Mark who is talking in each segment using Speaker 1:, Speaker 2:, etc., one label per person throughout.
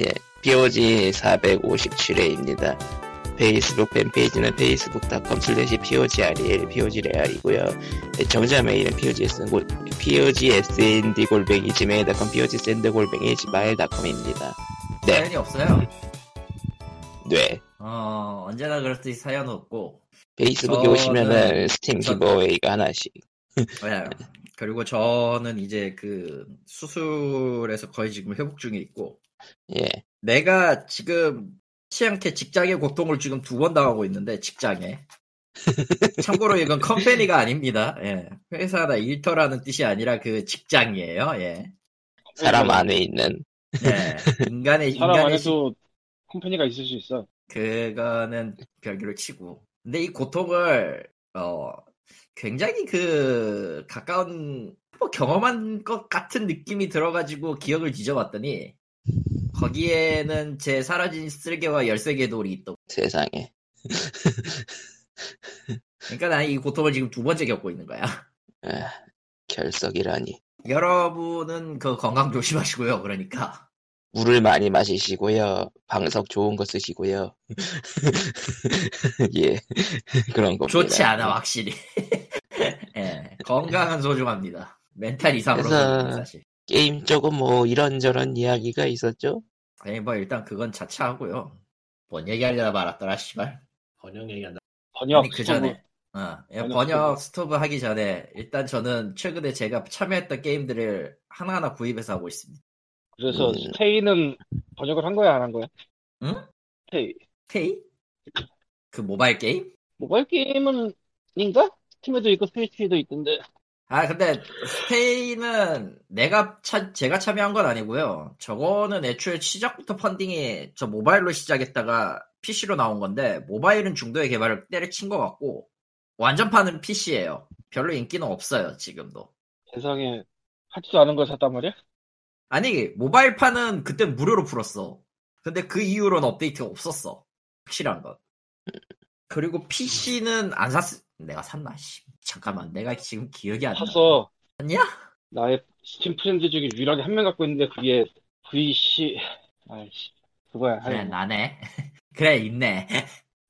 Speaker 1: 예, POG 457회입니다. 페이스북 팬페이지는 facebook.com slash POGREL, POGREAL이고요. 정자 메일은 POGSN, POGSND 골뱅이, gmail.com, POGSND 골뱅이, gmail.com입니다. 네,
Speaker 2: 사연이 없어요.
Speaker 1: 네.
Speaker 2: 어, 언제나 그렇듯이 사연 없고.
Speaker 1: 페이스북에
Speaker 2: 저는- 네.
Speaker 1: 오시면은 스팀
Speaker 2: 전-
Speaker 1: 기버웨이가 하나씩.
Speaker 2: 예. 그리고 저는 이제 그 수술에서 거의 지금 회복 중에 있고.
Speaker 1: 예,
Speaker 2: 내가 지금 치않게 직장의 고통을 지금 두 번 당하고 있는데, 직장에. 참고로 이건 컴퍼니가 아닙니다. 예. 회사나 일터라는 뜻이 아니라 그 직장이에요. 예.
Speaker 1: 사람 안에 있는.
Speaker 2: 예. 인간의,
Speaker 3: 사람
Speaker 2: 인간의
Speaker 3: 안에도 컴퍼니가 있을 수 있어.
Speaker 2: 그거는 별개로 치고. 근데 이 고통을, 어, 굉장히 그, 가까운, 뭐 경험한 것 같은 느낌이 들어가지고 기억을 뒤져봤더니, 거기에는 제 사라진 쓸개와 열쇠개 돌이 있더고.
Speaker 1: 세상에.
Speaker 2: 그러니까 나는 이 고통을 지금 두 번째 겪고 있는 거야.
Speaker 1: 아, 결석이라니.
Speaker 2: 여러분은 그 건강 조심하시고요, 그러니까.
Speaker 1: 물을 많이 마시시고요. 방석 좋은 거 쓰시고요. 예. 그런 겁니다.
Speaker 2: 좋지 않아, 확실히. 예, 건강은 소중합니다. 멘탈 이상으로
Speaker 1: 그래서-
Speaker 2: 소중해, 사실.
Speaker 1: 게임 쪽은 뭐 이런저런 이야기가 있었죠?
Speaker 2: 아니 뭐 일단 그건 자차하고요. 뭔 얘기하려다 말았더라 씨발.
Speaker 4: 번역 얘기한다.
Speaker 3: 번역
Speaker 2: 아니, 그
Speaker 3: 스토브.
Speaker 2: 전에. 어, 예,
Speaker 3: 번역
Speaker 2: 번역 스토브 하기 전에 일단 저는 최근에 제가 참여했던 게임들을 하나하나 구입해서 하고 있습니다.
Speaker 3: 그래서
Speaker 1: 음.
Speaker 3: 스테이는 번역을 한 거야 안 한 거야?
Speaker 2: 응?
Speaker 3: 스테이
Speaker 2: 페이? 그 모바일 게임?
Speaker 3: 모바일 게임은 인가? 스팀에도 있고 스위치에도 있던데
Speaker 2: 아 근데 페이는 내가 차, 제가 참여한 건 아니고요. 저거는 애초에 시작부터 펀딩이 저 모바일로 시작했다가 PC로 나온 건데 모바일은 중도에 개발을 때려친 것 같고 완전판은 PC예요. 별로 인기는 없어요 지금도.
Speaker 3: 세상에 하지도 않은 걸 샀단 말이야?
Speaker 2: 아니 모바일판은 그때 무료로 풀었어. 근데 그 이후로는 업데이트가 없었어. 확실한 건. 그리고 PC는 안 샀. 내가 샀나? 씨. 잠깐만, 내가 지금 기억이 안 나.
Speaker 3: 샀어.
Speaker 2: 아니야?
Speaker 3: 나의 스팀 프렌드 중에 유일하게 한 명 갖고 있는데 그게 VC 아이씨 그거야.
Speaker 2: 그래
Speaker 3: 아이고.
Speaker 2: 나네. 그래 있네.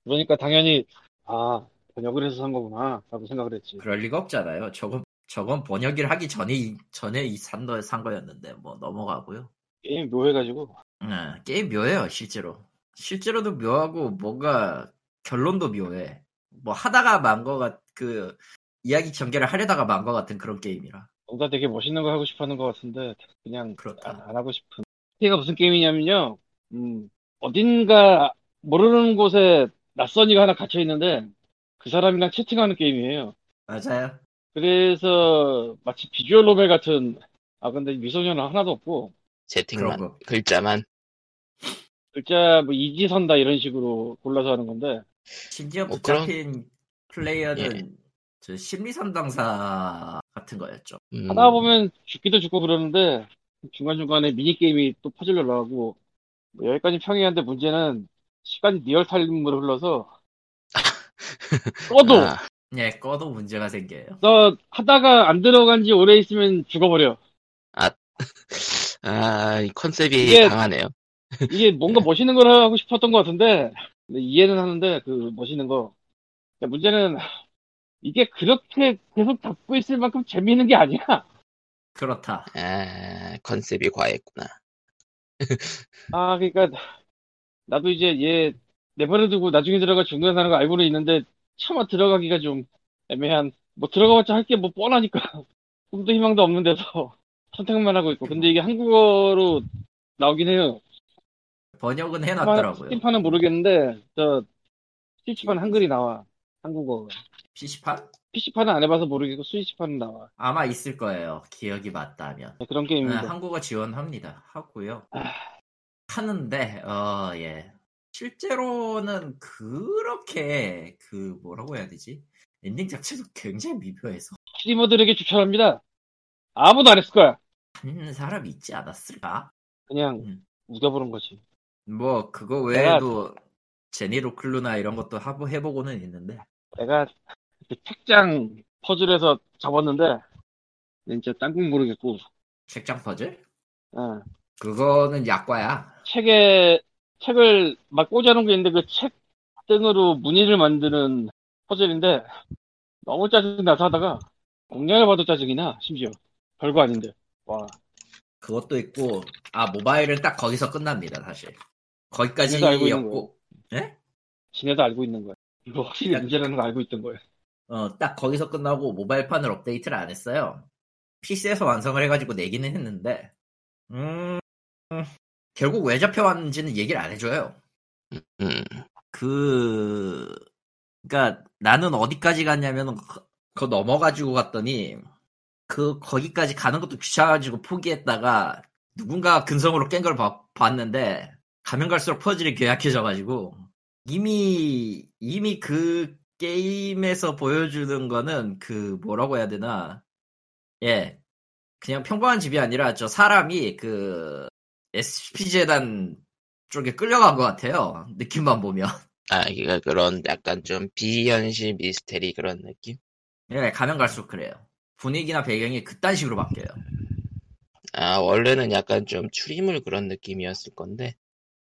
Speaker 3: 그러니까 당연히 아 번역을 해서 산 거구나라고 생각을 했지.
Speaker 2: 그럴 리가 없잖아요. 저건 저건 번역일 하기 전에 이- 전에 이 산, 거, 산 거였는데 뭐 넘어가고요.
Speaker 3: 게임 묘해가지고
Speaker 2: 응, 게임 묘해요 실제로. 실제로도 묘하고 뭔가 결론도 묘해. 뭐 하다가 만 거가 그 이야기 전개를 하려다가 만 거 같은 그런 게임이라
Speaker 3: 뭔가 되게 멋있는 거 하고 싶어하는 것 같은데 그냥 안,
Speaker 1: 아,
Speaker 2: 그렇다.
Speaker 3: 안 하고 아, 싶은. 스테이가 무슨 게임이냐면요. 음, 어딘가 모르는 곳에 낯선이가 하나 갇혀 있는데 그 사람이랑 채팅하는 게임이에요.
Speaker 2: 맞아요.
Speaker 3: 그래서 마치 비주얼 노벨 같은 아 근데 미소녀는 하나도 없고
Speaker 1: 채팅만
Speaker 2: 그런 거.
Speaker 1: 글자만
Speaker 3: 글자 뭐 이지선다 이런 식으로 골라서 하는 건데
Speaker 2: 심지어
Speaker 1: 뭐 그런-
Speaker 2: 붙잡힌 플레이어는 저 심리 상담사 같은 거였죠.
Speaker 1: 음,
Speaker 3: 하다 보면 죽기도 죽고 그러는데 중간중간에 미니게임이 또 퍼즐로 나오고 뭐 여기까지 평이한데 문제는 시간이 리얼타임으로 흘러서 꺼도
Speaker 1: 아,
Speaker 2: 예, 꺼도 문제가 생겨요.
Speaker 3: 너 하다가 안 들어간 지 오래 있으면 죽어버려.
Speaker 1: 아, 이 컨셉이
Speaker 3: 이게-
Speaker 1: 강하네요.
Speaker 3: 이게 뭔가 멋있는 걸 하고 싶었던 것 같은데, 근데 이해는 하는데, 그 멋있는 거. 근데 문제는, 이게 그렇게 계속 잡고 있을 만큼 재미있는 게 아니야.
Speaker 2: 그렇다.
Speaker 1: 아, 컨셉이 과했구나.
Speaker 3: 아, 그러니까, 나도 이제 얘 내버려 두고 나중에 들어가 죽는다는 거 알고는 있는데, 차마 들어가기가 좀 애매한, 뭐 들어가봤자 할 게 뭐 뻔하니까, 꿈도 희망도 없는 데서 선택만 하고 있고. 근데 이게 한국어로 나오긴 해요.
Speaker 1: 아,
Speaker 2: 번역은
Speaker 3: 스팀판-
Speaker 2: 해놨더라고요.
Speaker 3: 스팀판은 모르겠는데 저 스위치판 한글이 나와 한국어
Speaker 2: PC판?
Speaker 3: PC판은 안 해봐서 모르겠고 스위치판은 나와
Speaker 2: 아마 있을 거예요. 기억이 맞다면.
Speaker 3: 그런
Speaker 2: 네,
Speaker 3: 게임입니다 아.
Speaker 2: 한국어 지원합니다. 하고요. 하는데 어 예. 실제로는 그렇게 그 뭐라고 해야 되지? 엔딩 자체도 굉장히 미묘해서
Speaker 3: 스트리머들에게 추천합니다 아무도 안 했을 거야
Speaker 2: 하는 사람이 있지 않았을까?
Speaker 3: 그냥
Speaker 2: 음.
Speaker 3: 우겨보는 거지
Speaker 2: 뭐 그거 외에도 제니로 클루나 이런 것도 하고 해보고는 있는데
Speaker 3: 내가 그 책장 퍼즐에서 잡았는데 진짜 딴건 모르겠고
Speaker 2: 책장 퍼즐?
Speaker 3: 어.
Speaker 2: 그거는 약과야.
Speaker 3: 책에 책을 막 꽂아놓은 게 있는데 그 책 등으로 무늬를 만드는 퍼즐인데 너무 짜증나서 하다가 공략을 봐도 짜증이나 심지어 별거 아닌데 와
Speaker 2: 그것도 있고 아 모바일은 딱 거기서 끝납니다 사실.
Speaker 3: 그래서 알고 있는
Speaker 2: 거기까지였고
Speaker 3: 지네도 알고 있는 거야 이거 확실히 문제라는 거 알고 있던 거야
Speaker 2: 어, 딱 거기서 끝나고 모바일판을 업데이트를 안 했어요. PC에서 완성을 해가지고 내기는 했는데 음, 음, 결국 왜 잡혀왔는지는 얘기를 안 해줘요.
Speaker 1: 음,
Speaker 2: 그 그러니까 나는 어디까지 갔냐면 그- 그거 넘어가지고 갔더니 그 거기까지 가는 것도 귀찮아가지고 포기했다가 누군가 근성으로 깬 걸 봤는데 가면 갈수록 퍼즐이 괴약해져가지고 이미 이미 그 게임에서 보여주는 거는 그 뭐라고 해야 되나 예 그냥 평범한 집이 아니라 저 사람이 그 SCP 재단 쪽에 끌려간 것 같아요 느낌만 보면
Speaker 1: 아, 이게 그런 약간 좀 비현실 미스테리 그런 느낌?
Speaker 2: 예, 가면 갈수록 그래요. 분위기나 배경이 그딴 식으로 바뀌어요.
Speaker 1: 아, 원래는 약간 좀 추리물 그런 느낌이었을 건데,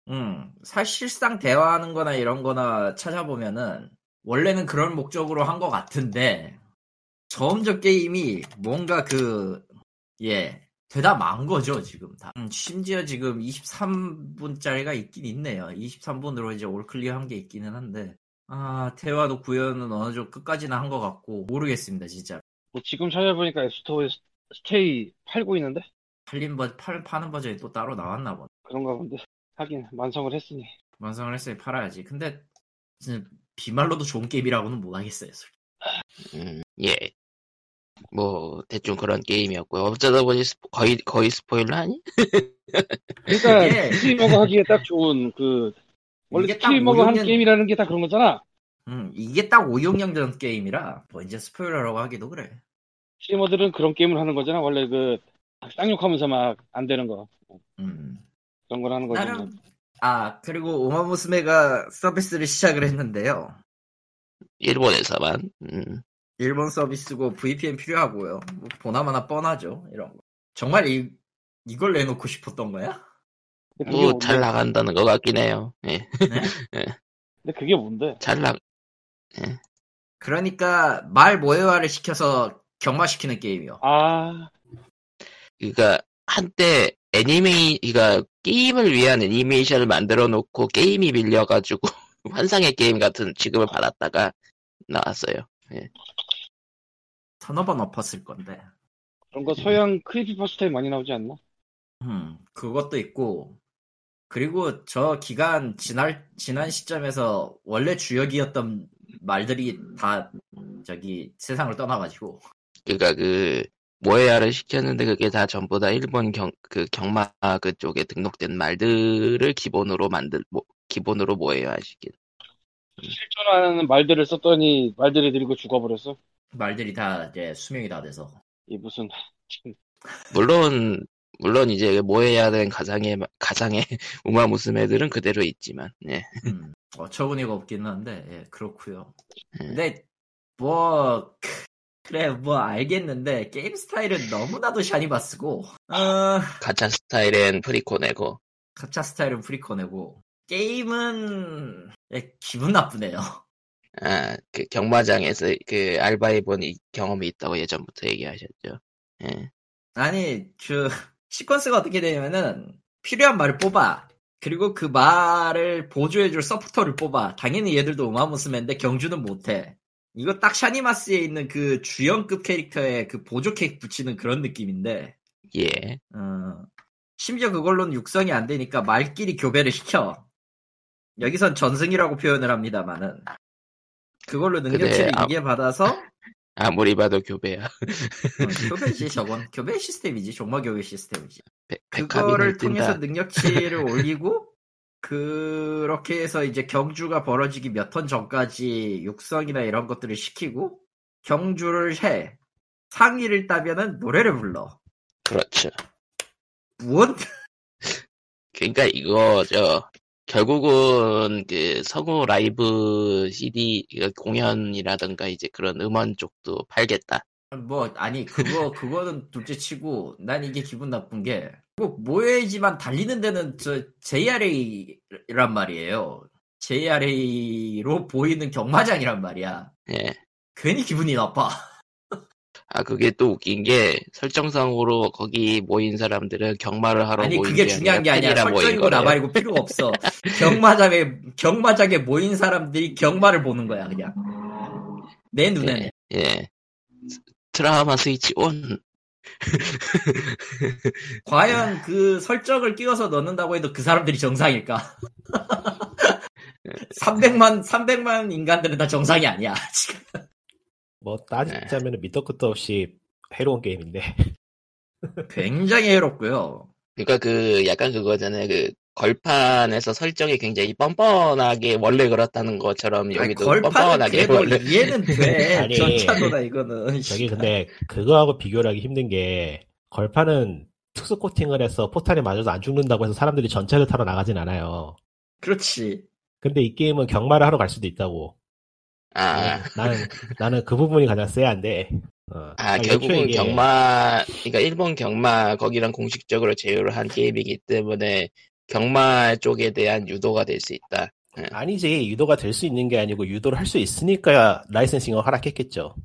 Speaker 2: 음, 사실상 대화하는 거나 이런 거나 찾아보면은, 원래는 그런 목적으로 한 것 같은데, 점점 게임이 뭔가 그, 예, 되다 만 거죠, 지금 다. 음, 심지어 지금 23분짜리가 있긴 있네요. 23분으로 이제 올 클리어 한 게 있기는 한데, 아, 대화도 구현은 어느 정도 끝까지는 한 것 같고, 모르겠습니다, 진짜.
Speaker 3: 뭐 지금 찾아보니까 앱스토어에 스- 스테이 팔고 있는데
Speaker 2: 팔린 버, 팔, 파는 버전이 또 따로 나왔나 보네.
Speaker 3: 그런가 본데 하긴 완성을 했으니
Speaker 2: 완성을 했으니 팔아야지. 근데 진짜 비말로도 좋은 게임이라고는 못하겠어요. 솔직히.
Speaker 1: 음, 예. 뭐, 대충 그런 게임이었고요. 어쩌다 보니 스포- 거의, 거의 스포일러 아니?
Speaker 3: 그러니까
Speaker 2: 이게-
Speaker 3: 스트리머가 하기에 딱 좋은 그 원래
Speaker 2: 이게 딱
Speaker 3: 스트리머가 하는
Speaker 2: 모르겠는-
Speaker 3: 게임이라는 게 다 그런 거잖아
Speaker 2: 음, 이게 딱 5용령 전 게임이라 뭐 이제 스포일러라고 하기도 그래.
Speaker 3: 스트리머들은 그런 게임을 하는 거잖아 원래 그 쌍욕하면서 막 안 되는 거
Speaker 2: 음.
Speaker 3: 그런 걸 하는 거지
Speaker 2: 나름 아 그리고 오마무스메가 서비스를 시작을 했는데요.
Speaker 1: 일본에서만. 음,
Speaker 2: 일본 서비스고 VPN 필요하고요. 뭐 보나마나 뻔하죠. 이런 거. 정말 이 이걸 내놓고 싶었던 거야?
Speaker 3: 근데 그게
Speaker 1: 뭐,
Speaker 3: 뭔데?
Speaker 1: 잘 나간다는 것 같긴 해요. 예,
Speaker 2: 네?
Speaker 3: 근데 그게 뭔데?
Speaker 1: 잘 나,
Speaker 2: 그러니까 말 모해화를 시켜서 경마시키는 게임이요.
Speaker 3: 아,
Speaker 1: 그니까 그러니까 한때 애니메이 그니까 게임을 위한 애니메이션을 만들어 놓고 게임이 밀려가지고 환상의 게임 같은 취급을 받았다가 나왔어요.
Speaker 2: 서너 번 엎었을 건데.
Speaker 3: 그런 거 서양 크리피퍼스타에 많이 나오지 않나?
Speaker 2: 음, 그것도 있고, 그리고 저 기간 지날, 지난 시점에서 원래 주역이었던 말들이 다 저기 세상을 떠나가지고,
Speaker 1: 그니까 그 모해야를 시켰는데 그게 다 전부 다 일본 경 그 경마 그쪽에 등록된 말들을 기본으로 만들 뭐, 기본으로 모해야시킨
Speaker 3: 실존하는 말들을 썼더니 말들이 들고 죽어버렸어.
Speaker 2: 말들이 다 이제 수명이 다 돼서.
Speaker 3: 이 무슨
Speaker 1: 물론 물론 이제 모해야는 가상의 가상의 우마 무스매들은 그대로 있지만 예.
Speaker 2: 음, 어처구니가 없기는 한데, 예, 그렇고요
Speaker 1: 예.
Speaker 2: 근데, 뭐, 그래, 뭐 알겠는데, 게임 스타일은 너무나도 샤니바스고, 어,
Speaker 1: 가짜 스타일엔 프리코네고
Speaker 2: 가차 스타일은 프리코네고, 게임은, 예, 기분 나쁘네요.
Speaker 1: 아, 그 경마장에서 그 알바 해본 이- 경험이 있다고 예전부터 얘기하셨죠. 예.
Speaker 2: 아니, 그, 시퀀스가 어떻게 되냐면은, 필요한 말을 뽑아. 그리고 그 말을 보조해줄 서포터를 뽑아. 당연히 얘들도 우마무스맨데 경주는 못해. 이거 딱 샤니마스에 있는 그 주연급 캐릭터에 그 보조 캐릭 붙이는 그런 느낌인데,
Speaker 1: 예.
Speaker 2: 어, 심지어 그걸로는 육성이 안 되니까 말끼리 교배를 시켜. 여기선 전승이라고 표현을 합니다만은. 그걸로 능력치를
Speaker 1: 근데 아-
Speaker 2: 이게 받아서,
Speaker 1: 아무리 봐도 교배야.
Speaker 2: 어, 교배지, 저건. 교배 시스템이지. 종마 교배 시스템이지.
Speaker 1: 백-
Speaker 2: 그거를
Speaker 1: 백합인을
Speaker 2: 통해서
Speaker 1: 뛴다.
Speaker 2: 능력치를 올리고 그렇게 해서 이제 경주가 벌어지기 몇 턴 전까지 육성이나 이런 것들을 시키고 경주를 해 상의를 따면은 노래를 불러
Speaker 1: 그렇죠.
Speaker 2: 무언
Speaker 1: 그러니까 이거죠. 결국은 그 서구 라이브 CD 그 공연이라든가 이제 그런 음원 쪽도 팔겠다.
Speaker 2: 뭐 아니 그거 그거는 둘째치고 난 이게 기분 나쁜 게 뭐 모여이지만 달리는 데는 저 JRA란 말이에요. JRA로 보이는 경마장이란 말이야.
Speaker 1: 예.
Speaker 2: 괜히 기분이 나빠.
Speaker 1: 아 그게 또 웃긴 게 설정상으로 거기 모인 사람들은 경마를 하러
Speaker 2: 아니
Speaker 1: 모인
Speaker 2: 그게
Speaker 1: 게
Speaker 2: 중요한 게 아니야.
Speaker 1: 뭐 팬이라 모인
Speaker 2: 설정이고
Speaker 1: 거래요.
Speaker 2: 나발이고 필요가 없어. 경마장에 경마장에 모인 사람들이 경마를 보는 거야 그냥. 내 눈에는.
Speaker 1: 예, 예. 트라우마 스위치 온. 네.
Speaker 2: 과연 그 설정을 끼워서 넣는다고 해도 그 사람들이 정상일까? 300만 300만 인간들은 다 정상이 아니야. 지금
Speaker 4: 뭐
Speaker 1: 네.
Speaker 4: 따지자면 밑도 끝도 없이 해로운 게임인데
Speaker 2: 굉장히 해롭고요.
Speaker 1: 그러니까 그 약간 그거잖아요. 그 걸판에서 설정이 굉장히 뻔뻔하게 원래 그렇다는 것처럼
Speaker 2: 아니,
Speaker 1: 여기도
Speaker 2: 걸판은
Speaker 1: 뻔뻔하게
Speaker 2: 그래도
Speaker 1: 원래
Speaker 2: 이해는 돼.
Speaker 4: 아니,
Speaker 2: 전차도다 이거는.
Speaker 4: 저기 근데 그거하고 비교를 하기 힘든 게 걸판은 특수 코팅을 해서 포탄에 맞아서 안 죽는다고 해서 사람들이 전차를 타러 나가진 않아요.
Speaker 2: 그렇지.
Speaker 4: 근데 이 게임은 경마를 하러 갈 수도 있다고. 네.
Speaker 2: 네.
Speaker 1: 아,
Speaker 4: 나는 나는 그 부분이 가장 쎄한데. 어.
Speaker 1: 아
Speaker 4: 그러니까 애초에
Speaker 1: 결국은
Speaker 4: 이게
Speaker 1: 경마 그러니까 일본 경마 거기랑 공식적으로 제휴를 한 게임이기 때문에 경마 쪽에 대한 유도가 될 수 있다.
Speaker 4: 아니지 유도가 될 수 있는 게 아니고 유도를 할 수 있으니까 라이센싱을 허락했겠죠.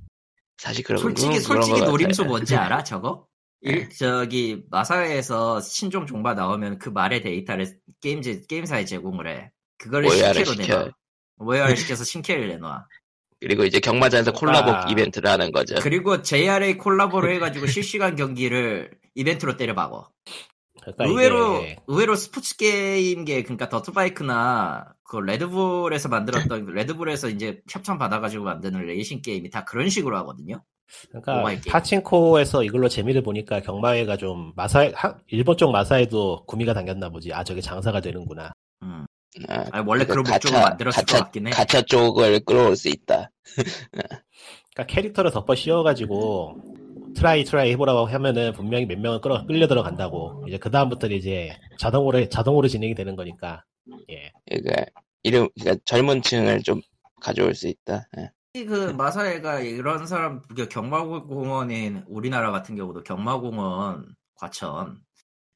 Speaker 1: 사실 그런
Speaker 2: 솔직히
Speaker 1: 그런 것
Speaker 2: 솔직히
Speaker 1: 같아요. 네.
Speaker 2: 노림수 뭔지 알아? 저거? 일- 저기 마사회에서 신종 종바 나오면 그 말의 데이터를 게임 게임사에 제공을 해. 그거를
Speaker 1: OAR 을
Speaker 2: 신캐로
Speaker 1: 시켜.
Speaker 2: 내놔. OAR 시켜서 신캐를 내놔.
Speaker 1: 그리고 이제 경마장에서 콜라보
Speaker 4: 아.
Speaker 1: 이벤트를 하는 거죠.
Speaker 2: 그리고 JRA 콜라보를 해가지고 실시간 경기를 이벤트로 때려박어.
Speaker 4: 그러니까
Speaker 2: 의외로
Speaker 4: 이게
Speaker 2: 의외로 스포츠 게임계 그러니까 더트바이크나 그 레드불에서 만들었던 레드불에서 이제 협찬 받아가지고 만드는 레이싱 게임이 다 그런 식으로 하거든요. 모바일
Speaker 4: 그러니까
Speaker 2: 게임.
Speaker 4: 파친코에서 이걸로 재미를 보니까 경마회가 좀 마사 하- 일본 쪽 마사에도 구미가 당겼나 보지. 아 저게 장사가 되는구나.
Speaker 2: 음.
Speaker 1: 아,
Speaker 2: 아니, 원래 그런
Speaker 1: 가차-
Speaker 2: 목적으로 만들었을
Speaker 1: 가차-
Speaker 2: 것 같긴 해.
Speaker 1: 가차 쪽을 끌어올 수 있다.
Speaker 4: 그러니까 캐릭터를 덮어 씌워가지고 트라이 트라이 해보라고 하면은 분명히 몇 명은 끌어 끌려 들어간다고. 이제 그 다음부터는 이제 자동으로 자동으로 진행이 되는 거니까. 예.
Speaker 1: 그러니까 이름 그러니까 젊은층을 좀 가져올 수 있다. 예.
Speaker 2: 특히 그 마사회가 이런 사람 그 경마공원인 우리나라 같은 경우도 경마공원 과천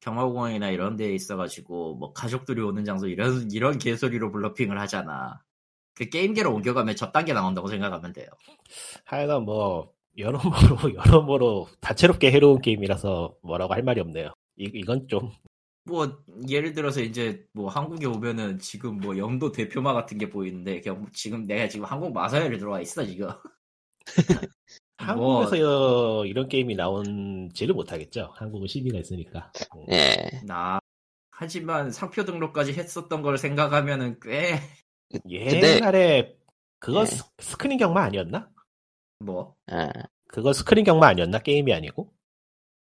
Speaker 2: 경마공원이나 이런 데에 있어가지고 뭐 가족들이 오는 장소 이런 이런 개소리로 블러핑을 하잖아. 그 게임계로 옮겨가면 저 단계 나온다고 생각하면 돼요.
Speaker 4: 하여간 뭐 여러모로 여러모로 다채롭게 해로운 게임이라서 뭐라고 할 말이 없네요. 이, 이건 좀
Speaker 2: 뭐 예를 들어서 이제 뭐 한국에 오면은 지금 뭐 영도 대표마 같은 게 보이는데 경- 지금 내가 지금 한국 마사회를 들어와 있어 지금. 뭐
Speaker 4: 한국에서 이런 게임이 나온지를 못하겠죠. 한국은 시비가 있으니까. 음.
Speaker 1: 예.
Speaker 2: 나 하지만 상표 등록까지 했었던 걸 생각하면은 꽤뭐
Speaker 1: 근데-
Speaker 4: 옛날에 그거
Speaker 1: 예.
Speaker 4: 스- 스크린 경마 아니었나? 뭐.
Speaker 1: 아,
Speaker 4: 그거 스크린 경마 아니었나? 게임이 아니고?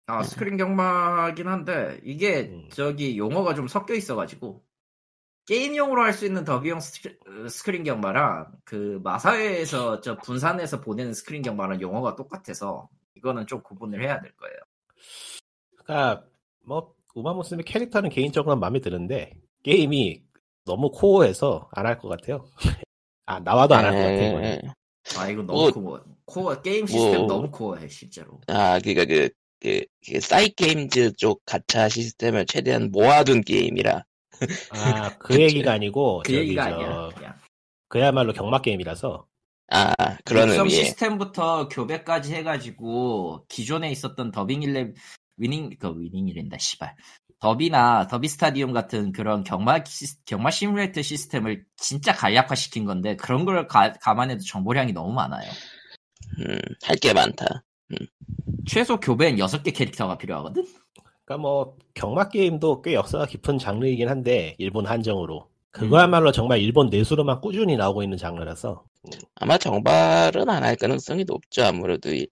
Speaker 2: 아, 스크린 경마긴 한데, 이게,
Speaker 4: 네. 음.
Speaker 2: 저기, 용어가 좀 섞여 있어가지고, 게임용으로 할 수 있는 더비용 스크린, 스크린 경마랑, 그, 마사회에서, 저, 분산해서 보내는 스크린 경마랑 용어가 똑같아서, 이거는 좀 구분을 해야 될 거예요.
Speaker 4: 그러니까 뭐 우마모스의 캐릭터는 개인적으로 마음에 드는데 게임이 너무 코어해서 안 할 것 같아요. 아 나와도 안 할 것 같아요. 이거는.
Speaker 1: 예.
Speaker 2: 아, 이거
Speaker 1: 뭐,
Speaker 2: 너무 코어, 코어, 게임 시스템
Speaker 1: 뭐.
Speaker 2: 너무 코어해, 실제로.
Speaker 1: 아, 그러니까 그, 그, 그 사이 게임즈 쪽 가차 시스템을 최대한 모아둔 게임이라.
Speaker 4: 아, 그
Speaker 1: 그치.
Speaker 4: 얘기가 아니고
Speaker 2: 그
Speaker 4: 저기
Speaker 2: 얘기가
Speaker 4: 저-
Speaker 2: 아니야, 그냥.
Speaker 4: 그야말로 경마 게임이라서
Speaker 1: 아, 그런
Speaker 2: 육성
Speaker 1: 의미에.
Speaker 2: 시스템부터 교배까지 해가지고 기존에 있었던 더빙 일렙 위닝 그 위닝 일랜다 시발 더비나 더비 스타디움 같은 그런 경마 시, 경마 시뮬레이터 시스템을 진짜 간략화 시킨 건데 그런 걸 가, 감안해도 정보량이 너무 많아요.
Speaker 1: 음, 할 게 많다.
Speaker 2: 최소 교배엔 6개 캐릭터가 필요하거든.
Speaker 4: 그러니까 뭐 경마 게임도 꽤 역사가 깊은 장르이긴 한데 일본 한정으로 그거야말로 정말 일본 내수로만 꾸준히 나오고 있는 장르라서
Speaker 1: 아마 정발은 안 할 가능성이 높죠. 아무래도 이-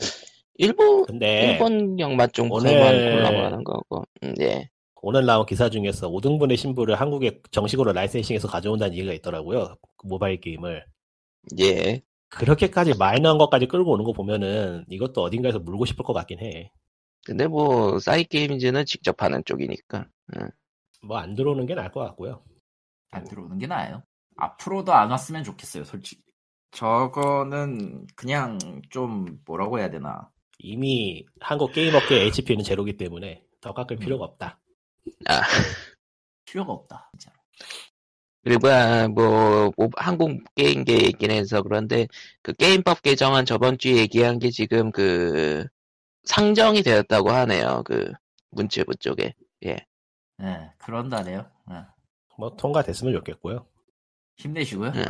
Speaker 1: 일본
Speaker 4: 근데
Speaker 1: 일본 영마 쪽
Speaker 4: 예. 오늘-
Speaker 1: 오늘... 콜라보하는 거고. 음, 예.
Speaker 4: 오늘 나온 기사 중에서 5등분의 신부를 한국에 정식으로 라이센싱해서 가져온다는 얘기가 있더라고요. 그 모바일 게임을.
Speaker 1: 예.
Speaker 4: 그렇게까지 마이너한 것까지 끌고 오는 거 보면은 이것도 어딘가에서 물고 싶을 것 같긴 해.
Speaker 1: 근데 뭐 사이 게임즈는 직접 하는 쪽이니까.
Speaker 4: 뭐 안 들어오는 게 나을 것 같고요.
Speaker 2: 안 들어오는 게 나아요. 앞으로도 안 왔으면 좋겠어요, 솔직히. 저거는 그냥 좀 뭐라고 해야 되나?
Speaker 4: 이미 한국 게임업계 HP는 제로기 때문에 더 깎을 필요가 없다.
Speaker 1: 아.
Speaker 2: 필요가 없다. 진짜.
Speaker 1: 그리고 아, 뭐, 뭐 한국 게임계 얘기는 해서 그런데 그 게임법 개정안 저번 주에 얘기한 게 지금 그 상정이 되었다고 하네요. 그 문체부 쪽에.
Speaker 2: 예, 그런다네요. 예.
Speaker 4: 뭐 통과됐으면 좋겠고요.
Speaker 2: 힘내시고요.
Speaker 1: 예.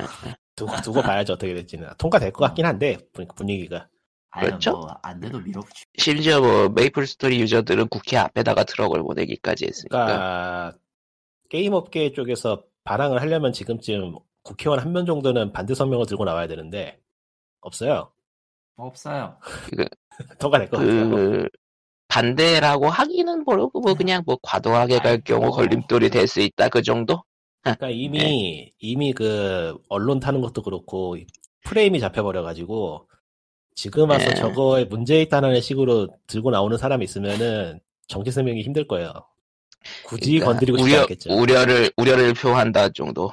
Speaker 4: 두고, 두고 봐야죠 어떻게 될지는 통과될 것 같긴 한데 분- 분위기가
Speaker 2: 아니,
Speaker 1: 그렇죠?
Speaker 2: 뭐, 안 돼도 밀어붙이.
Speaker 1: 심지어 뭐 메이플 스토리 유저들은 국회 앞에다가 트럭을 보내기까지 했으니까.
Speaker 4: 그러니까 게임 업계 쪽에서 발항을 하려면 지금쯤 국회의원 한 명 정도는 반대 성명을 들고 나와야 되는데 없어요
Speaker 2: 없어요.
Speaker 4: 통과될 것 같아요. 그러니까
Speaker 1: 그 반대라고 하기는 뭐고 뭐 그냥 뭐 과도하게 갈
Speaker 2: 아이고.
Speaker 1: 경우 걸림돌이 될 수 있다 그 정도?
Speaker 4: 그러니까 이미 이미 그 언론 타는 것도 그렇고 프레임이 잡혀버려가지고 지금 와서
Speaker 1: 네.
Speaker 4: 저거에 문제 있다는 식으로 들고 나오는 사람이 있으면은 정치 설명이 힘들 거예요. 굳이
Speaker 1: 그러니까
Speaker 4: 건드리고 싶지
Speaker 1: 우려,
Speaker 4: 않겠죠.
Speaker 1: 우려를 우려를 표한다 정도.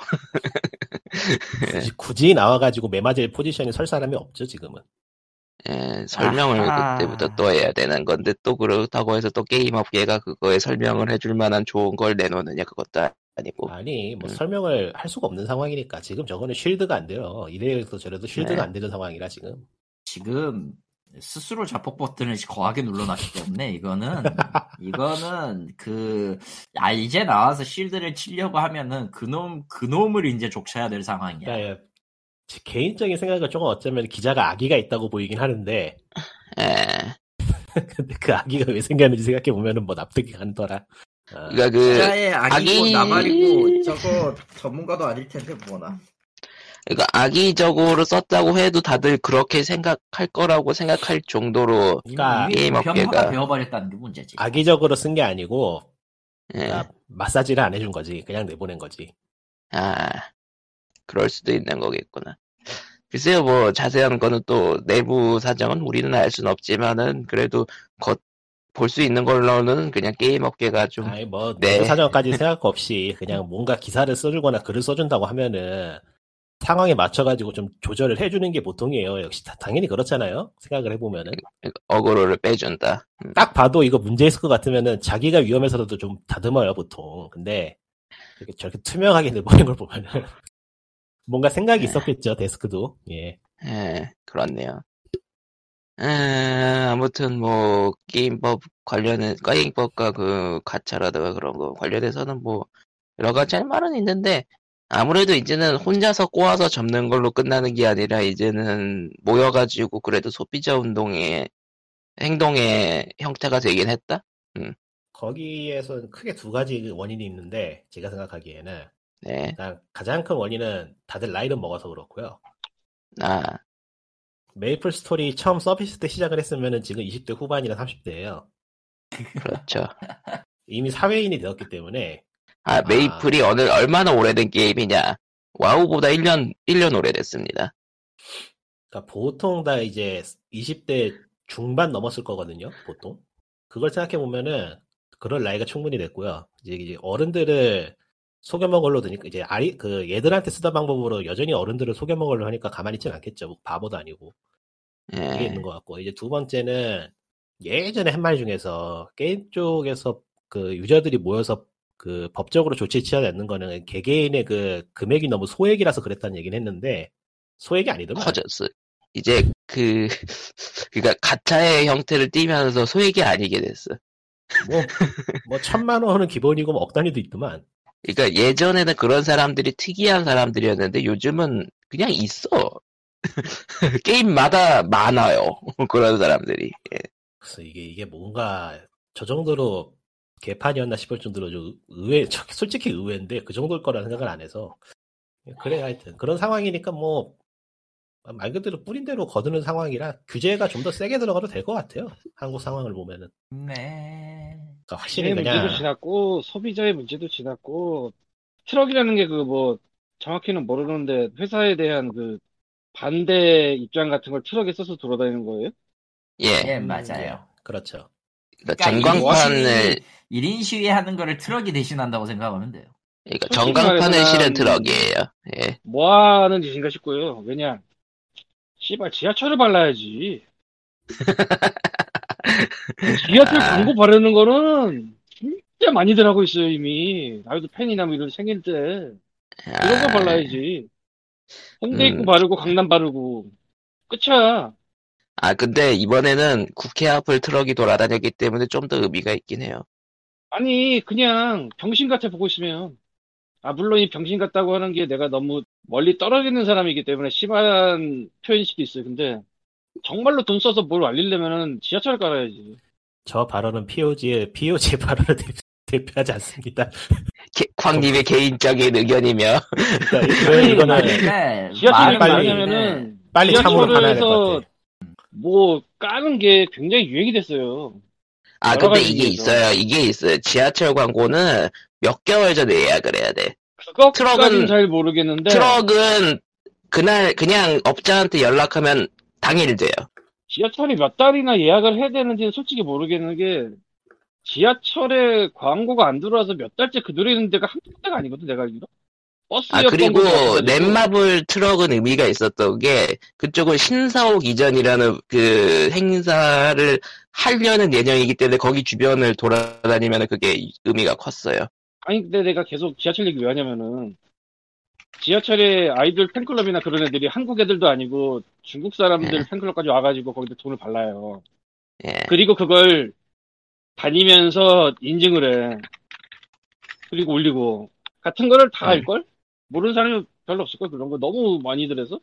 Speaker 4: 굳이, 굳이 나와가지고 매맞을 포지션에 설 사람이 없죠 지금은.
Speaker 1: 예, 설명을
Speaker 2: 아하.
Speaker 1: 그때부터 또 해야 되는 건데 또 그렇다고 해서 또 게임 업계가 그거에 설명을 해줄 만한 좋은 걸 내놓느냐 그것도 아니고
Speaker 4: 아니 뭐
Speaker 1: 음.
Speaker 4: 설명을 할 수가 없는 상황이니까 지금 저거는 쉴드가 안 돼요. 이래도 저래도 쉴드가
Speaker 1: 네.
Speaker 4: 안 되는 상황이라 지금.
Speaker 2: 지금, 스스로 자폭 버튼을 거하게 눌러놨기 때문에, 이거는, 이거는, 그, 아, 이제 나와서 실드를 치려고 하면은, 그놈, 그놈을 이제 족쳐야 될 상황이야.
Speaker 4: 그러니까 제 개인적인 생각은 조금 어쩌면 기자가 아기가 있다고 보이긴 하는데
Speaker 1: 예.
Speaker 4: 근데 그 아기가 왜 생겼는지 생각해 보면은 뭐 납득이 간더라. 아,
Speaker 1: 그러니까 그
Speaker 2: 자의 아기고
Speaker 1: 아기-
Speaker 2: 뭐 나발이고 저거 전문가도 아닐 텐데 뭐나
Speaker 1: 그러니까 악의적으로 썼다고 해도 다들 그렇게 생각할 거라고 생각할 정도로
Speaker 4: 그러니까 아,
Speaker 2: 이미
Speaker 1: 게임 업계가-
Speaker 2: 변화가 배워버렸다는 게 문제지.
Speaker 4: 악의적으로 쓴 게 아니고
Speaker 1: 예.
Speaker 4: 그러니까 마사지를 안 해준 거지. 그냥 내보낸 거지.
Speaker 1: 아 그럴 수도 있는 거겠구나. 글쎄요 뭐 자세한 거는 또 내부 사정은 우리는 알 수는 없지만은 그래도 겉 볼 수 있는 걸로는 그냥 게임 업계가 좀
Speaker 4: 아니 뭐
Speaker 1: 네.
Speaker 4: 내부 사정까지 생각 없이 그냥 뭔가 기사를 써주거나 글을 써준다고 하면은 상황에 맞춰가지고 좀 조절을 해주는 게 보통이에요. 역시 다- 당연히 그렇잖아요. 생각을 해보면은
Speaker 1: 어그로를 빼준다.
Speaker 4: 딱 봐도 이거 문제 있을 것 같으면은 자기가 위험해서라도 좀 다듬어요 보통. 근데 이렇게 저렇게 투명하게 내보낸 걸 보면은 뭔가 생각이 있었겠죠 데스크도. 예.
Speaker 1: 예, 그렇네요. 에, 아무튼 뭐 게임법 관련해 게임법과 그 가차라든가 그런 거 관련해서는 뭐 여러 가지 할 말은 있는데 아무래도 이제는 혼자서 꼬아서 접는 걸로 끝나는 게 아니라 이제는 모여가지고 그래도 소비자 운동의 행동의 형태가 되긴 했다.
Speaker 4: 거기에서 크게 두 가지 원인이 있는데 제가 생각하기에는
Speaker 1: 네,
Speaker 4: 일단 가장 큰 원인은 다들 나이를 먹어서 그렇고요.
Speaker 1: 아,
Speaker 4: 메이플 스토리 처음 서비스 때 시작을 했으면은 지금 20대 후반이나 30대예요.
Speaker 1: 그렇죠.
Speaker 4: 이미 사회인이 되었기 때문에
Speaker 1: 아, 메이플이 어느 얼마나 오래된 게임이냐? 와우보다 1년 1년 오래됐습니다.
Speaker 4: 그러니까 보통 다 이제 20대 중반 넘었을 거거든요. 보통 그걸 생각해 보면은 그럴 나이가 충분히 됐고요. 이제, 이제 어른들을 속여먹은 걸로 드니까 이제 아이 그 얘들한테 쓰던 방법으로 여전히 어른들을 속여먹은 걸로 하니까 가만히 있진 않겠죠. 뭐 바보도 아니고. 그게
Speaker 1: 예,
Speaker 4: 있는 것 같고 이제 두 번째는 예전에 한 말 중에서 게임 쪽에서 그 유저들이 모여서 그 법적으로 조치 취하지 않는 거는 개개인의 그 금액이 너무 소액이라서 그랬다는 얘기는 했는데 소액이 아니더만
Speaker 1: 커졌어. 이제 그 그러니까 가차의 형태를 띠면서 소액이 아니게 됐어.
Speaker 4: 뭐, 뭐 천만 원은 기본이고 뭐억 단위도 있더만
Speaker 1: 그러니까 예전에는 그런 사람들이 특이한 사람들이었는데 요즘은 그냥 있어. 게임마다 많아요. 그런 사람들이. 예.
Speaker 4: 그래서 이게 이게 뭔가 저 정도로 개판이었나 싶을 정도로 좀 의외 저- 솔직히 의외인데 그 정도일 거라는 생각을 안 해서 예, 그래
Speaker 3: 아.
Speaker 4: 하여튼 그런 상황이니까 뭐 말 그대로 뿌린 대로 거두는 상황이라 규제가 좀 더 세게 들어가도 될 것 같아요 한국 상황을 보면은
Speaker 2: 네.
Speaker 4: 그러니까 확실히
Speaker 3: 기계의
Speaker 4: 그냥
Speaker 3: 문제도 지났고 소비자의 문제도 지났고 트럭이라는 게 그 뭐 정확히는 모르는데 회사에 대한 그 반대 입장 같은 걸 트럭에 써서 돌아다니는 거예요?
Speaker 1: 예.
Speaker 2: 예,
Speaker 4: 음,
Speaker 2: 맞아요.
Speaker 4: 그렇죠
Speaker 1: 그러니까
Speaker 2: 그러니까 이
Speaker 1: 전광판을
Speaker 2: 워싱이 1인 시위 하는 거를 트럭이 대신한다고 생각하면 돼요.
Speaker 1: 그러니까
Speaker 3: 솔직히
Speaker 1: 전광판은
Speaker 3: 말해서는-
Speaker 1: 실은 트럭이에요. 예.
Speaker 3: 뭐 하는 짓인가 싶고요. 왜냐 씨발 지하철을 발라야지. 지하철
Speaker 1: 아.
Speaker 3: 광고 바르는 거는 진짜 많이들 하고 있어요 이미 나도 팬이나 뭐 이런 생길 때 이런 거
Speaker 1: 아,
Speaker 3: 발라야지 홍대 입구
Speaker 1: 음.
Speaker 3: 바르고 강남 바르고 끝이야
Speaker 1: 아, 근데 이번에는 국회 앞을 트럭이 돌아다녔기 때문에 좀 더 의미가 있긴 해요.
Speaker 3: 아니 그냥 병신 같아 보고 있으면 아 물론 이 병신 같다고 하는 게 내가 너무 멀리 떨어져 있는 사람이기 때문에 심한 표현일 수도 있어요 근데 정말로 돈 써서 뭘 알리려면은 지하철 깔아야지
Speaker 4: 저 발언은 POG의, POG 의 발언을 대, 대표하지 않습니다.
Speaker 1: 게- 광님의 개인적인 의견이며.
Speaker 4: 일단 그러니까 이거는, 이거는
Speaker 3: 그러니까
Speaker 4: 네.
Speaker 2: 네,
Speaker 3: 지하철이
Speaker 4: 말은
Speaker 2: 말은
Speaker 3: 뭐냐면은
Speaker 1: 네.
Speaker 2: 있는데
Speaker 4: 빨리 참으로 가나야 될 것
Speaker 3: 지하철에서
Speaker 4: 같아.
Speaker 3: 뭐 까는 게 굉장히 유행이 됐어요
Speaker 1: 아,
Speaker 3: 여러
Speaker 1: 근데
Speaker 3: 가지
Speaker 1: 이게
Speaker 3: 이유죠.
Speaker 1: 있어요. 이게 있어요. 지하철 광고는 몇 개월 전에 예약을 해야 돼.
Speaker 3: 그것까지는
Speaker 1: 트럭은-
Speaker 3: 잘 모르겠는데
Speaker 1: 트럭은 그날 그냥 업자한테 연락하면 당일 돼요.
Speaker 3: 지하철이 몇 달이나 예약을 해야 되는지는 솔직히 모르겠는 게 지하철에 광고가 안 들어와서 몇 달째 그대로 있는 데가 한두 데가 아니거든 내가 알기로 버스
Speaker 1: 아
Speaker 3: 역
Speaker 1: 그리고
Speaker 3: 광고도 없어가지고.
Speaker 1: 넷마블 트럭은 의미가 있었던 게 그쪽은 신사옥 이전이라는 그 행사를 하려는 예정이기 때문에 거기 주변을 돌아다니면 그게 의미가 컸어요.
Speaker 3: 아니 근데 내가 계속 지하철 얘기 왜 하냐면은 지하철에 아이돌 팬클럽이나 그런 애들이 한국 애들도 아니고 중국 사람들
Speaker 1: 네.
Speaker 3: 팬클럽까지 와가지고 거기다 돈을 발라요
Speaker 1: 예.
Speaker 3: 그리고 그걸 다니면서 인증을 해 그리고 올리고 같은 거를 다
Speaker 1: 네.
Speaker 3: 알걸? 모르는 사람이 별로 없을걸 그런 거 너무 많이들 해서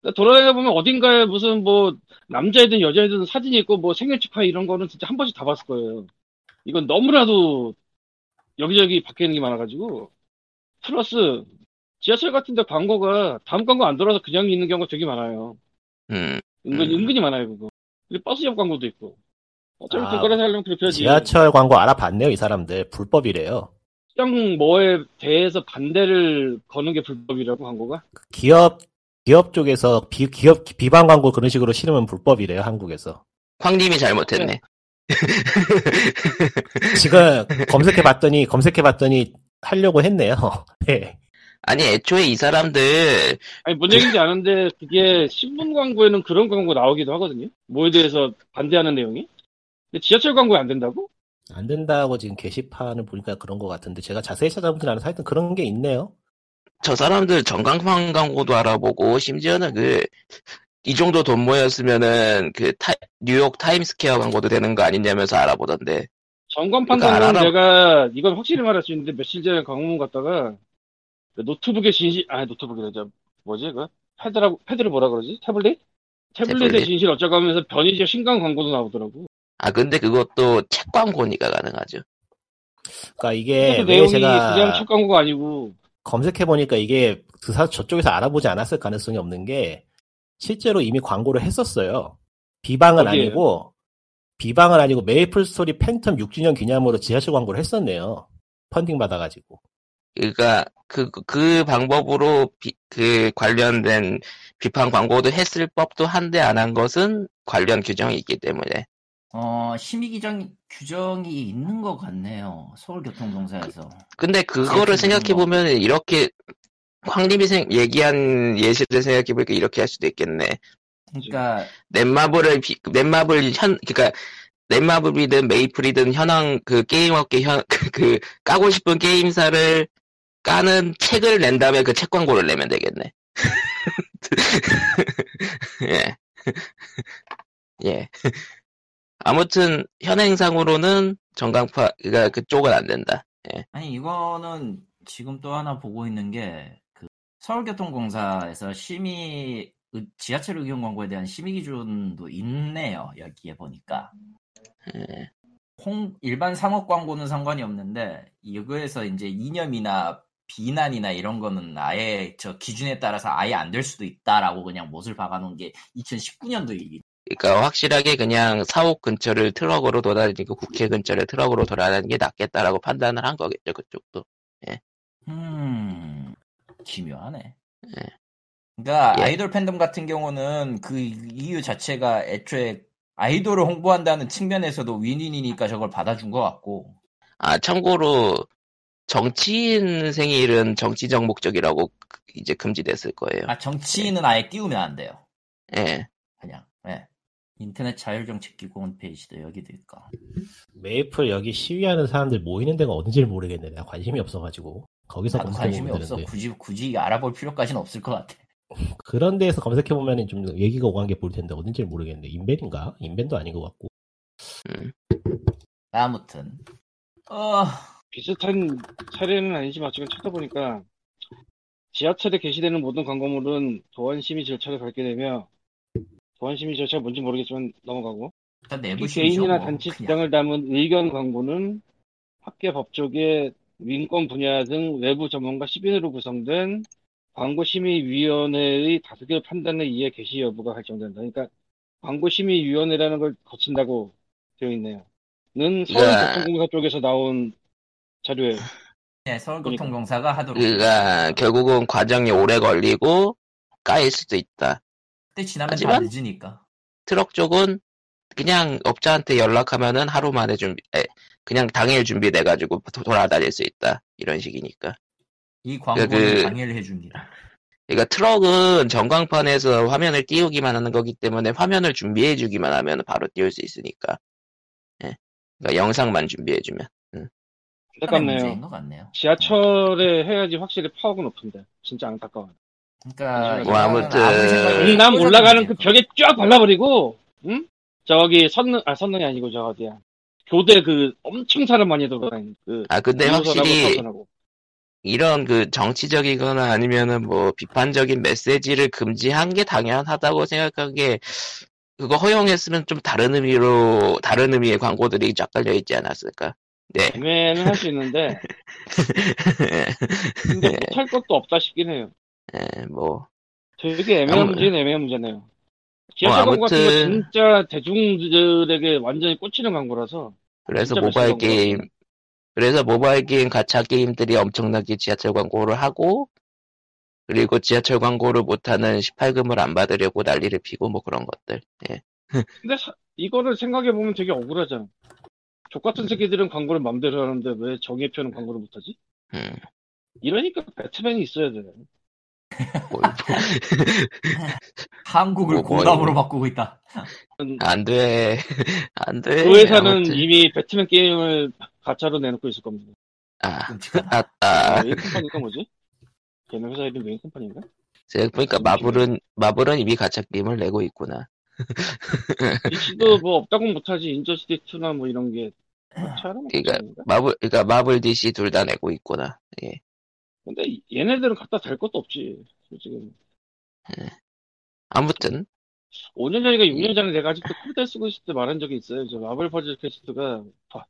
Speaker 3: 그러니까 돌아다니다 보면 어딘가에 무슨 뭐 남자애든 여자애든 사진이 있고 뭐 생일 축하 이런 거는 진짜 한 번씩 다 봤을 거예요 이건 너무나도 여기저기 박혀 있는 게 많아가지고 플러스 지하철 같은데 광고가 다음 광고 안 돌아서 그냥 있는 경우가 되게 많아요
Speaker 1: 음.
Speaker 3: 은근히
Speaker 1: 음.
Speaker 3: 은근히 많아요 그거 그리고 버스 옆 광고도 있고 어차피
Speaker 4: 아,
Speaker 3: 돈가스 하려면 그렇게 하지
Speaker 4: 지하철 광고 알아봤네요, 이 사람들. 불법이래요.
Speaker 3: 시장 뭐에 대해서 반대를 거는 게 불법이라고 광고가?
Speaker 4: 기업 기업 쪽에서 비, 기업 비방 광고 그런 식으로 실으면 불법이래요 한국에서
Speaker 1: 황님이 잘못했네.
Speaker 4: 지금 검색해 봤더니 검색해 봤더니 하려고 했네요 네.
Speaker 1: 아니 애초에 이 사람들
Speaker 3: 아니 뭔 얘기인지 아는데 그게 신문 광고에는 그런 광고 나오기도 하거든요. 뭐에 대해서 반대하는 내용이? 근데 지하철 광고에 안 된다고?
Speaker 4: 안 된다고 지금 게시판을 보니까 그런 것 같은데 제가 자세히 찾아보진 않아서 하여튼 그런 게 있네요
Speaker 1: 저 사람들 전광판 광고도 알아보고 심지어는 그 이 정도 돈 모였으면은 그 타- 뉴욕 타임스퀘어 광고도 되는 거 아니냐면서 알아보던데
Speaker 3: 전광판
Speaker 1: 그러니까
Speaker 3: 광고는
Speaker 1: 알아-
Speaker 3: 내가 이건 확실히 말할 수 있는데 며칠 전에 광화문 갔다가 그 노트북에 진실 아니 노트북이래 저 뭐지 그 패드라고 패드를 뭐라 그러지? 태블릿? 태블릿의
Speaker 1: 태블릿.
Speaker 3: 진실 어쩌고 하면서 변희재 신간 광고도 나오더라고.
Speaker 1: 아 근데 그것도 책 광고니까 가능하죠.
Speaker 4: 그러니까 이게
Speaker 3: 그
Speaker 4: 왜
Speaker 3: 내용이
Speaker 4: 제가
Speaker 3: 그냥 첫 광고가 아니고
Speaker 4: 검색해 보니까 이게 그 사, 저쪽에서 알아보지 않았을 가능성이 없는 게 실제로 이미 광고를
Speaker 2: 예.
Speaker 4: 했었어요 비방은
Speaker 3: 어디에요?
Speaker 4: 아니고 비방은 아니고 메이플 스토리 팬텀 6주년 기념으로 지하철 광고를 했었네요 펀딩 받아가지고
Speaker 1: 그러니까 그, 그- 그 방법으로 비- 그 관련된 비판 광고도 했을 법도 한데 안 한 것은 관련 규정이 있기 때문에
Speaker 2: 어 심의 규정 규정이 있는 것 같네요. 서울교통공사에서
Speaker 1: 근데 그거를
Speaker 2: 그렇군요.
Speaker 1: 생각해 보면 이렇게 황림이 생- 얘기한 예시를 생각해 보니까 이렇게 할 수도 있겠네.
Speaker 2: 그러니까
Speaker 1: 넷마블을 비- 넷마블 현 그러니까 넷마블이든 메이플이든 현황 그 게임업계 현 그 까고 싶은 게임사를 까는 책을 낸 다음에 그 책 광고를 내면 되겠네. 예. 예. 아무튼 현행상으로는 전광파 그러니까 그쪽은 안 된다.
Speaker 2: 아니 이거는 지금 또 하나 보고 있는 게 그 서울교통공사에서 심의 의- 지하철 의견 광고에 대한 심의 기준도 있네요. 여기에 보니까
Speaker 1: 예.
Speaker 2: 홍 일반 상업 광고는 상관이 없는데 이거에서 이제 이념이나 비난이나 이런 거는 아예 저 기준에 따라서 아예 안 될 수도 있다라고 그냥 못을 박아놓은 게 2019년도 일이.
Speaker 1: 그러니까 확실하게 그냥 사옥 근처를 트럭으로 돌아다니고 국회 근처를 트럭으로 돌아다니는 게 낫겠다라고 판단을 한 거겠죠 그쪽도.
Speaker 2: 음, 기묘하네.
Speaker 1: 예.
Speaker 2: 그러니까
Speaker 1: 예.
Speaker 2: 아이돌 팬덤 같은 경우는 그 이유 자체가 애초에 아이돌을 홍보한다는 측면에서도 윈윈이니까 저걸 받아준 것 같고.
Speaker 1: 아, 참고로 정치인 생일은 정치적 목적이라고 그- 이제 금지됐을 그렇죠. 거예요.
Speaker 2: 아 정치인은 아예 띄우면 안 돼요.
Speaker 1: 예.
Speaker 2: 그냥. 예. 인터넷 자율정책 기구 홈페이지도 여기도 있고.
Speaker 4: 메이플 여기 시위하는 사람들 모이는 데가 어딘지를 모르겠네. 내가 관심이 없어가지고. 거기서
Speaker 2: 나도 관심이
Speaker 4: 검색해보면
Speaker 2: 없어.
Speaker 4: 되는데.
Speaker 2: 굳이 굳이 알아볼 필요까지는 없을 것 같아.
Speaker 4: 그런 데에서 검색해보면 좀 얘기가 오간 게 보일 텐데 어딘지를 모르겠는데. 인벤인가? 인벤도 아닌 것 같고.
Speaker 1: 음.
Speaker 2: 아무튼 어
Speaker 3: 비슷한 차례는 아니지만 지금 찾아보니까 지하철에 게시되는 모든 광고물은 도안 심의 절차를 밟게 되며 도안 심의 절차가 뭔지 모르겠지만 넘어가고
Speaker 2: 일단
Speaker 3: 특히
Speaker 2: 내부 심의죠,
Speaker 3: 개인이나
Speaker 2: 뭐.
Speaker 3: 단체
Speaker 2: 그냥.
Speaker 3: 주장을 담은 의견 광고는 학계 법조계 민권 분야 등 외부 전문가 10인으로 구성된 광고심의위원회의 다수결 판단에 의해 게시 여부가 결정된다. 그러니까 광고심의위원회라는 걸 거친다고 되어 있네요. 는
Speaker 1: 야.
Speaker 3: 서울교통공사 쪽에서 나온 자료예요.
Speaker 2: 네, 서울교통공사가 하도록.
Speaker 1: 그러니까 결국은 과정이 오래 걸리고 까일 수도 있다.
Speaker 2: 그때 지나면 다
Speaker 1: 하지만-
Speaker 2: 늦으니까.
Speaker 1: 트럭 쪽은 그냥 업자한테 연락하면은 하루 만에 준비, 에, 그냥 당일 준비돼 가지고 돌아다닐 수 있다 이런 식이니까.
Speaker 2: 이 광고를
Speaker 1: 그-
Speaker 2: 강의를 해줍니다.
Speaker 1: 그러니까 트럭은 전광판에서 화면을 띄우기만 하는 거기 때문에 화면을 준비해 주기만 하면 바로 띄울 수 있으니까. 예. 그러니까 영상만 준비해 주면.
Speaker 2: 약간의
Speaker 3: 안타깝네요.
Speaker 2: 문제인 것 아, 같네요. 어,
Speaker 3: 지하철에 해야지 확실히 파워가 높은데 진짜 안타까워.
Speaker 2: 그러니까
Speaker 3: 뭐
Speaker 2: 이거는
Speaker 1: 아무튼-
Speaker 2: 아무 생각이 없이
Speaker 3: 남
Speaker 2: 꽂아둔
Speaker 3: 올라가는 그
Speaker 2: 문제죠.
Speaker 3: 벽에 쫙 발라버리고, 응? 저기 선릉 아 선릉이 아니고 저 어디야? 교대 그 엄청 사람 많이 돌아다니는 그.
Speaker 1: 아 근데
Speaker 3: 동서라고
Speaker 1: 확실히
Speaker 3: 서서라고.
Speaker 1: 이런 그 정치적이거나 아니면은 뭐 비판적인 메시지를 금지한 게 당연하다고 생각한 게 그거 허용했으면 좀 다른 의미로 다른 의미의 광고들이 쫙 깔려 있지 않았을까? 네.
Speaker 3: 애매는 할 수 있는데 근데 못할 것도 없다 싶긴 해요.
Speaker 1: 예, 뭐
Speaker 3: 되게 애매한
Speaker 1: 아무-
Speaker 3: 문제는 애매한 문제네요. 지하철
Speaker 1: 뭐,
Speaker 3: 광고 같은 거
Speaker 1: 아무튼-
Speaker 3: 진짜 대중들에게 완전히 꽂히는 광고라서
Speaker 1: 그래서
Speaker 3: 진짜
Speaker 1: 모바일
Speaker 3: 미친
Speaker 1: 게임
Speaker 3: 광고거든요.
Speaker 1: 그래서 모바일 게임 가챠 게임들이 엄청나게 지하철 광고를 하고 그리고 지하철 광고를 못하는 18금을 안 받으려고 난리를 피고 뭐 그런 것들. 예.
Speaker 3: 근데 사- 이거를 생각해 보면 되게 억울하잖아. 족 같은 새끼들은 광고를 마음대로 하는데 왜 정의 표는 광고를 못하지?
Speaker 1: 음,
Speaker 3: 이러니까 배트맨이 있어야 돼.
Speaker 1: 뭐,
Speaker 2: 한국을
Speaker 1: 뭐, 뭐,
Speaker 2: 공감으로
Speaker 1: 이거.
Speaker 2: 바꾸고 있다.
Speaker 1: 안 돼. 안 돼.
Speaker 3: 그 회사는
Speaker 1: 아, 아무튼.
Speaker 3: 이미 배트맨 게임을 가차로 내놓고 있을 겁니다.
Speaker 1: 아,
Speaker 2: 끔찍하다.
Speaker 1: 아, 아.
Speaker 3: 웨인 컴퍼니가 뭐지? 걔네 회사 이름 웨인 컴퍼니인가?
Speaker 1: 제가 보니까 마블은 마블은 이미 가짜 게임을 내고 있구나.
Speaker 3: DC도 뭐 없다고 못하지 인저스티 2나 뭐 이런 게 차라리
Speaker 1: 그러니까 마블 그러니까 마블 DC 둘 다 내고 있구나. 예.
Speaker 3: 근데 얘네들은 갖다 댈 것도 없지. 솔직히
Speaker 1: 아무튼
Speaker 3: 5년 전인가
Speaker 1: 예.
Speaker 3: 6년 전에 내가 아직도 컴퓨터 쓰고 있을 때 말한 적이 있어요. 저 마블 퍼즐 퀘스트가 봐,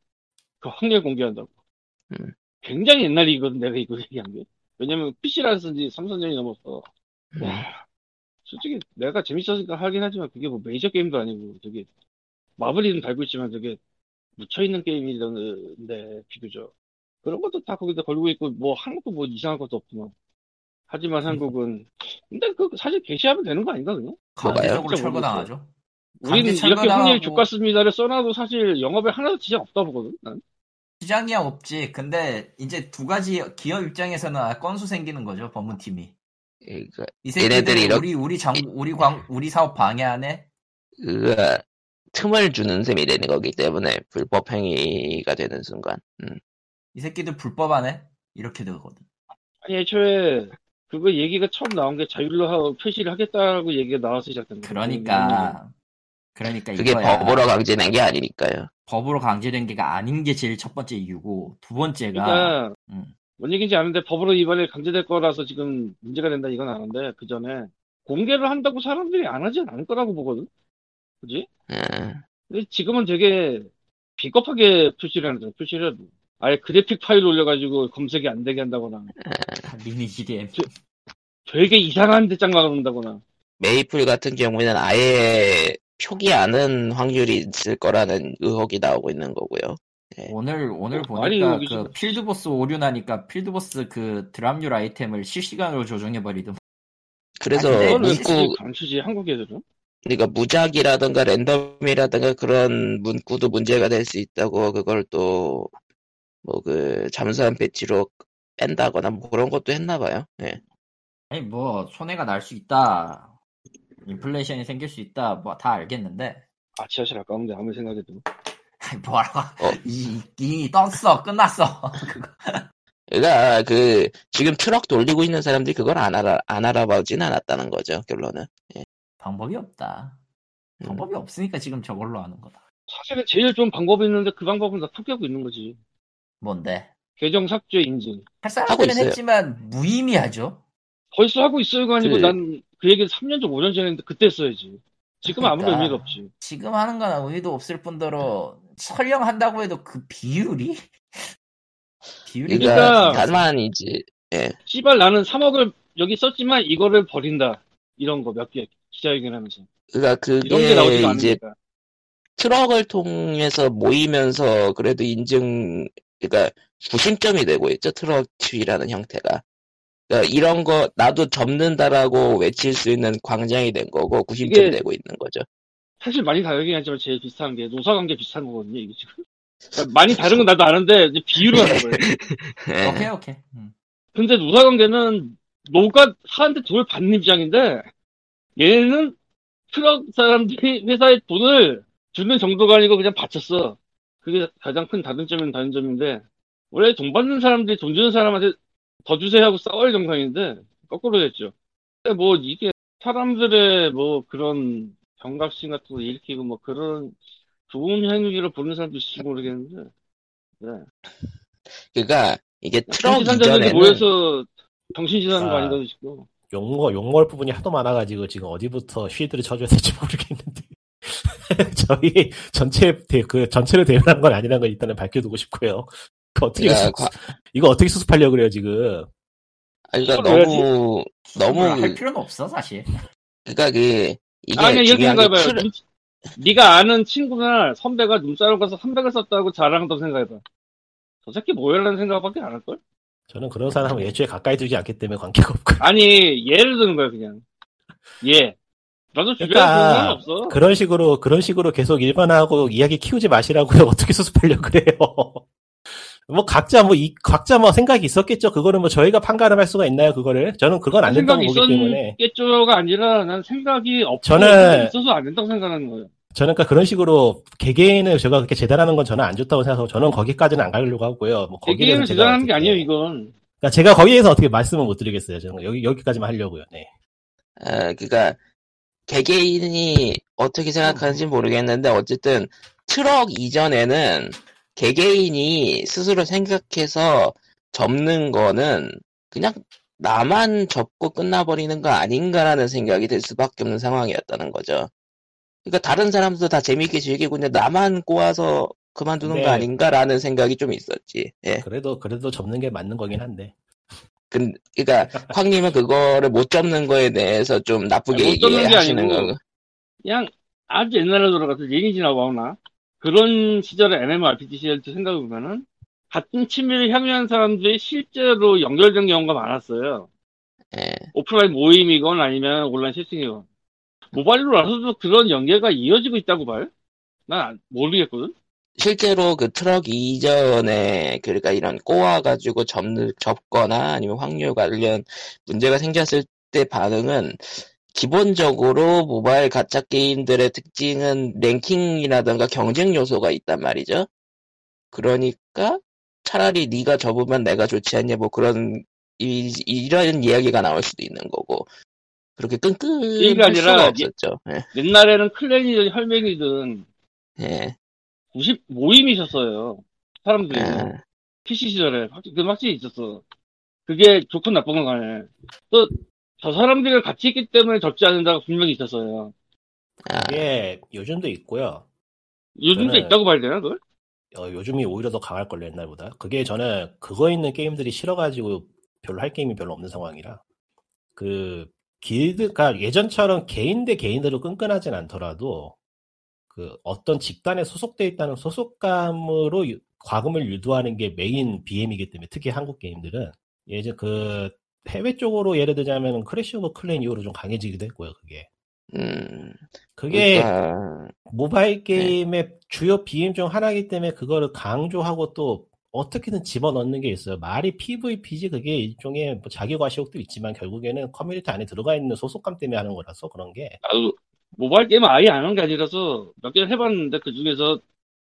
Speaker 3: 그 확률 공개한다고.
Speaker 1: 음.
Speaker 3: 굉장히 옛날 이거든 내가 이거 얘기한 게. 왜냐면 PC를 쓴지 3,4년이 넘었어.
Speaker 1: 음,
Speaker 3: 솔직히 내가 재밌었으니까 하긴 하지만 그게 뭐 메이저 게임도 아니고 되게 마블이는 달고 있지만 되게 묻혀있는 게임이던데 비교적 그런 것도 다 거기다 걸고 있고 뭐 한국도 뭐 이상한 것도 없구만 하지만 한국은 근데 그 사실 게시하면 되는 거 아닌가 그렇죠, 그냥?
Speaker 2: 강제적으로
Speaker 3: 뭐가요?
Speaker 2: 철거당하죠.
Speaker 3: 우리는
Speaker 2: 강제
Speaker 3: 이렇게
Speaker 2: 참가당하고-
Speaker 3: 혼일 족같습니다를 써놔도 사실 영업에 하나도 지장 없다 보거든 난.
Speaker 2: 시장이야 없지. 근데 이제 두 가지 기업 입장에서는 아, 건수 생기는 거죠. 법문팀이.
Speaker 1: 그러니까
Speaker 2: 이
Speaker 1: 얘네들이
Speaker 2: 새끼들이
Speaker 1: 이렇-
Speaker 2: 우리 우리 장 우리 광 우리 사업 방해안에
Speaker 1: 그 틈을 주는 셈이 되는 거기 때문에 불법 행위가 되는 순간. 음.
Speaker 2: 이 새끼들 불법하네 이렇게 되거든.
Speaker 3: 아니 애초에 그거 얘기가 처음 나온 게 자율로 하고 표시를 하겠다고 얘기가 나와서 시작된 거야
Speaker 2: 그러니까
Speaker 3: 음.
Speaker 2: 그러니까
Speaker 1: 그게
Speaker 2: 이거야.
Speaker 1: 법으로 강제된 게 아니니까요.
Speaker 2: 법으로 강제된 게 아닌 게 제일 첫 번째 이유고 두 번째가
Speaker 3: 그러니까
Speaker 2: 음.
Speaker 3: 뭔 얘기인지 아는데 법으로 이번에 강제될 거라서 지금 문제가 된다 이건 아는데 그 전에 공개를 한다고 사람들이 안 하진 않을 거라고 보거든. 그지?
Speaker 1: 음.
Speaker 3: 근데 지금은 되게 비겁하게 표시를 하는 거야. 표시를 해도. 아예 그래픽 파일 올려가지고 검색이 안 되게 한다거나 그러니까
Speaker 2: 미니 GDM
Speaker 3: 되게 이상한 데장 가놓는다거나
Speaker 1: 메이플 같은 경우에는 아예 표기 않은 확률이 있을 거라는 의혹이 나오고 있는 거고요.
Speaker 2: 오늘 오늘
Speaker 3: 어,
Speaker 2: 보니까
Speaker 3: 아니, 여기
Speaker 2: 그
Speaker 3: 지금-
Speaker 2: 필드보스 오류 나니까 필드보스 그 드랍률 아이템을 실시간으로 조정해 버리던
Speaker 1: 그래서
Speaker 2: 아니, 근데
Speaker 3: 그거를
Speaker 1: 문구
Speaker 3: 어떻게 감추지 한국 애들은
Speaker 1: 그러니까 무작이라든가 랜덤이라든가 그런 문구도 문제가 될 수 있다고 그걸 또 뭐 그 잠수함 패치로 뺀다거나 뭐 그런 것도 했나 봐요. 예.
Speaker 2: 아니 뭐 손해가 날 수 있다 인플레이션이 생길 수 있다 뭐 다 알겠는데
Speaker 3: 아 지하철 아까운데 아무리 생각해도
Speaker 2: 뭐라고 이, 이 떴어 끝났어
Speaker 1: 그러니까 그 지금 트럭 돌리고 있는 사람들이 그걸 안 알아 안 알아보진 않았다는 거죠 결론은.
Speaker 2: 방법이 없다
Speaker 1: 음.
Speaker 2: 방법이 없으니까 지금 저걸로 하는 거다
Speaker 3: 사실은 제일 좋은 방법이 있는데 그 방법은 다 포기하고 있는 거지
Speaker 2: 뭔데
Speaker 3: 계정 삭제 인증
Speaker 1: 하고
Speaker 2: 할 사람들은
Speaker 1: 있어요.
Speaker 2: 했지만 무의미하죠
Speaker 3: 벌써 하고 있어요가 아니고
Speaker 1: 그-
Speaker 3: 난 그 얘기를 3년 전 5년 전에 했는데 그때 했어야지 지금은 아무런
Speaker 2: 그러니까.
Speaker 3: 의미가 없지
Speaker 2: 지금 하는 건 의미도 없을 뿐더러 설령 한다고 해도 그 비율이 비율이
Speaker 1: 그러니까
Speaker 3: 그러니까-
Speaker 1: 다만 이제
Speaker 3: 씨발 나는 3억을 여기 썼지만 이거를 버린다 이런 거 몇 개 기자회견하면서
Speaker 1: 그러니까
Speaker 3: 이런 게 나오지도
Speaker 1: 그게 이제
Speaker 3: 않으니까
Speaker 1: 트럭을 통해서 모이면서 그래도 인증 그러니까 구심점이 되고 있죠 트럭 튜이라는 형태가. 그러니까 이런 거 나도 접는다라고 외칠 수 있는 광장이 된 거고 구심점 이
Speaker 3: 이게-
Speaker 1: 되고 있는 거죠.
Speaker 3: 사실 많이 다르긴 하지만 제일 비슷한 게 노사관계 비슷한 거거든요 이게 지금 그러니까 많이 다른 건 나도 아는데 이제 비유를 하는 거예요
Speaker 1: 예.
Speaker 3: 어,
Speaker 2: 오케이 오케이 음.
Speaker 3: 근데 노사관계는 노가 사한테 돈을 받는 입장인데 얘는 트럭 사람들이 회사에 돈을 주는 정도가 아니고 그냥 바쳤어. 그게 가장 큰 다른 점은 다른 점인데 원래 돈 받는 사람들이 돈 주는 사람한테 더 주세요 하고 싸워야 정상인데 거꾸로 됐죠. 근데 뭐 이게 사람들의 뭐 그런 경각심 같은 거 일으키고 뭐 그런 좋은 행위로 보는 사람도 있을지 모르겠는데 네.
Speaker 1: 그러니까
Speaker 3: 어,
Speaker 1: 이게 트럭
Speaker 3: 정신산자들이
Speaker 1: 이전에는
Speaker 3: 모여서 정신 지나는 거
Speaker 4: 아.
Speaker 3: 아닌가 싶고
Speaker 4: 용어 용어 부분이 하도 많아가지고 지금 어디부터 쉴드를 쳐줘야 될지 모르겠는데 저희 전체 대- 그 전체를 대변한 건 아니라는 걸 일단은 밝혀두고 싶고요. 그 어떻게
Speaker 1: 야,
Speaker 4: 수-
Speaker 1: 과-
Speaker 4: 이거 어떻게 수습하려 고 그래요 지금?
Speaker 1: 아니, 그러니까
Speaker 3: 그걸
Speaker 1: 너무 너무
Speaker 2: 뭐라 할 필요는 없어 사실
Speaker 1: 그러니까 그 이게
Speaker 3: 아니 이렇게
Speaker 1: 중요한 게
Speaker 3: 생각해봐요.
Speaker 1: 트럭-
Speaker 3: 눈- 네가 아는 친구나 선배가 눈싸움 가서 300을 썼다고 자랑한다고 생각해봐. 저 새끼 뭐야라는 생각밖에 안 할걸?
Speaker 4: 저는 그런 사람은 애초에 가까이 두지 않기 때문에 관계가 없고
Speaker 3: 아니 예를 드는 거야 그냥. 예. 나도 주변에 그런
Speaker 4: 그러니까
Speaker 3: 사람 없어.
Speaker 4: 그런 식으로 그런 식으로 계속 일반화하고 이야기 키우지 마시라고요. 어떻게 수습하려 고 그래요? 뭐 각자 뭐 이 각자 뭐 생각이 있었겠죠. 그거는 뭐 저희가 판가름할 수가 있나요? 그거를 저는 그건 안 된다고
Speaker 3: 생각이
Speaker 4: 보기 때문에
Speaker 3: 있었겠죠가 아니라 난 생각이 없고
Speaker 4: 저는-
Speaker 3: 생각이 있어서 안 된다고 생각하는 거예요.
Speaker 4: 저는 그러니까 그런 식으로 개개인을 제가 그렇게 재단하는 건 저는 안 좋다고 생각하고 저는 거기까지는 안 가려고 하고요. 뭐 거기에
Speaker 3: 얘기를
Speaker 4: 대해서 제가
Speaker 3: 대단한 게
Speaker 4: 어떻게-
Speaker 3: 아니에요 이건.
Speaker 4: 그러니까 제가 거기에서 어떻게 말씀을 못 드리겠어요. 저는 여기 여기까지만 하려고요. 네.
Speaker 1: 어, 그러니까 개개인이 어떻게
Speaker 3: 음.
Speaker 1: 생각하는지 모르겠는데 어쨌든 트럭 이전에는 개개인이 스스로 생각해서 접는 거는 그냥 나만 접고 끝나버리는 거 아닌가라는 생각이 들 수밖에 없는 상황이었다는 거죠. 그러니까 다른 사람도 다 재밌게 즐기고 근데 나만 꼬아서 그만두는
Speaker 4: 네.
Speaker 1: 거 아닌가라는 생각이 좀 있었지. 예.
Speaker 4: 그래도 그래도 접는 게 맞는 거긴 한데.
Speaker 1: 근, 그니까, 쾅님은 그거를 못 접는 거에 대해서 좀 나쁘게
Speaker 3: 아니, 못 접는 게
Speaker 1: 얘기하시는
Speaker 3: 아니고.
Speaker 1: 거고.
Speaker 3: 그냥 아주 옛날로 돌아가서 얘기지나 와우나 그런 시절의 MMORPG 시절 때 생각해보면은 같은 취미를 향유한 사람들이 실제로 연결된 경우가 많았어요.
Speaker 1: 예.
Speaker 3: 오프라인 모임이건 아니면 온라인 채팅이건 모바일로 와서도 그런 연계가 이어지고 있다고 봐요? 난 안- 모르겠거든.
Speaker 1: 실제로 그 트럭 이전에 그러니까 이런 꼬아가지고 접, 접거나 아니면 확률 관련 문제가 생겼을 때 반응은 기본적으로 모바일 가짜 게임들의 특징은 랭킹이라던가 경쟁 요소가 있단 말이죠. 그러니까 차라리 네가 접으면 내가 좋지 않냐 뭐 그런 이, 이런 이야기가 나올 수도 있는 거고 그렇게
Speaker 3: 이게
Speaker 1: 끈끈할
Speaker 3: 아니라
Speaker 1: 수가
Speaker 3: 이-
Speaker 1: 없었죠. 예.
Speaker 3: 옛날에는 클랜이든 혈맹이든
Speaker 1: 예.
Speaker 3: 90 모임이셨어요. 사람들이
Speaker 1: 예.
Speaker 3: PC 시절에 확실히, 그건 확실히 있었어. 그게 좋건 나쁜 건 간에. 또, 저 사람들이 같이 있기 때문에 접지 않는다가 분명히 있었어요.
Speaker 1: 아,
Speaker 4: 이게 요즘도 있고요.
Speaker 3: 요즘도
Speaker 4: 저는-
Speaker 3: 있다고 봐야 되나, 그걸?
Speaker 4: 어, 요즘이 오히려 더 강할 걸요 옛날보다. 그게 저는 그거 있는 게임들이 싫어가지고 별로 할 게임이 별로 없는 상황이라 그 길드가 그러니까 예전처럼 개인 대 개인으로 끈끈하진 않더라도 그 어떤 집단에 소속돼 있다는 소속감으로 유- 과금을 유도하는 게 메인 BM이기 때문에 특히 한국 게임들은 예전 그 해외 쪽으로 예를 들자면 크래시 오브 클랜 이후로 좀 강해지기도 했고요 그게
Speaker 1: 음,
Speaker 4: 그게
Speaker 1: 그러니까...
Speaker 4: 모바일 게임의 주요 비임 중 하나이기 때문에 그거를 강조하고 또 어떻게든 집어넣는 게 있어요. 말이 PVP지 그게 일종의 뭐 자기 과시욕도 있지만 결국에는 커뮤니티 안에 들어가 있는 소속감 때문에 하는 거라서 그런 게
Speaker 3: 나도, 모바일 게임은 아예 안 하는 게 아니라서 몇 개를 해봤는데 그 중에서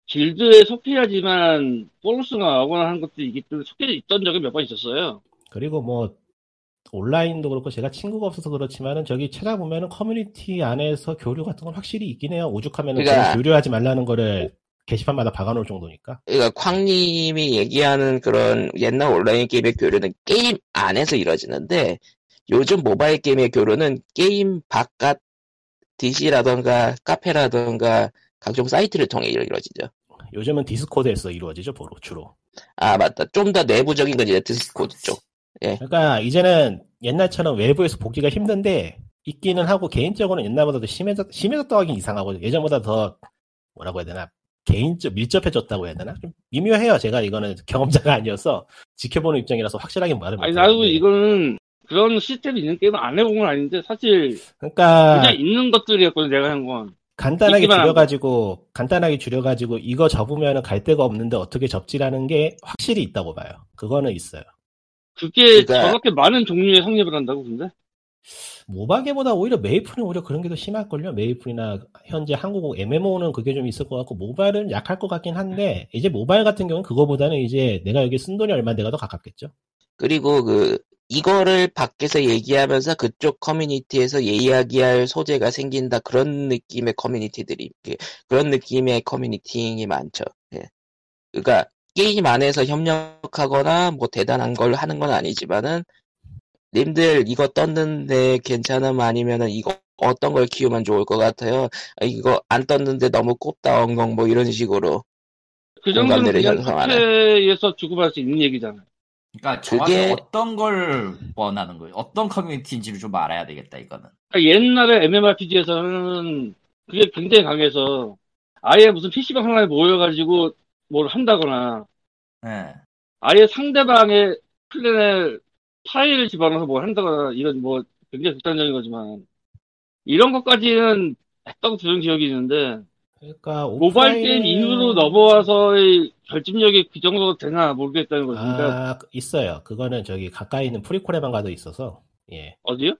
Speaker 3: 길드에 속해야지만 보너스가 나오거나 하는 것도 있기 때문에 속해 있던 적이 몇 번 있었어요.
Speaker 4: 그리고 뭐 온라인도 그렇고 제가 친구가 없어서 그렇지만은 저기 찾아보면은 커뮤니티 안에서 교류 같은 건 확실히 있긴 해요. 오죽하면은
Speaker 1: 그러니까-
Speaker 4: 제가 교류하지 말라는 거를 게시판마다 박아놓을 정도니까.
Speaker 1: 그러니까 쾅님이 얘기하는 그런 옛날 온라인 게임의 교류는 게임 안에서 이루어지는데 요즘 모바일 게임의 교류는 게임 바깥 DC라던가 카페라던가 각종 사이트를 통해 이루어지죠.
Speaker 4: 요즘은 디스코드에서 이루어지죠, 보로 주로.
Speaker 1: 아 맞다. 좀 더 내부적인 건 이제 디스코드 쪽.
Speaker 4: 그러니까 이제는 옛날처럼 외부에서 보기가 힘든데 있기는 하고 개인적으로는 옛날보다도 심해졌, 심해졌다고 하긴 이상하고 예전보다 더 뭐라고 해야 되나 개인적 밀접해졌다고 해야 되나 좀 미묘해요. 제가 이거는 경험자가 아니어서 지켜보는 입장이라서 확실하게 말을
Speaker 3: 아니
Speaker 4: 못해요.
Speaker 3: 나도 이거는 그런 시스템이 있는 게임을 안 해본 건 아닌데 사실
Speaker 1: 아.
Speaker 4: 그러니까
Speaker 3: 그냥 있는 것들이었거든 내가 한 건.
Speaker 4: 간단하게
Speaker 3: 있기만
Speaker 4: 줄여가지고 간단하게 줄여가지고 이거 접으면 갈 데가 없는데 어떻게 접지라는 게 확실히 있다고 봐요. 그거는 있어요.
Speaker 3: 그게
Speaker 1: 그러니까-
Speaker 3: 저렇게 많은 종류의 성립을 한다고 근데?
Speaker 4: 모바게보다 오히려 메이플은 오히려 그런 게 더 심할걸요. 메이플이나 현재 한국 MMO는 그게 좀 있을 것 같고 모바일은 약할 것 같긴
Speaker 3: 네.
Speaker 4: 한데 이제 모바일 같은 경우는 그거보다는 이제 내가 여기 쓴 돈이 얼마 내가 더 가깝겠죠.
Speaker 1: 그리고 그 이거를 밖에서 얘기하면서 그쪽 커뮤니티에서 이야기할 소재가 생긴다 그런 느낌의 커뮤니티들이 그- 그런 느낌의 커뮤니팅이 많죠. 예. 그러니까 게임 안에서 협력하거나 뭐 대단한 걸 하는 건 아니지만은 님들 이거 떴는데 괜찮음 아니면은 이거 어떤 걸 키우면 좋을 것 같아요. 아, 이거 안 떴는데 너무 꼽다 엉엉 뭐 이런 식으로
Speaker 3: 그 정도는
Speaker 1: 공감대를
Speaker 3: 그냥
Speaker 1: 형성하네.
Speaker 3: 카페에서 주고받을 수 있는 얘기잖아.
Speaker 2: 그러니까 정확히
Speaker 1: 그게-
Speaker 2: 어떤 걸 원하는 거예요? 어떤 커뮤니티인지를 좀 알아야 되겠다 이거는.
Speaker 3: 그러니까 옛날에 MMORPG에서는 그게 굉장히 강해서 아예 무슨 PC방 하나에 모여가지고 뭘 한다거나
Speaker 2: 예.
Speaker 3: 아예 상대방의 플랜에 파일을 집어넣어서 뭘 한다거나 이건 뭐 굉장히 극단적인 거지만 이런 것까지는 했다고 들은 기억이 있는데
Speaker 4: 그러니까
Speaker 3: 모바일
Speaker 4: 오프라인은-
Speaker 3: 게임 이후로 넘어와서의 결집력이 그 정도 되나 모르겠다는 거지. 그러니까
Speaker 4: 아 있어요. 그거는 저기 가까이 있는 프리코레만 가도 있어서 예
Speaker 3: 어디요?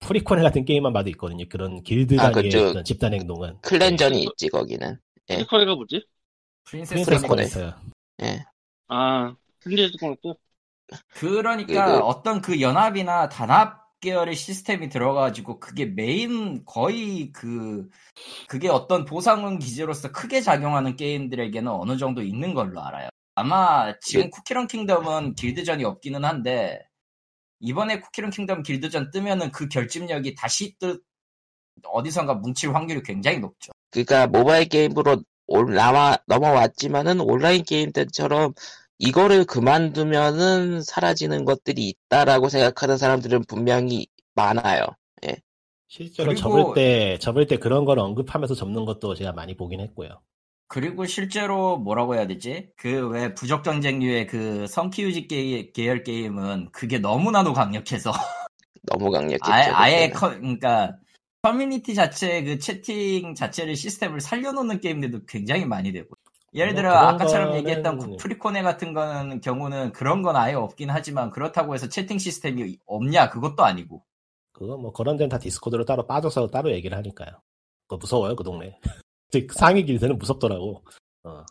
Speaker 4: 프리코레 같은 게임만 봐도 있거든요. 그런 길드
Speaker 1: 아,
Speaker 4: 단위의
Speaker 1: 그쪽.
Speaker 4: 어떤 집단 행동은
Speaker 1: 클랜전이 있지 거기는. 예.
Speaker 3: 피커리가 뭐지?
Speaker 2: 프린세스
Speaker 4: 프린세스
Speaker 1: 프리코레.
Speaker 2: 코네.
Speaker 4: 코네스
Speaker 1: 예.
Speaker 3: 아 플린데스 코너
Speaker 2: 그러니까
Speaker 1: 그- 그-
Speaker 2: 어떤 그 연합이나 단합 계열의 시스템이 들어가지고 그게 메인 거의 그 그게 어떤 보상은 기제로서 크게 작용하는 게임들에게는 어느 정도 있는 걸로 알아요. 아마 지금 쿠키런 킹덤은 길드전이 없기는 한데 이번에 쿠키런 킹덤 길드전 뜨면은 그 결집력이 다시 또 어디선가 뭉칠 확률이 굉장히 높죠.
Speaker 1: 그러니까 모바일 게임으로 올- 나와 넘어왔지만은 온라인 게임 때처럼 이거를 그만두면은 사라지는 것들이 있다라고 생각하는 사람들은 분명히 많아요.
Speaker 4: 실제로
Speaker 2: 그리고-
Speaker 4: 접을 때 접을 때 그런 걸 언급하면서 접는 것도 제가 많이 보긴 했고요.
Speaker 2: 그리고 실제로 뭐라고 해야 되지? 그 왜 부적 전쟁류의 그 성키우지 게- 계열 게임은 그게 너무나도 강력해서
Speaker 1: 너무 강력했죠.
Speaker 2: 아예 아예
Speaker 1: 그때는.
Speaker 2: 커, 그러니까 커뮤니티 자체 그 채팅 자체를 시스템을 살려놓는 게임들도 굉장히 많이 되고 예를
Speaker 4: 뭐
Speaker 2: 들어
Speaker 4: 그런
Speaker 2: 아까처럼
Speaker 4: 거는-
Speaker 2: 얘기했던 쿠- 프리코네 같은 거는 경우는 그런 건 아예 없긴 하지만 그렇다고 해서 채팅 시스템이 없냐 그것도 아니고
Speaker 4: 그거 뭐 그런 데는 다 디스코드로 따로 빠져서 따로 얘기를 하니까요. 그거 무서워요, 그 동네. 즉, 상위 길드는 무섭더라고. 어.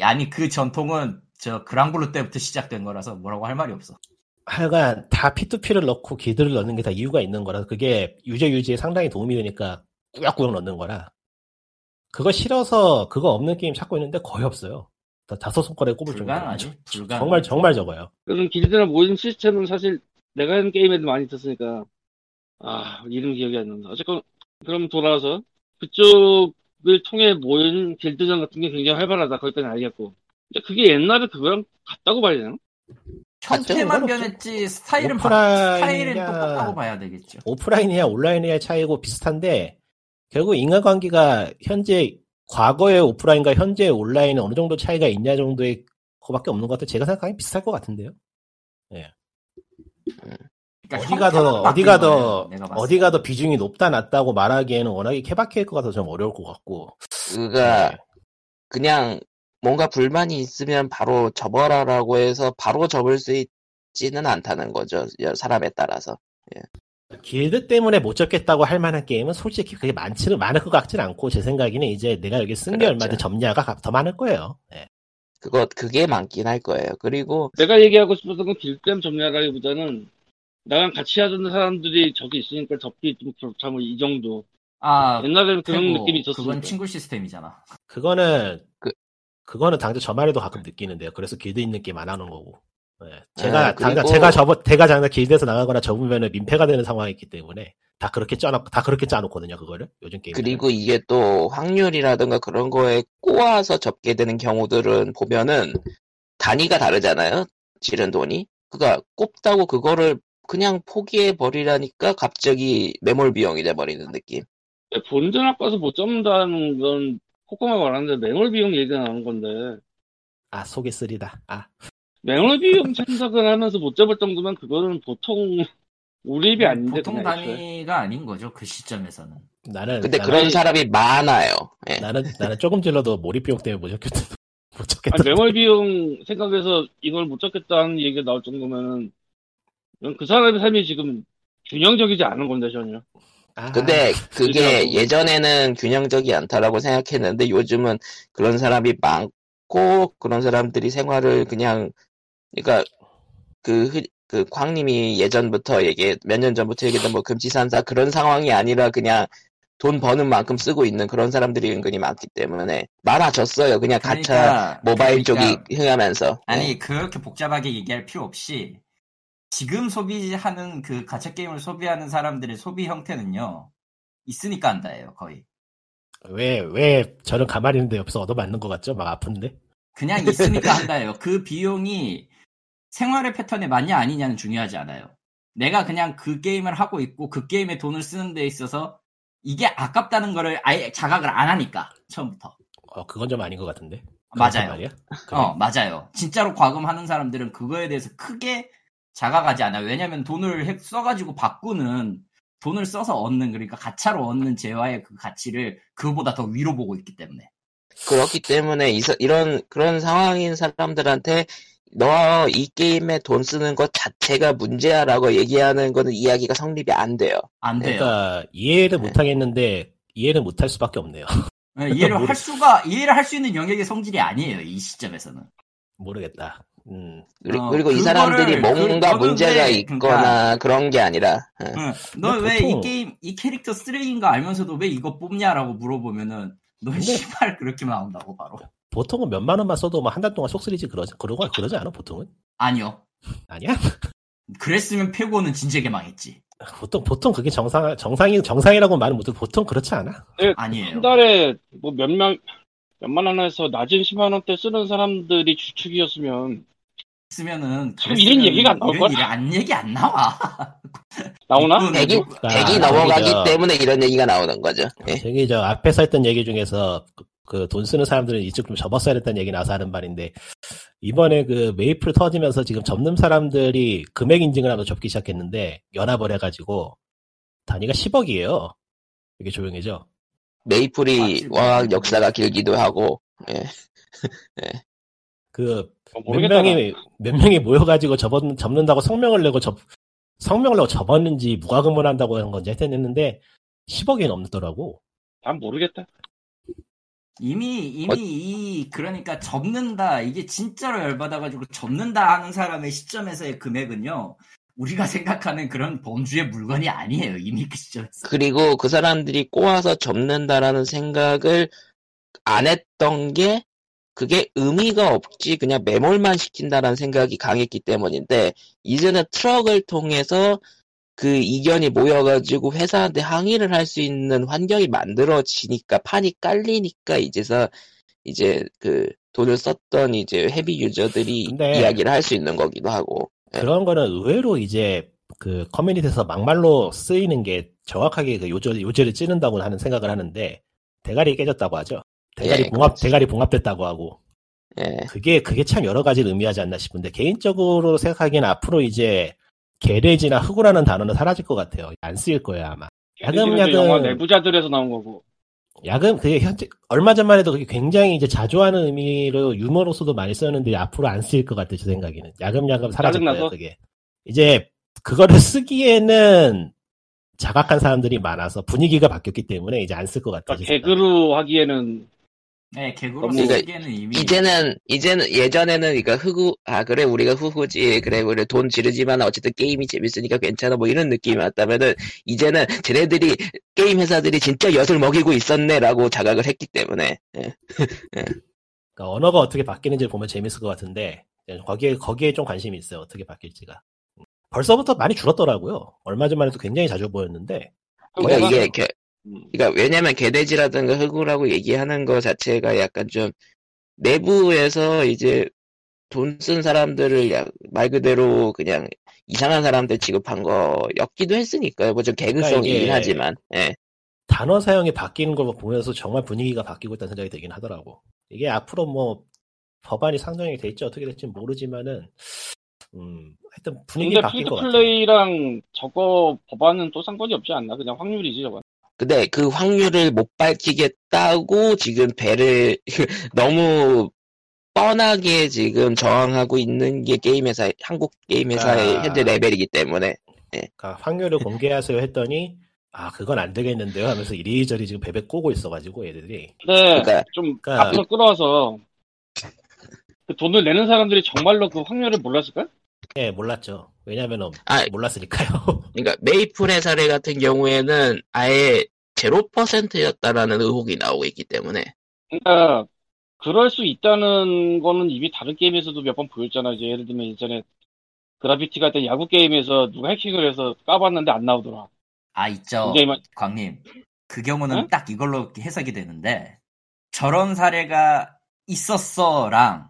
Speaker 2: 아니 그 전통은 저 그랑블루 때부터 시작된 거라서 뭐라고 할 말이 없어.
Speaker 4: 하여간 다 P2P를 넣고 길드를 넣는 게 다 이유가 있는 거라서 그게 유저 유지에 상당히 도움이 되니까 꾸역꾸역 넣는 거라. 그거 싫어서 그거 없는 게임 찾고 있는데 거의 없어요. 다 다섯 손가락에 꼽을 정도로.
Speaker 2: 불가능하지, 불가능.
Speaker 4: 정말 정말 적어요.
Speaker 3: 그런 길드나 모임 시스템은 사실 내가 하는 게임에도 많이 있었으니까 아 이름 기억이 안 난다 어쨌건 그럼 돌아와서 그쪽을 통해 모인 길드전 같은 게 굉장히 활발하다 거기까지 알겠고 근데 그게 옛날에 그거랑 같다고 봐야 되나?
Speaker 4: 아,
Speaker 2: 형태만
Speaker 4: 같은 건
Speaker 2: 변했지 스타일은 바,
Speaker 4: 오프라인이야.
Speaker 2: 스타일은 똑같다고 봐야 되겠죠.
Speaker 4: 오프라인이야 온라인이야 차이고 비슷한데 결국 인간관계가 현재 과거의 오프라인과 현재의 온라인은 어느 정도 차이가 있냐 정도의 거밖에 없는 것 같아요. 제가 생각하기엔 비슷할 것 같은데요.
Speaker 2: 그러니까
Speaker 4: 어디가 더
Speaker 2: 형태만 바뀐
Speaker 4: 어디가
Speaker 2: 거예요,
Speaker 4: 더
Speaker 2: 내가 봤을
Speaker 4: 어디가 더 비중이 높다 낮다고 말하기에는 워낙에 케바케일 것 같아서 좀 어려울 것 같고.
Speaker 1: 그러니까
Speaker 4: 네.
Speaker 1: 그냥 뭔가 불만이 있으면 바로 접어라라고 해서 바로 접을 수 있지는 않다는 거죠. 사람에 따라서.
Speaker 4: 길드 때문에 못 잡겠다고 할 만한 게임은 솔직히 그게 많지는 많을 것 같진 않고 제 생각에는 이제 내가 여기 쓴 게
Speaker 1: 그렇죠.
Speaker 4: 얼마든 점야가 가- 더 많을 거예요. 네.
Speaker 1: 그거 그게 많긴 할 거예요. 그리고
Speaker 3: 내가 얘기하고 싶었던 건 길댐 점야라기보다는 나랑 같이 하던 사람들이 저기 있으니까 접기 좀 그렇다 뭐이 정도.
Speaker 2: 아
Speaker 3: 옛날에는 음, 그런
Speaker 2: 그리고
Speaker 3: 느낌이 있었으니까.
Speaker 2: 그건 친구 시스템이잖아.
Speaker 4: 그거는
Speaker 1: 그-
Speaker 4: 그거는 당장 저만해도 가끔 느끼는데요. 그래서 길드 있는 게임 안 하는 거고. 네. 제가
Speaker 1: 아, 그리고-
Speaker 4: 당장 제가 접어 제가 장난 길드에서 나가거나 접으면은 민폐가 되는 상황이 있기 때문에 다 그렇게 짜놓 다 그렇게 짜놓거든요. 그거를 요즘 게임.
Speaker 1: 그리고 이게 또 확률이라든가 그런 거에 꼬아서 접게 되는 경우들은 보면은 단위가 다르잖아요. 지른 돈이. 그니까 꼽다고 그거를 그냥 포기해 버리라니까 갑자기 매몰 비용이 돼 버리는 느낌.
Speaker 3: 네, 본전 아까서 못 접는다는 건 코코마 말하는데 맹월 비용 얘기가 나오는 건데
Speaker 4: 아 속이 쓰리다. 아
Speaker 3: 맹월 비용 참석을 하면서 못 접을 정도면 그거는 보통 우리 입이 아닌데
Speaker 2: 음, 보통
Speaker 3: 그냥 애초에.
Speaker 2: 단위가 아닌 거죠 그 시점에서는.
Speaker 4: 나는
Speaker 1: 근데
Speaker 4: 나는,
Speaker 1: 그런 사람이 많아요. 예.
Speaker 4: 나는 나는 조금 질러도 몰입 비용 때문에 못 잡겠다. 못 잡겠다.
Speaker 3: 아니, 매월 비용 생각해서 이걸 못 잡겠다는 얘기가 나올 정도면은 이건 그 사람의 삶이 지금 균형적이지 않은 건데 전혀.
Speaker 4: 아,
Speaker 1: 근데 그게
Speaker 3: 그러니까.
Speaker 1: 예전에는 균형적이 않다라고 생각했는데 요즘은 그런 사람이 많고 그런 사람들이 생활을 그냥 그러니까 그, 흔- 그 광님이 예전부터 얘기 몇 년 전부터 얘기했던 뭐 금치산사 그런 상황이 아니라 그냥 돈 버는 만큼 쓰고 있는 그런 사람들이 은근히 많기 때문에 많아졌어요. 그냥 가차 모바일
Speaker 2: 그러니까
Speaker 1: 쪽이 흥하면서 네.
Speaker 2: 아니
Speaker 4: 네.
Speaker 2: 그렇게 복잡하게 얘기할 필요 없이 지금 소비하는 그 가챠 게임을 소비하는 사람들의 소비 형태는요 있으니까 한다예요 거의
Speaker 4: 왜 왜 저는 가만히 있는데 옆에서 얻어맞는 것 같죠? 막 아픈데.
Speaker 2: 그냥 있으니까 한다예요 그 비용이 생활의 패턴에 맞냐 아니냐는 중요하지 않아요 내가 그냥 그 게임을 하고 있고 그 게임에 돈을 쓰는 데 있어서 이게 아깝다는 거를 아예 자각을 안 하니까 처음부터
Speaker 4: 어 그건 좀 아닌 것 같은데. 그렇단
Speaker 2: 맞아요
Speaker 4: 말이야? 그래.
Speaker 2: 어, 맞아요. 진짜로 과금하는 사람들은 그거에 대해서 크게 자각하지 않아요. 왜냐면 돈을 해- 써가지고 바꾸는, 돈을 써서 얻는, 그러니까 가차로 얻는 재화의 그 가치를 그보다 더 위로 보고 있기 때문에.
Speaker 1: 그렇기 때문에 이, 사- 이런 그런 상황인 사람들한테 너 이 게임에 돈 쓰는 것 자체가 문제야라고 얘기하는 거는 이야기가 성립이 안 돼요.
Speaker 2: 안 돼요.
Speaker 4: 그러니까 이해를
Speaker 1: 네.
Speaker 4: 못 하겠는데 이해를 못 할 수밖에 없네요.
Speaker 2: 네,
Speaker 4: 그러니까
Speaker 2: 이해를 할 수가, 이해를 할 수 있는 영역의 성질이 아니에요. 이 시점에서는.
Speaker 4: 모르겠다. 음.
Speaker 1: 그리-
Speaker 2: 어,
Speaker 1: 그리고 이
Speaker 2: 그거를- 그러니까.
Speaker 1: 사람들이 뭔가
Speaker 2: 그- 그거는
Speaker 1: 문제가
Speaker 2: 왜-
Speaker 1: 있거나 그런게 아니라 어,
Speaker 2: 네. 너 왜 이
Speaker 4: 네. 보통-
Speaker 2: 게임, 이 캐릭터 쓰레기인 거 알면서도 왜 이거 뽑냐라고 물어보면은, 너
Speaker 4: 근데-
Speaker 2: 씨발 그렇게 나온다고 바로.
Speaker 4: 보통은 몇만 원만 써도 뭐 한 달 동안 속쓰리지 그러지 그러고 그러지 않아 보통은
Speaker 2: 아니요.
Speaker 4: 아니야?
Speaker 2: 그랬으면 페고는 진작에 망했지.
Speaker 4: 보통 보통 그게 정상 정상인 정상이라고 말은 못해 보통 그렇지 않아?
Speaker 2: 아니에요.
Speaker 3: 한 달에 뭐 몇만 몇만 원에서 낮은 10만 원대 쓰는 사람들이 주축이었으면
Speaker 2: 쓰면은
Speaker 3: 참 이런 얘기가 안 나올
Speaker 2: 이런
Speaker 3: 거야.
Speaker 2: 일이 안 얘기 안 나와.
Speaker 3: 나오나? 어,
Speaker 2: 이거는
Speaker 1: 백이
Speaker 2: 누-
Speaker 1: 백이
Speaker 4: 아,
Speaker 1: 넘어가기
Speaker 4: 저기죠.
Speaker 1: 때문에 이런 얘기가 나오는 거죠.
Speaker 2: 아,
Speaker 1: 예.
Speaker 4: 저기 저 앞에서 했던 얘기 중에서 그 돈 쓰는 사람들은 이쪽 좀 접었어야 했다는 얘기 나서 하는 말인데 이번에 그 메이플 터지면서 지금 접는 사람들이 금액 인증을 하면서 접기 시작했는데 연합을 해가지고 단위가 10억이에요. 이게 조용해져.
Speaker 1: 메이플이
Speaker 2: 맞지,
Speaker 1: 워낙
Speaker 2: 맞지.
Speaker 1: 역사가 길기도 하고
Speaker 4: 그
Speaker 3: 어,
Speaker 4: 몇
Speaker 3: 모르겠다.
Speaker 4: 명이 몇 명이 모여가지고 접었 접는다고 성명을 내고 접 성명을 내고 접었는지 무과금을 한다고 한 건지 하여튼 했는데 10억이 넘더라고.
Speaker 3: 난 모르겠다.
Speaker 2: 이미 이미
Speaker 1: 어.
Speaker 2: 이 그러니까 접는다 이게 진짜로 열받아가지고 접는다 하는 사람의 시점에서의 금액은요 우리가 생각하는 그런 범주의 물건이 아니에요 이미 그 시점에서
Speaker 1: 그리고 그 사람들이 꼬아서 접는다라는 생각을 안 했던 게 그게 의미가 없지 그냥 매몰만 시킨다라는 생각이 강했기 때문인데 이제는 트럭을 통해서 그 이견이 모여가지고 회사한테 항의를 할 수 있는 환경이 만들어지니까 판이 깔리니까 이제서 이제 그 돈을 썼던 이제 헤비 유저들이
Speaker 4: 근데-
Speaker 1: 이야기를 할 수 있는 거기도 하고 네.
Speaker 4: 그런 거는 의외로 이제 그 커뮤니티에서 막말로 쓰이는 게 정확하게 그 요절 요절을 찌른다고 하는 생각을 하는데 대가리 깨졌다고 하죠. 대가리
Speaker 1: 예,
Speaker 4: 봉합
Speaker 1: 그렇지.
Speaker 4: 대가리 봉합됐다고 하고
Speaker 1: 예.
Speaker 4: 그게 그게 참 여러 가지를 의미하지 않나 싶은데 개인적으로 생각하기에는 앞으로 이제 게레지나 흑우라는 단어는 사라질 것 같아요. 안 쓰일 거예요 아마. 야금야금.
Speaker 3: 걔네들도 영화 내부자들에서 나온 거고.
Speaker 4: 야금 그게 현재 얼마 전만 해도 그게 굉장히 이제 자주하는 의미로 유머로서도 많이 썼는데 앞으로 안 쓰일 것 같아 제 생각에는 야금야금 사라질 거예요
Speaker 3: 짜증나서?
Speaker 4: 그게 이제 그거를 쓰기에는 자각한 사람들이 많아서 분위기가 바뀌었기 때문에 이제 안 쓸 것 같아요.
Speaker 3: 그러니까 개그로 하기에는
Speaker 2: 네, 개그로
Speaker 3: 너무-
Speaker 2: 쓰기에는
Speaker 1: 음.
Speaker 2: 이미
Speaker 1: 그러니까 이제는 이제는 예전에는 그러니까 흑우 아 그래 우리가 후구지 그래 우리 돈 지르지만 어쨌든 게임이 재밌으니까 괜찮아 뭐 이런 느낌이 왔다면은 이제는 쟤네들이 게임 회사들이 진짜 엿을 먹이고 있었네라고 자각을 했기 때문에 예.
Speaker 4: 그러니까 언어가 어떻게 바뀌는지 보면 재밌을 것 같은데 예, 거기에 거기에 좀 관심이 있어요. 어떻게 바뀔지가. 음, 벌써부터 많이 줄었더라고요. 얼마 전만 해도 굉장히 자주 보였는데
Speaker 1: 그러니까 이게 개-
Speaker 3: 음.
Speaker 1: 그러니까 왜냐면 개돼지라든가 흑우라고 얘기하는 거 자체가 약간 좀 내부에서 이제 돈 쓴 사람들을 야- 말 그대로 그냥 이상한 사람들 취급한 거였기도 했으니까요. 뭐 좀 개그성이긴
Speaker 4: 그러니까 이게-
Speaker 1: 하지만 예.
Speaker 4: 단어 사용이 바뀌는 걸 보면서 정말 분위기가 바뀌고 있다는 생각이 들긴 하더라고. 이게 앞으로 뭐 법안이 상정이 될지 어떻게 될지 모르지만은 음 하여튼 분위기
Speaker 3: 근데
Speaker 4: 바뀔
Speaker 3: 필드
Speaker 4: 것 같아요.
Speaker 3: 플레이랑 저거 법안은 또 상관이 없지 않나? 그냥 확률이지 저건.
Speaker 1: 근데 그 확률을 못 밝히겠다고 지금 배를 너무 뻔하게 지금 저항하고 있는 게 게임 회사 한국 게임 회사의
Speaker 4: 아.
Speaker 1: 현재 레벨이기 때문에
Speaker 4: 그러니까 확률을 공개하세요 했더니 아 그건 안 되겠는데요 하면서 이리저리 지금 베베 꼬고 있어가지고 얘들이
Speaker 3: 근데
Speaker 1: 그러니까-
Speaker 3: 좀
Speaker 4: 그러니까-
Speaker 3: 앞으로 끌어와서 그 돈을 내는 사람들이 정말로 그 확률을 몰랐을까?
Speaker 4: 예 몰랐죠 왜냐면은
Speaker 1: 아.
Speaker 4: 몰랐으니까요
Speaker 1: 그러니까 메이플의 사례 같은 경우에는 아예 0%였다라는 의혹이 나오고 있기 때문에
Speaker 3: 그러니까 그럴 수 있다는 거는 이미 다른 게임에서도 몇 번 보였잖아. 이제 예를 들면 예전에 그라비티 같은 야구 게임에서 누가 해킹을 해서 까봤는데 안 나오더라.
Speaker 2: 아 있죠.
Speaker 3: 굉장히 많-
Speaker 2: 광님 그 경우는
Speaker 1: 어?
Speaker 3: 응?
Speaker 2: 딱 이걸로 해석이 되는데 저런 사례가 있었어랑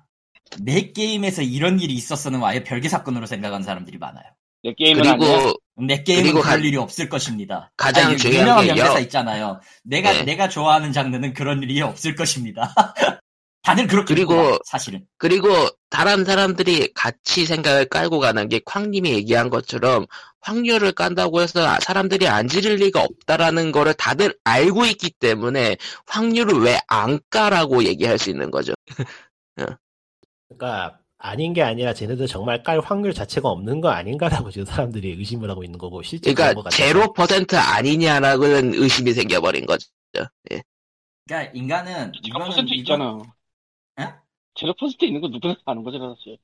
Speaker 2: 내 게임에서 이런 일이 있었어는 아예 별개 사건으로 생각하는 사람들이 많아요.
Speaker 3: 내 게임은 아니야.
Speaker 1: 그리고
Speaker 2: 내 게임은
Speaker 1: 그리고
Speaker 2: 그럴
Speaker 1: 가-
Speaker 2: 일이 없을 것입니다.
Speaker 1: 가장
Speaker 2: 아니,
Speaker 1: 중요한
Speaker 2: 유명한
Speaker 1: 게요.
Speaker 2: 명대사 있잖아요. 내가
Speaker 1: 네.
Speaker 2: 내가 좋아하는 장르는 그런 일이 없을 것입니다. 다들 그렇게
Speaker 1: 그리고-
Speaker 2: 믿고 사실은
Speaker 1: 그리고 다른 사람들이 같이 생각을 깔고 가는 게 쾅님이 얘기한 것처럼 확률을 깐다고 해서 사람들이 안 지를 리가 없다라는 거를 다들 알고 있기 때문에 확률을 왜 안 까라고 얘기할 수 있는 거죠.
Speaker 4: 그러니까 아닌 게 아니라 쟤네들 정말 깔 확률 자체가 없는 거 아닌가라고 지금 사람들이 의심을 하고 있는 거고 실제
Speaker 1: 그러니까 0% 아니냐라는 의심이 생겨버린 거죠. 예.
Speaker 2: 그러니까 인간은 이거는
Speaker 3: 0%
Speaker 2: 이거-
Speaker 3: 아, 있잖아.
Speaker 2: 에?
Speaker 3: 제로 퍼센트 있는 거 누구나 아는 거잖아 사실.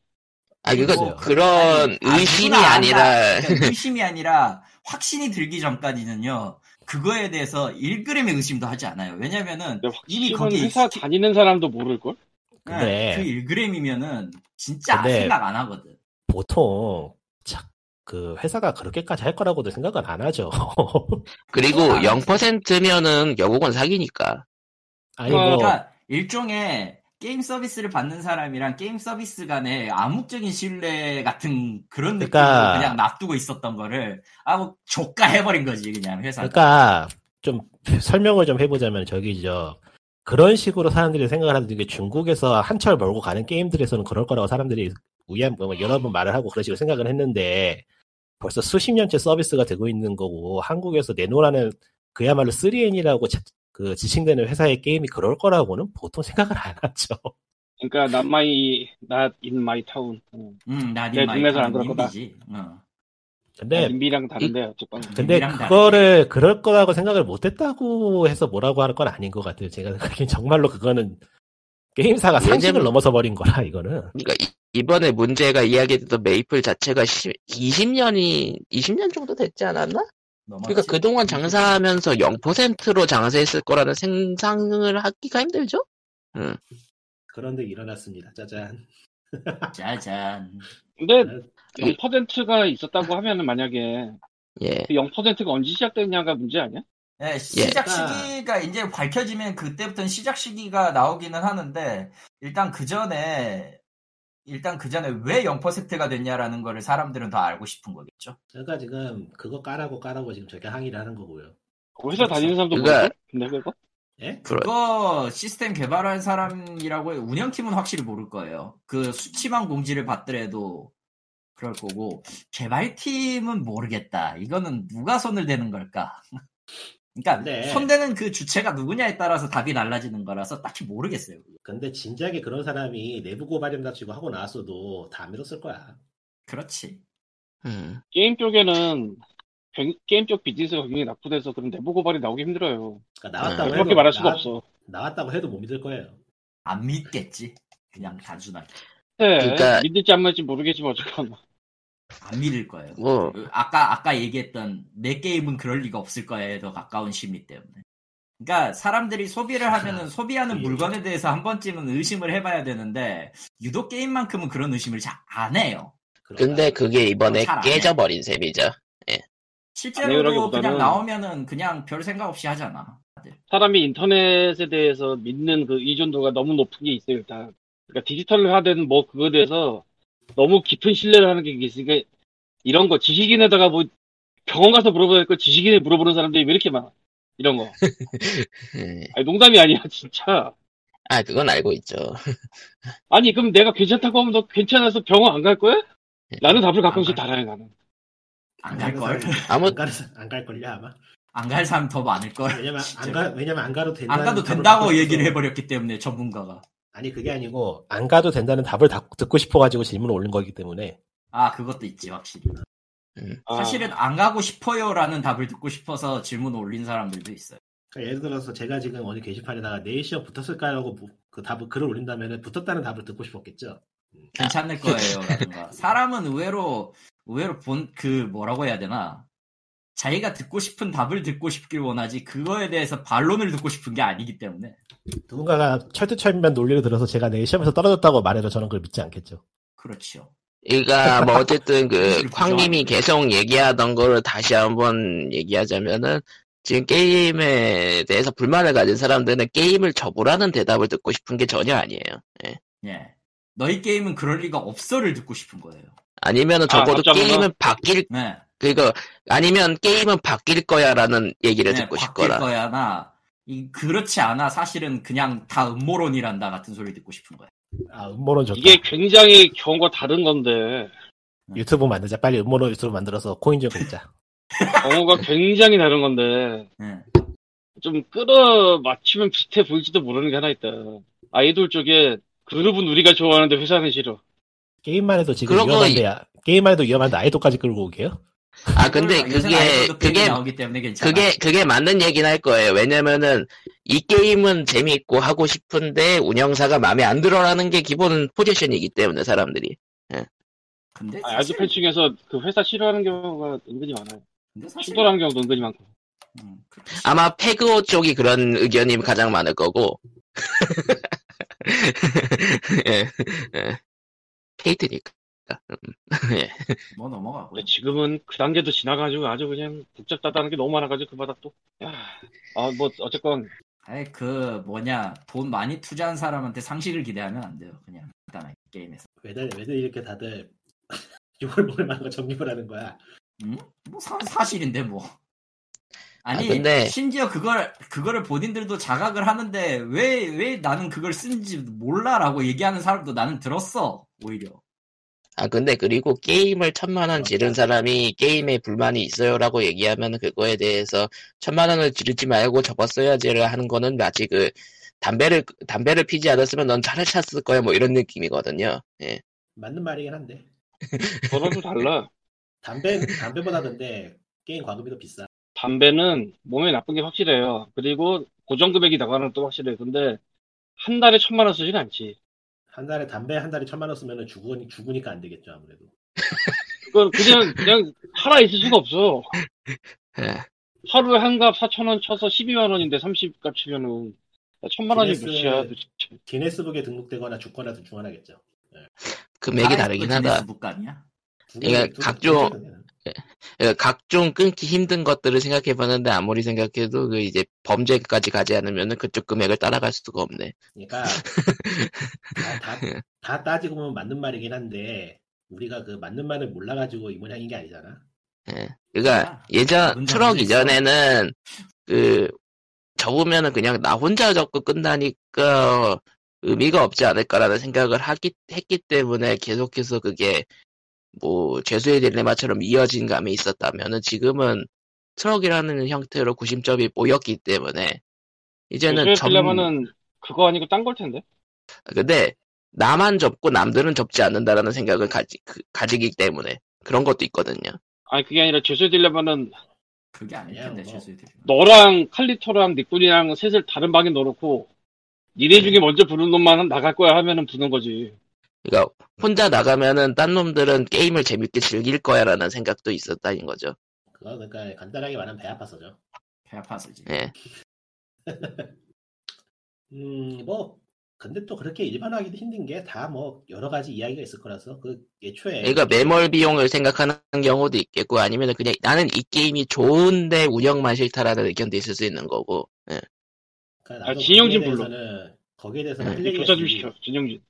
Speaker 1: 아 그건
Speaker 4: 뭐
Speaker 1: 그런
Speaker 2: 아니, 아,
Speaker 1: 의심이
Speaker 2: 누구나
Speaker 1: 아니라
Speaker 2: 안다. 그러니까 의심이 아니라 확신이 들기 전까지는요. 그거에 대해서 1g의 의심도 하지 않아요. 왜냐면은
Speaker 3: 근데 확실히
Speaker 2: 이미 거기에
Speaker 3: 회사
Speaker 2: 익숙해.
Speaker 3: 다니는 사람도 모를 걸. 네.
Speaker 4: 근데-
Speaker 2: 그 1g이면은 진짜
Speaker 4: 근데-
Speaker 2: 생각 안 하거든.
Speaker 4: 보통 자, 그 회사가 그렇게까지 할 거라고도 생각은 안 하죠
Speaker 1: 그리고
Speaker 2: 그건 안
Speaker 1: 0%면은 결국은 사기니까.
Speaker 4: 아니 뭐
Speaker 2: 그러니까 일종의 게임 서비스를 받는 사람이랑 게임 서비스 간의 암묵적인 신뢰 같은 그런 느낌으로
Speaker 4: 그러니까-
Speaker 2: 그냥 놔두고 있었던 거를 아뭐 조가 해버린 거지 그냥 회사. 가
Speaker 4: 그러니까 좀 설명을 좀 해보자면 저기 저 그런 식으로 사람들이 생각을 하는 게 중국에서 한철 멀고 가는 게임들에서는 그럴 거라고 사람들이 우연 뭐 여러분 말을 하고 그런 식으로 생각을 했는데 벌써 수십 년째 서비스가 되고 있는 거고 한국에서 내놓으라는 그야말로 3N이라고 그 지칭되는 회사의 게임이 그럴 거라고는 보통 생각을 안 하죠.
Speaker 3: 그러니까 not my not in my town. 응.
Speaker 2: 음, 나니
Speaker 3: 내
Speaker 2: 많이 타는
Speaker 3: 눈에서는 네, 안 그럴 거다.
Speaker 2: 님비지. 어.
Speaker 4: 근데
Speaker 3: 님비랑 다른데 어쨌건.
Speaker 4: 근데
Speaker 2: 일이랑 다르게.
Speaker 4: 그거를 그럴 거라고 생각을 못했다고 해서 뭐라고 하는 건 아닌 것 같아요. 제가 생각하기엔 정말로 그거는 게임사가 상식을
Speaker 1: 왜냐면-
Speaker 4: 넘어서 버린 거라 이거는.
Speaker 1: 그러니까 이- 이번에 문제가 이야기했던 메이플 자체가 20년이 20년 정도 됐지 않았나?
Speaker 2: 넘어갔지?
Speaker 1: 그러니까 그동안 장사하면서 0%로 장사했을 거라는 생상을 하기가 힘들죠?
Speaker 4: 그런데 일어났습니다. 짜잔.
Speaker 2: 짜잔.
Speaker 3: 근데 0%가 있었다고 하면은 만약에
Speaker 1: 예.
Speaker 3: 그 0%가 언제 시작됐냐가 문제 아니야?
Speaker 2: 네, 시작
Speaker 4: 그러니까-
Speaker 2: 시기가 이제 밝혀지면 그때부터는 시작 시기가 나오기는 하는데 일단 그 전에 일단 그 전에 왜 0%가 됐냐라는 거를 사람들은 다 알고 싶은 거겠죠.
Speaker 4: 제가 지금 그거 까라고 까라고 지금 저게 항의를 하는 거고요.
Speaker 3: 그거 회사 다니는 사람도 모르고.
Speaker 1: 그러니까-
Speaker 3: 근데 그거?
Speaker 4: 예?
Speaker 1: 그런-
Speaker 2: 그거 시스템 개발한 사람이라고 해요. 운영팀은 확실히 모를 거예요. 그 수치만 공지를 받더라도 그럴 거고 개발팀은 모르겠다. 이거는 누가 손을 대는 걸까? 그러니까
Speaker 4: 네.
Speaker 2: 손대는 그 주체가 누구냐에 따라서 답이 달라지는 거라서 딱히 모르겠어요.
Speaker 4: 근데 진작에 그런 사람이 내부 고발이나 치고 하고 나왔어도 다 안 믿었을 거야.
Speaker 2: 그렇지.
Speaker 1: 음.
Speaker 3: 게임 쪽에는 경- 게임 쪽 비즈니스가 굉장히 낙후돼서 그런 내부 고발이 나오기 힘들어요.
Speaker 4: 그러니까 나왔다고
Speaker 3: 아, 그렇게
Speaker 4: 해도
Speaker 3: 말할 수가
Speaker 4: 나-
Speaker 3: 없어.
Speaker 4: 나왔다고 해도 못 믿을 거예요.
Speaker 2: 안 믿겠지. 그냥 단순하게
Speaker 3: 네,
Speaker 1: 그러니까-
Speaker 3: 믿을지 안 믿을지 모르겠지만 어쨌건
Speaker 2: 안 믿을 거예요.
Speaker 1: 뭐
Speaker 2: 그 아까 아까 얘기했던 내 게임은 그럴 리가 없을 거야에 더 가까운 심리 때문에. 그러니까 사람들이 소비를 하면은 소비하는
Speaker 4: 음.
Speaker 2: 물건에 대해서 한 번쯤은 의심을 해봐야 되는데 유독 게임만큼은 그런 의심을 잘 안 해요.
Speaker 4: 그러니까
Speaker 1: 근데 그게 이번에
Speaker 2: 잘안 해.
Speaker 1: 깨져버린 셈이죠.
Speaker 2: 실제로도
Speaker 3: 그러기보다는-
Speaker 2: 그냥 나오면은 그냥 별 생각 없이 하잖아. 다들.
Speaker 3: 사람이 인터넷에 대해서 믿는 그 의존도가 너무 높은 게 있어요. 일단 그러니까 디지털화된 뭐 그거에 대해서 너무 깊은 신뢰를 하는 게 있으니까 이런 거 지식인에다가 뭐 병원 가서 물어봐야 거 지식인에 물어보는 사람들이 왜 이렇게 많아? 이런 거.
Speaker 1: 음.
Speaker 3: 아니 농담이 아니야 진짜.
Speaker 1: 아 그건 알고 있죠.
Speaker 3: 아니 그럼 내가 괜찮다고 하면 너 괜찮아서 병원 안 갈 거야?
Speaker 2: 네.
Speaker 3: 라는 답을 가끔씩 달아요 나는.
Speaker 2: 안 갈 걸.
Speaker 1: 아무-
Speaker 4: 안 갈, 안갈 걸요 아마.
Speaker 2: 안 갈 사람 더 많을 걸.
Speaker 4: 왜냐면 안 가, 왜냐면 안 가도 된다.
Speaker 2: 안 가도 된다고 얘기를 해버렸기 때문에 전문가가.
Speaker 4: 아니 그게 아니고 안 가도 된다는 답을 다- 듣고 싶어가지고 질문을 올린 거기 때문에
Speaker 2: 아 그것도 있지 확실히.
Speaker 3: 아,
Speaker 2: 사실은 안 가고 싶어요라는 답을 듣고 싶어서 질문 올린 사람들도 있어요.
Speaker 4: 그러니까 예를 들어서 제가 지금 어디 게시판에다가 내일 시험 붙었을까라고 뭐- 그 답을 글을 올린다면 붙었다는 답을 듣고 싶었겠죠.
Speaker 2: 괜찮을 거예요라든가 사람은 의외로 의외로 본 그 뭐라고 해야 되나 자기가 듣고 싶은 답을 듣고 싶길 원하지 그거에 대해서 반론을 듣고 싶은 게 아니기 때문에
Speaker 4: 누군가가 철두철미한 논리를 들어서 제가 내일 시험에서 떨어졌다고 말해도 저는 그걸 믿지 않겠죠.
Speaker 2: 그렇죠.
Speaker 1: 그러니까 뭐 어쨌든 그
Speaker 2: 그렇죠.
Speaker 1: 광님이 계속 얘기하던 거를 다시 한번 얘기하자면은 지금 게임에 대해서 불만을 가진 사람들은 게임을 접으라는 대답을 듣고 싶은 게 전혀 아니에요. 예.
Speaker 2: 예. 너희 게임은 그럴 리가 없어를 듣고 싶은 거예요.
Speaker 1: 아니면은
Speaker 3: 아,
Speaker 1: 적어도
Speaker 3: 답장은?
Speaker 1: 게임은 바뀔
Speaker 2: 네.
Speaker 1: 그거 아니면 게임은 바뀔 거야라는 얘기를
Speaker 2: 네,
Speaker 1: 듣고
Speaker 2: 바뀔
Speaker 1: 싶거라.
Speaker 2: 거야 나. 이 그렇지 않아 사실은 그냥 다 음모론이란다 같은 소리 듣고 싶은 거야.
Speaker 4: 아 음모론 좋다.
Speaker 3: 이게 굉장히 경과 다른 건데
Speaker 4: 유튜브 만들자 빨리 음모론 유튜브 만들어서 코인 좀 긁자.
Speaker 3: 경우가 굉장히 다른 건데
Speaker 2: 예.
Speaker 3: 좀 끌어 맞추면 비슷해 보일지도 모르는 게 하나 있다. 아이돌 쪽에 그룹은 우리가 좋아하는데 회사는 싫어.
Speaker 4: 게임만 해도 지금
Speaker 1: 그런 거
Speaker 4: 위험한데 야- 게임만 해도 위험한데 아이돌까지 끌고 오게요?
Speaker 1: 아 근데
Speaker 2: 요새는
Speaker 1: 그게
Speaker 2: 아이돌도 게임이
Speaker 1: 그게
Speaker 2: 나오기 때문에 괜찮아.
Speaker 1: 그게 그게 맞는 얘긴 할 거예요. 왜냐면은 이 게임은 재미있고 하고 싶은데 운영사가 마음에 안 들어라는 게 기본 포지션이기 때문에 사람들이
Speaker 2: 근데
Speaker 3: 아, 아이돌
Speaker 2: 사실
Speaker 3: 팬 중에서 그 회사 싫어하는 경우가 은근히 많아요.
Speaker 2: 근데 사실
Speaker 3: 충돌하는 경우도 은근히 많고.
Speaker 2: 음, 그렇게
Speaker 1: 아마 페그오 쪽이 그런 의견이 가장 많을 거고. 예, 예. 페이트니까. 음. 예.
Speaker 2: 뭐 넘어가고.
Speaker 3: 근데 지금은 그 단계도 지나가지고 아주 그냥 복잡하다는 게 너무 많아가지고 그 바닥 또. 야, 아, 뭐 어쨌건
Speaker 2: 아이 그 뭐냐 돈 많이 투자한 사람한테 상식을 기대하면 안 돼요 그냥 간단하게 게임에서
Speaker 4: 왜들 왜들 이렇게 다들 6월 모을 만한 거 정립을 하는 거야?
Speaker 2: 뭐 사, 사실인데 뭐 아니
Speaker 1: 아, 근데-
Speaker 2: 심지어 그걸 그거를 본인들도 자각을 하는데 왜 왜 나는 그걸 쓴지 몰라라고 얘기하는 사람도 나는 들었어 오히려
Speaker 1: 아 근데 그리고 게임을 천만 원 지른 사람이 게임에 불만이 있어요라고 얘기하면 그거에 대해서 천만 원을 지르지 말고 접었어야지를 하는 거는 마치 그 담배를 담배를 피지 않았으면 넌 차를 찼을 거야 뭐 이런 느낌이거든요. 예.
Speaker 4: 맞는 말이긴 한데
Speaker 3: 저랑 좀 달라.
Speaker 4: 담배 담배보다 근데 게임 과금이 더 비싸.
Speaker 3: 담배는 몸에 나쁜 게 확실해요. 그리고 고정 금액이 나가는 것도 확실해. 요 근데 한 달에 천만 원 쓰진 않지.
Speaker 4: 한 달에 담배 한 달에 천만 원 쓰면은 죽으니 죽으니까 안 되겠죠 아무래도.
Speaker 3: 그건 그냥 그냥 살아 있을 수가 없어.
Speaker 1: 예.
Speaker 3: 하루에 한값 4천 원 쳐서 12만 원인데 30값 치면은 천만 원이
Speaker 4: 기네스-
Speaker 3: 몇이야 도대체.
Speaker 4: 기네스북에 등록되거나 죽거나 둘 중 하나겠죠.
Speaker 1: 금액이
Speaker 2: 나라에서
Speaker 1: 다르긴
Speaker 2: 그
Speaker 1: 하다.
Speaker 2: 기네스북 아니야?
Speaker 4: 두
Speaker 1: 그러니까
Speaker 4: 개- 두 개-
Speaker 1: 각종-
Speaker 4: 두 개는.
Speaker 1: 예, 각종 끊기 힘든 것들을 생각해봤는데 아무리 생각해도 그 이제 범죄까지 가지 않으면은 그쪽 금액을 따라갈 수가 없네.
Speaker 4: 그러니까 다, 다- 다 따지고 보면 맞는 말이긴 한데 우리가 그 맞는 말을 몰라가지고 이 모양인 게 아니잖아.
Speaker 1: 예. 그러니까 예전
Speaker 2: 뭔
Speaker 1: 트럭
Speaker 2: 상관이
Speaker 1: 이전에는 그 접으면은 그냥 나 혼자 접고 끝나니까 의미가 없지 않을까라는 생각을 하기 했기 때문에 계속해서 그게 뭐 죄수의 딜레마처럼 이어진 감이 있었다면은 지금은 트럭이라는 형태로 구심점이 모였기 때문에 이제는
Speaker 3: 요즘에
Speaker 1: 점
Speaker 3: 빌려면은 그거 아니고 딴 걸 텐데.
Speaker 1: 근데 나만 접고 남들은 접지 않는다라는 생각을 가지, 그- 가지기 때문에 그런 것도 있거든요.
Speaker 3: 아니 그게 아니라 죄수 되려면은
Speaker 2: 그게 아닐
Speaker 1: 그냥
Speaker 2: 텐데
Speaker 1: 뭐.
Speaker 2: 최소의 딜.
Speaker 3: 너랑 칼리토랑 닉돌이랑 셋을 다른 방에 넣어놓고 니네 중에 먼저 부른 놈만 나갈 거야 하면은 부는 거지.
Speaker 1: 그러니까 혼자 나가면은 딴 놈들은 게임을 재밌게 즐길 거야라는 생각도 있었다는 거죠.
Speaker 4: 그거 그러니까 간단하게 말하면 배 아파서죠.
Speaker 2: 배 아팠을지.
Speaker 1: 예.
Speaker 3: 네.
Speaker 4: 음, 뭐 근데 또 그렇게 일반화하기도 힘든 게 다 뭐 여러 가지 이야기가 있을 거라서 그 애초에
Speaker 1: 그러니까 매몰 비용을 생각하는 경우도 있겠고 아니면 그냥 나는 이 게임이 좋은데 운영만 싫다라는 의견도 있을 수 있는 거고. 예.
Speaker 4: 그러니까
Speaker 3: 아,
Speaker 4: 나도
Speaker 3: 진영진
Speaker 4: 거기에
Speaker 3: 불러.
Speaker 4: 대해서는- 거기에 대해서는
Speaker 1: 네,
Speaker 4: 할 얘기가
Speaker 3: 조사 좀
Speaker 4: 있는데
Speaker 3: 시켜. 진영진.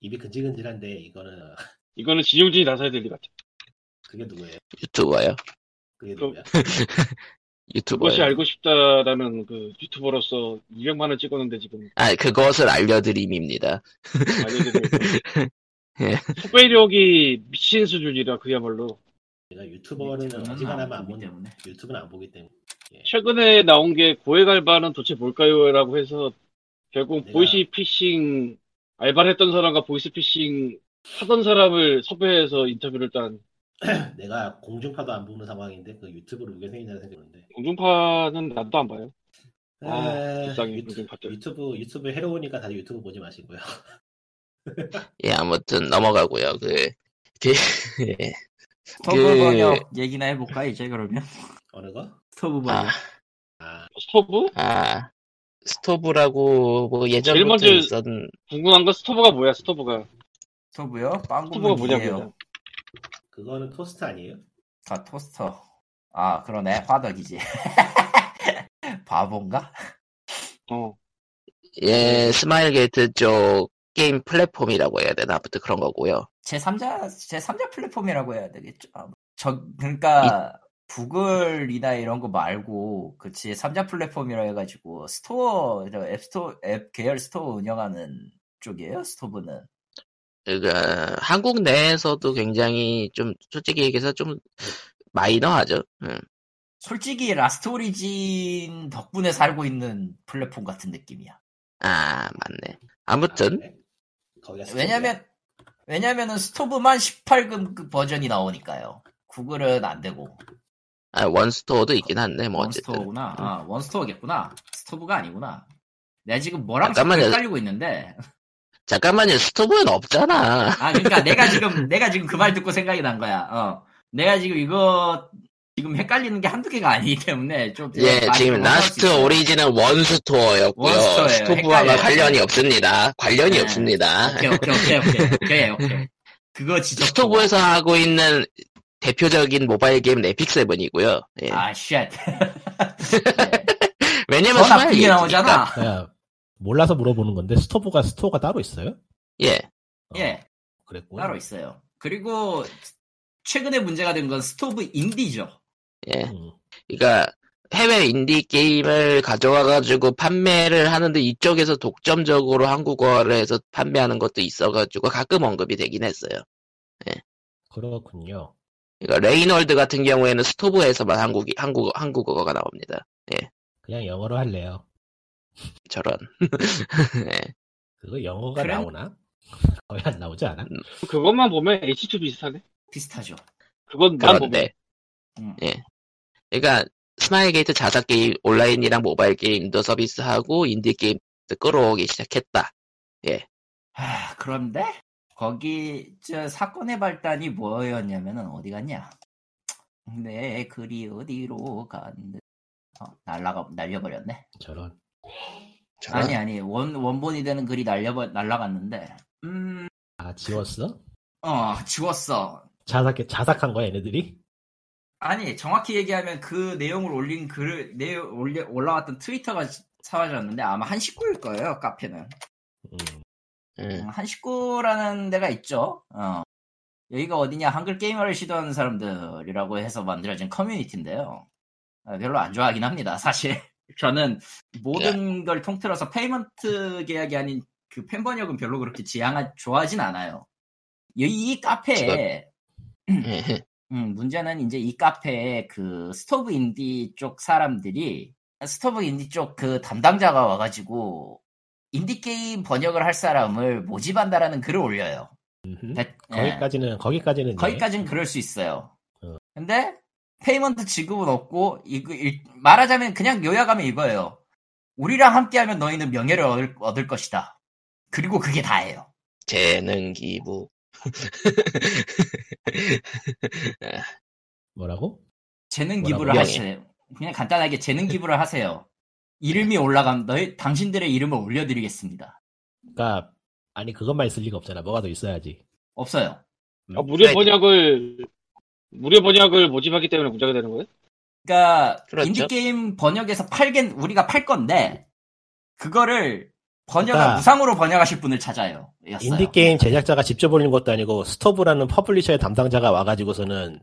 Speaker 4: 입이 근질근질한데 이거는
Speaker 3: 이거는 진영진이 나서야 될 일 같아.
Speaker 4: 그게 누구예요?
Speaker 1: 유튜버요.
Speaker 4: 그게
Speaker 3: 그럼-
Speaker 4: 누구야?
Speaker 1: 유튜버요.
Speaker 3: 그것이 알고 싶다라는 그 유튜버로서 200만 원 찍었는데 지금
Speaker 1: 아 그것을 알려드림입니다.
Speaker 3: 알려드리고
Speaker 1: 예.
Speaker 3: 소배력이 미친 수준이라 그야말로
Speaker 4: 내가 유튜버는 어지간하면 안 보는
Speaker 2: 때문에.
Speaker 4: 유튜브는 안 보기 때문에
Speaker 3: 최근에 나온 게 고액 알바는 도대체 뭘까요라고 해서 결국
Speaker 4: 내가-
Speaker 3: 보이스 피싱 알바를 했던 사람과 보이스 피싱 하던 사람을 섭외해서 인터뷰를 딴
Speaker 4: 내가 공중파도 안 보는 상황인데 그 유튜브를 보게 생긴다는 생각인데
Speaker 3: 공중파는 나도 안 봐요. 아,
Speaker 4: 에,
Speaker 3: 불쌍해,
Speaker 4: 유튜,
Speaker 3: 공중파들.
Speaker 4: 유튜브 유튜브 해로우니까 다들 유튜브 보지 마시고요.
Speaker 1: 예 아무튼 넘어가고요. 그, 그 예.
Speaker 2: 스토브 번역 얘기나 해볼까 이제 그러면?
Speaker 4: 어느 거?
Speaker 2: 스토브 번역.
Speaker 1: 아,
Speaker 4: 아
Speaker 3: 스토브?
Speaker 1: 아 스토브라고 뭐 예전부터
Speaker 3: 먼저-
Speaker 1: 있었
Speaker 3: 궁금한 건 스토브가 뭐야 스토브가
Speaker 2: 스토브요? 빵
Speaker 3: 스토브가
Speaker 2: 굽는
Speaker 3: 뭐냐고
Speaker 2: 기계요.
Speaker 4: 그거는 토스트 아니에요?
Speaker 2: 아 토스터. 아 그러네 화덕이지. 바본가?
Speaker 3: 어.
Speaker 1: 예 스마일 게이트 쪽 게임 플랫폼이라고 해야 되나 아무튼 그런 거고요.
Speaker 2: 제 3자 제 3자 플랫폼이라고 해야 되겠죠. 아, 저 그러니까 구글이나 이런 거 말고 그치 3자 플랫폼이라 해가지고 스토어 저 앱스토어 앱 계열 스토어 운영하는 쪽이에요 스토브는.
Speaker 1: 그러니까 한국 내에서도 굉장히 좀 솔직히 얘기해서 좀 마이너하죠. 음.
Speaker 2: 솔직히 라스트 오리진 덕분에 살고 있는 플랫폼 같은 느낌이야.
Speaker 1: 아 맞네. 아무튼
Speaker 4: 아, 그래? 거기가 스토리야?
Speaker 2: 왜냐면 왜냐면은 스토브만 18금 그 버전이 나오니까요. 구글은 안 되고
Speaker 1: 아, 원스토어도 있긴 한데 뭐 어쨌든
Speaker 2: 네. 원스토어구나. 아, 원스토어겠구나. 스토브가 아니구나. 내가 지금 뭐랑 자꾸
Speaker 1: 잠깐만요.
Speaker 2: 헷갈리고 있는데.
Speaker 1: 잠깐만요 스토브는 없잖아.
Speaker 2: 아 그러니까 내가 지금 내가 지금 그 말 듣고 생각이 난 거야. 어. 내가 지금 이거 지금 헷갈리는 게 한두 개가 아니기 때문에 좀
Speaker 1: 예
Speaker 2: 네, 많이
Speaker 1: 지금
Speaker 2: 혼란할 수
Speaker 1: 라스트
Speaker 2: 있어요.
Speaker 1: 오리진은 원스토어였고요.
Speaker 2: 원스토어예요.
Speaker 1: 스토브와는
Speaker 2: 헷갈려요.
Speaker 1: 관련이 없습니다. 관련이
Speaker 2: 네.
Speaker 1: 없습니다.
Speaker 2: 오케이 오케이 오케이 오케이 오케이 오케이. 그거 지적.
Speaker 1: 스토브에서 하고 있는 대표적인 모바일 게임 에픽 세븐이고요. 예.
Speaker 2: 아 쉣.
Speaker 1: 왜냐면
Speaker 2: 더
Speaker 1: 스마일
Speaker 2: 나쁘게
Speaker 1: 게이트니까.
Speaker 2: 나오잖아.
Speaker 4: 그냥 몰라서 물어보는 건데 스토브가 스토어가 따로 있어요?
Speaker 1: 예
Speaker 4: 어,
Speaker 2: 예.
Speaker 4: 그랬고
Speaker 2: 따로 있어요. 그리고 최근에 문제가 된 건 스토브 인디죠.
Speaker 1: 예.
Speaker 4: 음.
Speaker 1: 그러니까 해외 인디 게임을 가져와가지고 판매를 하는데 이쪽에서 독점적으로 한국어를 해서 판매하는 것도 있어가지고 가끔 언급이 되긴 했어요.
Speaker 4: 그렇군요.
Speaker 1: 그러니까 레이놀드 같은 경우에는 스토브에서만 한국이 한국 한국어가 나옵니다.
Speaker 4: 그냥 영어로 할래요.
Speaker 1: 저런. 예.
Speaker 4: 그거 영어가
Speaker 2: 그래?
Speaker 4: 나오나? 거의 안 나오지 않아?
Speaker 3: 그것만 보면 H2 비슷하네.
Speaker 2: 비슷하죠.
Speaker 4: 아, 뭐.
Speaker 3: 그것만 보면
Speaker 1: 그런데
Speaker 2: 음.
Speaker 1: 예. 그러니까 스마일 게이트 자사 게임 온라인이랑 모바일 게임도 서비스하고 인디 게임도 끌어오기 시작했다.
Speaker 2: 하, 아, 그런데 거기 저 사건의 발단이 뭐였냐면은 어디 갔냐? 내 글이 어디로 갔는? 어, 날라가 날려버렸네.
Speaker 4: 저런.
Speaker 1: 저런.
Speaker 2: 아니 아니 원 원본이 되는 글이 날려버 날라갔는데. 음,
Speaker 4: 아 지웠어?
Speaker 2: 어 지웠어.
Speaker 4: 자삭 자삭한 거야 얘네들이?
Speaker 2: 아니 정확히 얘기하면 그 내용을 올린 글을 내 올려 올라왔던 트위터가 사라졌는데 아마 한 식구일 거예요 카페는.
Speaker 4: 음.
Speaker 1: 음.
Speaker 2: 음, 한식구라는 데가 있죠. 어. 여기가 어디냐 한글 게이머를 시도하는 사람들이라고 해서 만들어진 커뮤니티인데요. 아, 별로 안 좋아하긴 합니다. 사실 저는 모든 걸 통틀어서 페이먼트 계약이 아닌 그 팬 번역은 별로 그렇게 지향하 좋아하진 않아요. 이, 이 카페에 음, 문제는 이제 이 카페에 그 스토브 인디 쪽 사람들이 스토브 인디 쪽 그 담당자가 와가지고 인디 게임 번역을 할 사람을 모집한다라는 글을 올려요.
Speaker 4: 음흠.
Speaker 2: 대- 예.
Speaker 4: 거기까지는 거기까지는 예.
Speaker 2: 거기까지는 그럴 수 있어요.
Speaker 4: 어.
Speaker 2: 근데 페이먼트 지급은 없고 이거 일- 말하자면 그냥 요약하면 이거예요. 우리랑 함께하면 너희는 명예를 얻을, 얻을 것이다. 그리고 그게 다예요.
Speaker 1: 재능 기부.
Speaker 4: 뭐라고?
Speaker 2: 재능
Speaker 4: 뭐라고? 네.
Speaker 2: 기부를
Speaker 1: 명예.
Speaker 2: 하세요. 그냥 간단하게 재능 기부를 하세요. 이름이 올라가면 너희 당신들의 이름을 올려드리겠습니다.
Speaker 4: 그러니까 아니 그것만 있을 리가 없잖아. 뭐가 더 있어야지.
Speaker 2: 없어요.
Speaker 3: 아, 무료
Speaker 1: 그러니까
Speaker 3: 번역을 무료 번역을 모집하기 때문에 문제가 되는 거예요?
Speaker 2: 그러니까
Speaker 1: 그렇죠.
Speaker 2: 인디 게임 번역에서 팔겐 우리가 팔 건데 그거를 번역을
Speaker 4: 그러니까
Speaker 2: 무상으로 번역하실 분을 찾아요. 였어요.
Speaker 4: 인디 게임 제작자가 직접 올린 것도 아니고 스토브라는 퍼블리셔의 담당자가 와가지고서는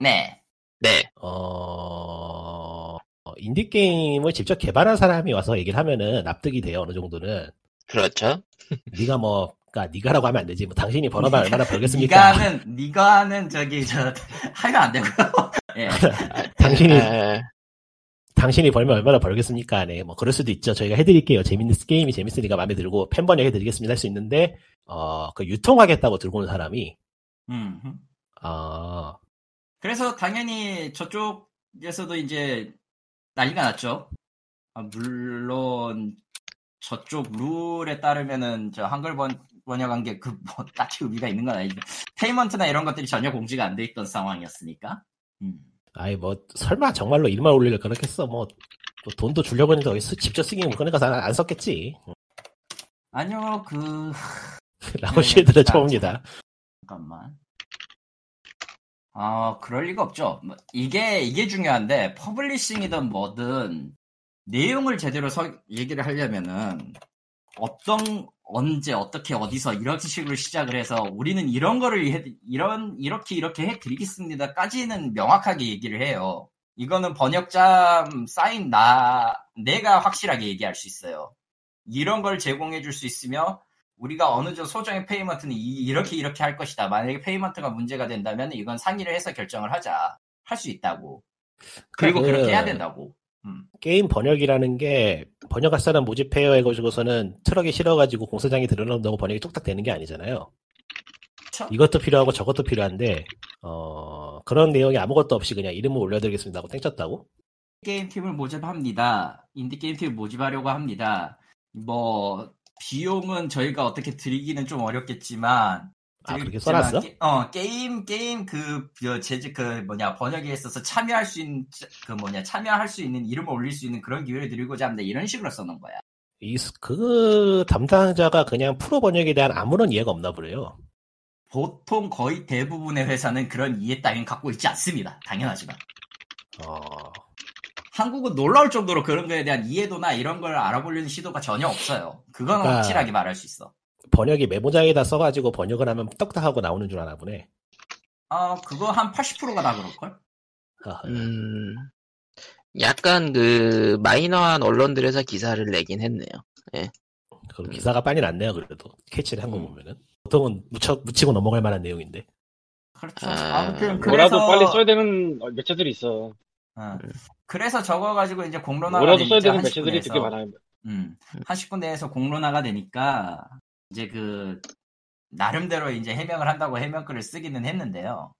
Speaker 2: 네.
Speaker 1: 네.
Speaker 4: 어 인디 게임을 직접 개발한 사람이 와서 얘기를 하면은 납득이 돼요 어느 정도는.
Speaker 1: 그렇죠.
Speaker 4: 네가 뭐, 그러니까 네가라고 하면 안 되지. 뭐 당신이 벌어봐 얼마나 벌겠습니까?
Speaker 2: 네가 하는 네가 하는 저기 저 하면 안 되고요. 예.
Speaker 4: 당신이
Speaker 1: 아,
Speaker 4: 당신이 벌면 얼마나 벌겠습니까? 네, 뭐 그럴 수도 있죠. 저희가 해드릴게요. 재밌는 게임이 재밌으니까 마음에 들고 팬 번역해드리겠습니다. 할 수 있는데 어그 유통하겠다고 들고 온 사람이
Speaker 2: 음.
Speaker 4: 아
Speaker 2: 그래서 당연히 저쪽에서도 이제 난리가 났죠. 아, 물론 저쪽 룰에 따르면은 저 한글 번, 번역한 게 그 뭐 딱히 의미가 있는 건 아니죠. 페이먼트나 이런 것들이 전혀 공지가 안 돼 있던 상황이었으니까. 음.
Speaker 4: 아이 뭐 설마 정말로 일만 올리려 그렇겠어. 뭐, 뭐 돈도 주려고 했는데 어디 쓰- 직접 쓰기 못하니까 안, 안 썼겠지.
Speaker 2: 아니요 그
Speaker 4: 라고 실드를
Speaker 2: 아,
Speaker 4: 쳐옵니다.
Speaker 2: 잠깐만. 아, 그럴 리가 없죠. 뭐, 이게, 이게 중요한데, 퍼블리싱이든 뭐든, 내용을 제대로 서- 얘기를 하려면은, 어떤, 언제, 어떻게, 어디서, 이런 식으로 시작을 해서, 우리는 이런 거를, 해, 이런, 이렇게, 이렇게 해드리겠습니다. 까지는 명확하게 얘기를 해요. 이거는 번역자 사인 나, 내가 확실하게 얘기할 수 있어요. 이런 걸 제공해 줄 수 있으며, 우리가 어느 정도 소정의 페이먼트는 이- 이렇게 이렇게 할 것이다. 만약에 페이먼트가 문제가 된다면 이건 상의를 해서 결정을 하자. 할 수 있다고. 그리고
Speaker 4: 그-
Speaker 2: 그렇게 해야 된다고.
Speaker 4: 게임 번역이라는 게 번역할 사람 모집해요 해가지고서는 트럭에 실어가지고 공사장에 들어놓는다고 번역이 뚝딱 되는 게 아니잖아요.
Speaker 2: 그쵸?
Speaker 4: 이것도 필요하고 저것도 필요한데 어, 그런 내용이 아무것도 없이 그냥 이름을 올려드리겠습니다 하고 땡쳤다고?
Speaker 2: 게임 팀을 모집합니다. 인디 게임 팀을 모집하려고 합니다. 뭐 비용은 저희가 어떻게 드리기는 좀 어렵겠지만
Speaker 4: 아 그렇게
Speaker 2: 드리겠지만
Speaker 4: 써놨어?
Speaker 2: 게- 어 게임 게임 그 저, 제작 그 뭐냐 번역에 있어서 참여할 수 있는 그 뭐냐 참여할 수 있는 이름을 올릴 수 있는 그런 기회를 드리고자 합니다. 이런 식으로 써놓은 거야.
Speaker 4: 이, 스- 그 담당자가 그냥 프로 번역에 대한 아무런 이해가 없나 보래요
Speaker 2: 보통 거의 대부분의 회사는 그런 이해 따윈 갖고 있지 않습니다. 당연하지만.
Speaker 4: 어,
Speaker 2: 한국은 놀라울 정도로 그런 거에 대한 이해도나 이런 걸 알아보려는 시도가 전혀 없어요. 그건
Speaker 4: 그러니까-
Speaker 2: 확실하게 말할 수 있어.
Speaker 4: 번역이 메모장에다 써가지고 번역을 하면 떡딱하고 나오는 줄 아나 보네
Speaker 2: 아, 그거 한 80%가 다 그럴걸?
Speaker 4: 하하.
Speaker 1: 음, 약간 그 마이너한 언론들에서 기사를 내긴 했네요.
Speaker 4: 그럼
Speaker 2: 음.
Speaker 4: 기사가 빤히 났네요 그래도 캐치를 한 거 보면은 보통은 묻혀, 묻히고 넘어갈 만한 내용인데
Speaker 2: 그렇죠.
Speaker 1: 아,
Speaker 2: 아무튼
Speaker 3: 뭐라도
Speaker 2: 그래서
Speaker 3: 빨리 써야 되는 매체들이 있어.
Speaker 2: 어, 그래서 적어 가지고 이제 공론화가
Speaker 3: 뭐라도
Speaker 2: 되니까
Speaker 3: 써야 되는
Speaker 2: 한
Speaker 3: 매체들이
Speaker 2: 식구에서.
Speaker 3: 되게 많아요.
Speaker 2: 음, 한 10분 내에서 공론화가 되니까 이제 그 나름대로 이제 해명을 한다고 해명글을 쓰기는 했는데요.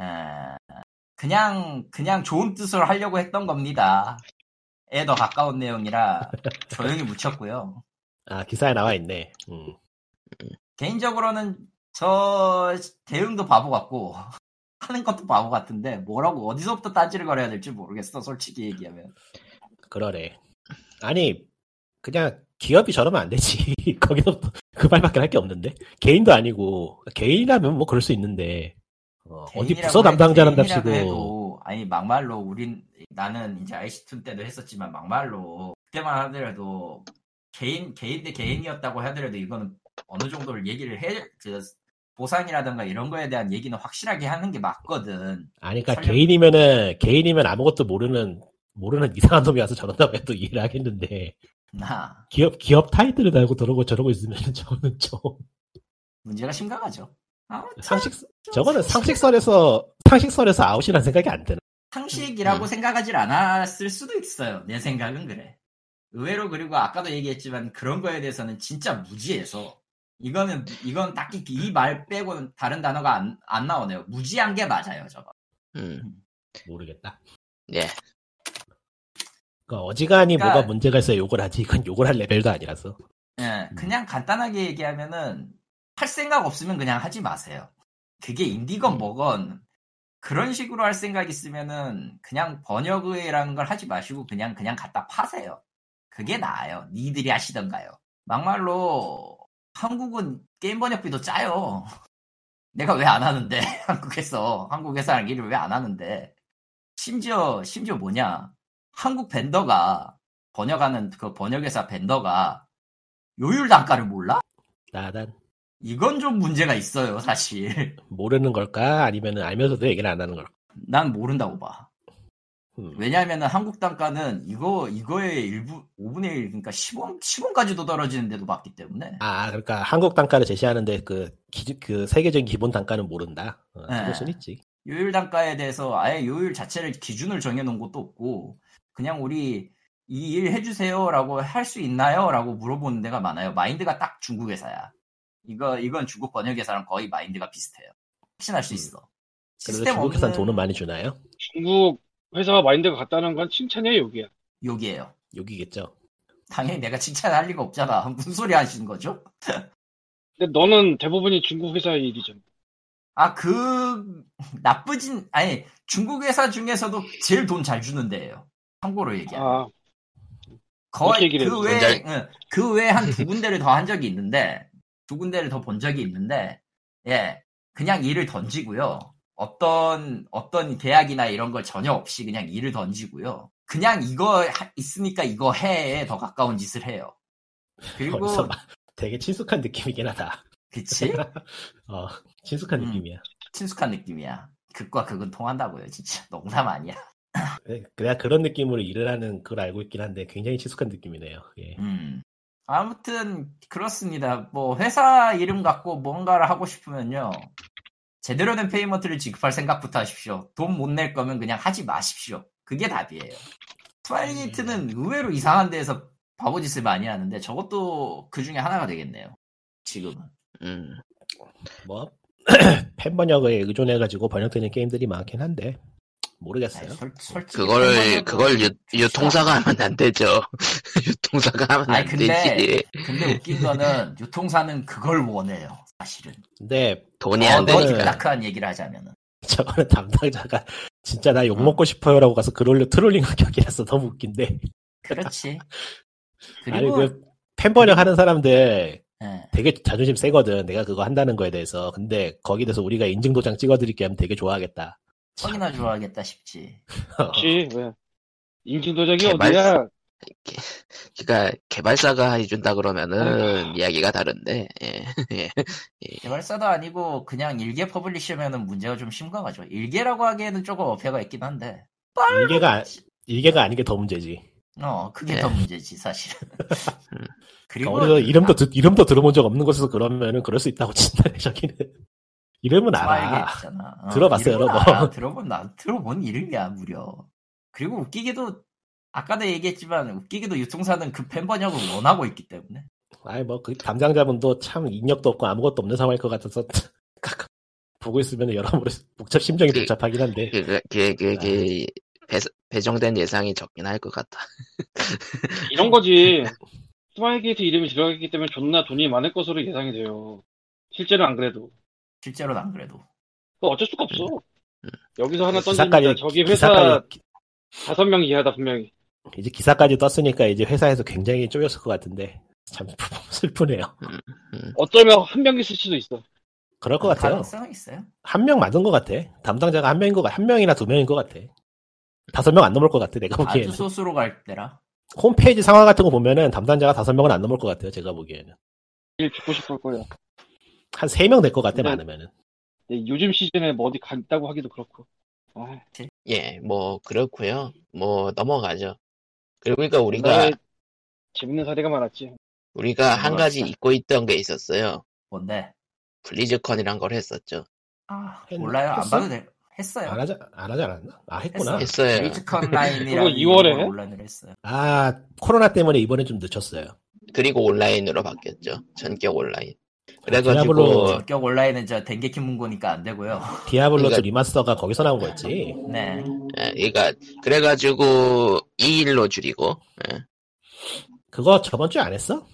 Speaker 2: 에, 그냥 그냥 좋은 뜻으로 하려고 했던 겁니다. 에 더 가까운 내용이라 조용히 묻혔고요.
Speaker 4: 아 기사에 나와 있네 음.
Speaker 2: 개인적으로는 저 대응도 바보 같고 하는 것도 바보 같은데 뭐라고 어디서부터 딴지를 걸어야 될지 모르겠어 솔직히 얘기하면
Speaker 4: 그러네 아니 그냥 기업이 저러면 안 되지 거기서 그 말밖에 할 게 없는데 개인도 아니고 개인이라면 뭐 그럴 수 있는데 어, 디
Speaker 2: 개인이라고
Speaker 4: 부서
Speaker 2: 해도
Speaker 4: 담당자란답시고
Speaker 2: 개인이라고 해도, 아니 막말로 우린 나는 이제 아이시툰 때도 했었지만 막말로 그때만 하더라도 개인 개인 대 개인이었다고 하더라도 이거는 어느 정도를 얘기를 해 그, 보상이라든가 이런 거에 대한 얘기는 확실하게 하는 게 맞거든.
Speaker 4: 아니 그러니까
Speaker 2: 살려-
Speaker 4: 개인이면은 개인이면 아무것도 모르는 모르는 이상한 놈이 와서 저런다고 해도 이해를 하겠는데
Speaker 2: 나
Speaker 4: 기업 기업 타이틀을 달고 저러고 저러고 있으면 저는 좀
Speaker 2: 문제가 심각하죠. 아무튼
Speaker 4: 상식 저거는 상식선에서 상식선에서 아웃이라는 생각이 안 드는
Speaker 2: 상식이라고
Speaker 1: 음.
Speaker 2: 생각하질 않았을 수도 있어요. 내 생각은 그래. 의외로 그리고 아까도 얘기했지만 그런 거에 대해서는 진짜 무지해서 이거는 이건 딱히 이 말 빼고는 다른 단어가 안, 안 나오네요. 무지한 게 맞아요, 저거.
Speaker 1: 음.
Speaker 4: 모르겠다.
Speaker 1: 예.
Speaker 4: 그러니까 어지간히
Speaker 2: 그러니까-
Speaker 4: 뭐가 문제가 있어 욕을 하지. 이건 욕을 할 레벨도 아니라서.
Speaker 2: 예, 그냥 간단하게 얘기하면은 할 생각 없으면 그냥 하지 마세요. 그게 인디건 뭐건 그런 식으로 할 생각 있으면은 그냥 번역이라는 걸 하지 마시고 그냥 그냥 갖다 파세요. 그게 나아요. 니들이 하시던가요. 막말로 한국은 게임 번역비도 짜요. 내가 왜 안 하는데 한국에서 한국에서 알기를 왜 안 하는데 심지어 심지어 뭐냐 한국 벤더가 번역하는 그 번역회사 벤더가 요율 단가를 몰라?
Speaker 4: 나단
Speaker 2: 이건 좀 문제가 있어요, 사실.
Speaker 4: 모르는 걸까? 아니면은 알면서도 얘기를 안 하는 걸까?
Speaker 2: 난 모른다고 봐.
Speaker 4: 음.
Speaker 2: 왜냐하면 한국 단가는 이거, 이거의 일부, 5분의 1, 그러니까 10원, 10원까지도 떨어지는데도 봤기 때문에.
Speaker 4: 아, 그러니까 한국 단가를 제시하는데 그, 기, 그 세계적인 기본 단가는 모른다. 어,
Speaker 2: 네.
Speaker 4: 그것은 있지.
Speaker 2: 요율 단가에 대해서 아예 요율 자체를 기준을 정해놓은 것도 없고, 그냥 우리 이 일 해주세요라고 할 수 있나요? 라고 물어보는 데가 많아요. 마인드가 딱 중국 회사야. 이거, 이건 중국 번역회사랑 거의 마인드가 비슷해요. 확신할 수 있어.
Speaker 4: 음. 그래서
Speaker 2: 시스템
Speaker 4: 중국 회사는
Speaker 2: 없는
Speaker 4: 돈은 많이 주나요?
Speaker 3: 중국 회사가 마인드가 같다는 건 칭찬이야 욕이야.
Speaker 2: 욕이에요.
Speaker 4: 여기겠죠.
Speaker 2: 당연히 내가 칭찬할 리가 없잖아. 무슨 소리 하시는 거죠?
Speaker 3: 근데 너는 대부분이 중국 회사의 일이잖아.
Speaker 2: 아, 그, 나쁘진, 아니, 중국 회사 중에서도 제일 돈 잘 주는 데예요 참고로 얘기하면.
Speaker 3: 아,
Speaker 2: 거의
Speaker 3: 얘기를
Speaker 2: 그
Speaker 3: 해요?
Speaker 2: 외에, 응, 그 외에 한 두 군데를 더 한 적이 있는데, 두 군데를 더 본 적이 있는데, 예, 그냥 일을 던지고요. 어떤, 어떤 계약이나 이런 걸 전혀 없이 그냥 일을 던지고요. 그냥 이거 하- 있으니까 이거 해에 더 가까운 짓을 해요. 그리고,
Speaker 4: 거기서 막 되게 친숙한 느낌이긴 하다.
Speaker 2: 그치?
Speaker 4: 어, 친숙한
Speaker 2: 음.
Speaker 4: 느낌이야.
Speaker 2: 친숙한 느낌이야. 극과 극은 통한다고요, 진짜. 농담 아니야.
Speaker 4: 네, 그래- 그래야 그런 느낌으로 일을 하는 걸 알고 있긴 한데 굉장히 친숙한 느낌이네요. 예.
Speaker 2: 음. 아무튼 그렇습니다. 뭐 회사 이름 갖고 뭔가를 하고 싶으면요. 제대로 된 페이먼트를 지급할 생각부터 하십시오. 돈 못 낼 거면 그냥 하지 마십시오. 그게 답이에요. 트와일리트는 의외로 이상한 데에서 바보짓을 많이 하는데 저것도 그 중에 하나가 되겠네요. 지금은.
Speaker 1: 음.
Speaker 4: 뭐, 팬 번역에 의존해가지고 번역되는 게임들이 많긴 한데,
Speaker 2: 아니,
Speaker 4: 모르겠어요.
Speaker 2: 솔, 솔직히
Speaker 1: 그걸
Speaker 2: 생각해도
Speaker 1: 그걸 유,
Speaker 2: 좋지
Speaker 1: 유통사가 하면 안 되죠. 유통사가 하면
Speaker 2: 아니,
Speaker 1: 안
Speaker 2: 근데-
Speaker 1: 되지.
Speaker 2: 않아. 근데 웃긴 거는 유통사는 그걸 원해요. 사실은.
Speaker 4: 근데
Speaker 1: 돈이
Speaker 2: 어,
Speaker 1: 안
Speaker 2: 더
Speaker 4: 되니까.
Speaker 1: 되니까.
Speaker 2: 다크한 얘기를 하자면은.
Speaker 4: 저거는 담당자가 진짜 나
Speaker 2: 아.
Speaker 4: 욕먹고 싶어요라고 가서 글 올려 트롤링 한 격이라서 너무 웃긴데.
Speaker 2: 그렇지.
Speaker 4: 아니,
Speaker 2: 그리고
Speaker 4: 그, 팬 번역 하는 사람들
Speaker 2: 예.
Speaker 4: 되게 자존심 세거든. 내가 그거 한다는 거에 대해서. 근데 거기 대해서 우리가 인증도장 찍어드릴게 하면 되게 좋아하겠다. 어,
Speaker 2: 척이나 좋아하겠다 싶지.
Speaker 3: 혹시 왜? 인증 도장이
Speaker 1: 개발-
Speaker 3: 어디야?
Speaker 1: 그러니까 개발사가 해준다 그러면은 이야기가 다른데. 예. 예.
Speaker 2: 개발사도 아니고 그냥 일개 퍼블리셔면은 문제가 좀 심각하죠. 일개라고 하기에는 조금 어폐가 있긴 한데.
Speaker 4: 일개가, 아- 일개가 아닌 게 더 문제지.
Speaker 2: 어, 그게
Speaker 1: 네.
Speaker 2: 더 문제지 사실은. 그리고
Speaker 4: 그러니까 어디서 음. 이름도, 듣- 이름도 들어본 적 없는 곳에서 그러면은 그럴 수 있다고 친다네, 저기는. 이름은 알아.
Speaker 2: 알게 있잖아. 어,
Speaker 4: 들어봤어요,
Speaker 2: 이름은
Speaker 4: 여러분.
Speaker 2: 알아. 들어본 나 들어본 이름이야 무려. 그리고 웃기게도 아까도 얘기했지만 웃기게도 유통사는 그 팬 번역을 원하고 있기 때문에.
Speaker 4: 아이 뭐 그 담당자분도 참 인력도 없고 아무것도 없는 상황일 것 같아서 가끔 보고 있으면 여러모로 복잡 심정이
Speaker 3: 네.
Speaker 1: 그-
Speaker 4: 복잡하긴 한데
Speaker 1: 그게 그게 그게 배, 배정된 예상이 적긴 할 것 같아.
Speaker 3: 이런 거지. 스마일게이트 이름이 들어갔기 때문에 존나 돈이 많을 것으로 예상이 돼요. 실제로 안 그래도.
Speaker 2: 실제로는 안 그래도.
Speaker 3: 그 어쩔 수가 없어. 여기서 하나
Speaker 4: 기사까지
Speaker 3: 던지면 저기 회사
Speaker 4: 기사까지
Speaker 3: 다섯 명 이하다 분명히.
Speaker 4: 이제 기사까지 떴으니까 이제 회사에서 굉장히 쪼였을 것 같은데 참 슬프네요.
Speaker 3: 어쩌면 한 명이 쓸 수도 있어.
Speaker 4: 그럴 것 같아요.
Speaker 2: 가능성이 있어요.
Speaker 4: 한 명 맞은 것 같아. 담당자가 한 명인 것 같, 한 명이나 두 명인 것 같아. 다섯 명 안 넘을 것 같아. 내가 보기에는
Speaker 2: 아주 소스로 갈 때라.
Speaker 4: 홈페이지 상황 같은 거 보면은 담당자가 다섯 명은 안 넘을 것 같아요. 제가 보기에는
Speaker 3: 일 죽고 싶을 거야.
Speaker 4: 한 세 명 될 것 같아
Speaker 3: 근데-
Speaker 4: 많으면은.
Speaker 3: 근데 요즘 시즌에 뭐 어디 간다고 하기도 그렇고. 아,
Speaker 1: 예, 뭐 그렇고요. 뭐 넘어가죠. 그리고 그러니까 우리가
Speaker 3: 옛날에 재밌는 사례가 많았지.
Speaker 1: 우리가 한
Speaker 2: 넘어갑시다.
Speaker 1: 가지 잊고 있던 게 있었어요.
Speaker 2: 뭔데?
Speaker 1: 블리즈컨이란 걸 했었죠.
Speaker 2: 아
Speaker 4: 했-
Speaker 2: 몰라요. 안
Speaker 4: 했어?
Speaker 2: 봐도 돼. 했어요.
Speaker 4: 안 하지 안 하지 않았나? 아 했구나.
Speaker 2: 했어.
Speaker 1: 했어요.
Speaker 2: 리즈컨 라인이라고
Speaker 3: 그거 2월에 해?
Speaker 2: 온라인을 했어요.
Speaker 4: 아 코로나 때문에 이번에 좀 늦췄어요.
Speaker 1: 그리고 온라인으로 바뀌었죠. 전격 온라인. 그래가지고
Speaker 4: 드라블로-
Speaker 2: 본격 온라인은 저 댕게키 문고니까 안 되고요.
Speaker 4: 디아블로 2
Speaker 1: 그러니까-
Speaker 4: 리마스터가 거기서 나온 거였지.
Speaker 2: 네.
Speaker 1: 예, 그러니까 그래가지고 2일로 줄이고 예,
Speaker 4: 그거 저번 주에 안 했어?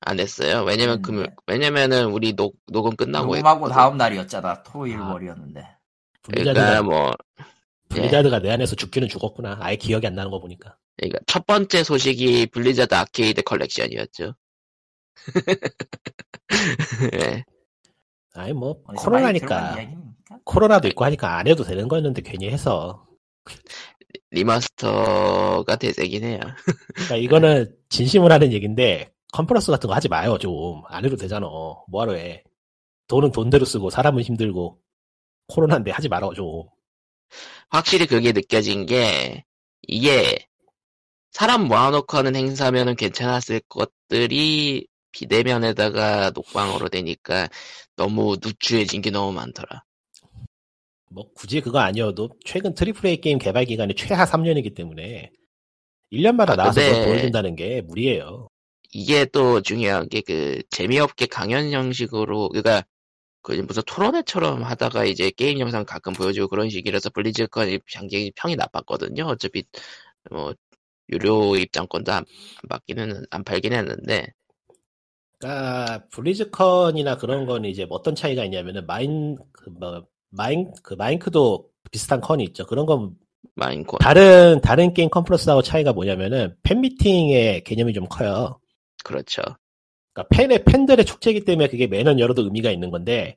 Speaker 1: 안 했어요. 왜냐면 금
Speaker 2: 네.
Speaker 1: 왜냐면은 우리 녹 녹음 끝나고
Speaker 2: 녹음하고
Speaker 1: 했거든.
Speaker 2: 다음 날이었잖아. 토일
Speaker 4: 아.
Speaker 2: 월이었는데.
Speaker 4: 블리자드가
Speaker 1: 그러니까 뭐
Speaker 4: 블리자드가 내 안에서 죽기는 죽었구나. 아예 기억이 안 나는 거 보니까.
Speaker 1: 그러니까 첫 번째 소식이 블리자드 아케이드 컬렉션이었죠. 예.
Speaker 4: 아니 뭐
Speaker 2: 어디서 많이
Speaker 4: 코로나니까
Speaker 2: 들어본 이야기입니까?
Speaker 4: 코로나도 있고 하니까 안 해도 되는 거였는데 괜히 해서.
Speaker 1: 리마스터가 대세긴 해요.
Speaker 4: 그러니까 이거는 진심을 하는 얘긴데 컨퍼런스 같은 거 하지 마요 좀. 안 해도 되잖아. 뭐하러 해. 돈은 돈대로 쓰고 사람은 힘들고 코로나인데 하지 말아 좀.
Speaker 1: 확실히 그게 느껴진 게 이게 사람 모아놓고 하는 행사면은 괜찮았을 것들이 비대면에다가 녹방으로 되니까 너무 누추해진 게 너무 많더라.
Speaker 4: 뭐 굳이 그거 아니어도 최근 트리플 A 게임 개발 기간이 최하 3년이기 때문에 1년마다
Speaker 1: 아,
Speaker 4: 나와서
Speaker 1: 근데-
Speaker 4: 뭘 보여준다는 게 무리예요.
Speaker 1: 이게 또 중요한 게 그 재미없게 강연 형식으로 그러니까 그 무슨 토론회처럼 하다가 이제 게임 영상 가끔 보여주고 그런 식이라서 블리즈컨이 굉장히 평이 나빴거든요. 어차피 뭐 유료 입장권도 안, 안 받기는 안 팔긴 했는데
Speaker 4: 그러니까 블리즈컨이나
Speaker 1: 음.
Speaker 4: 그런 건 이제 어떤 차이가 있냐면은 마인 그뭐 마인 그 마인크도 비슷한 컨이 있죠. 그런 건
Speaker 1: 마인콘
Speaker 4: 다른 다른 게임 컨퍼런스하고 차이가 뭐냐면은 팬 미팅의 개념이 좀 커요.
Speaker 1: 그렇죠.
Speaker 4: 그러니까 팬의 팬들의 축제이기 때문에 그게 매년 열어도 의미가 있는 건데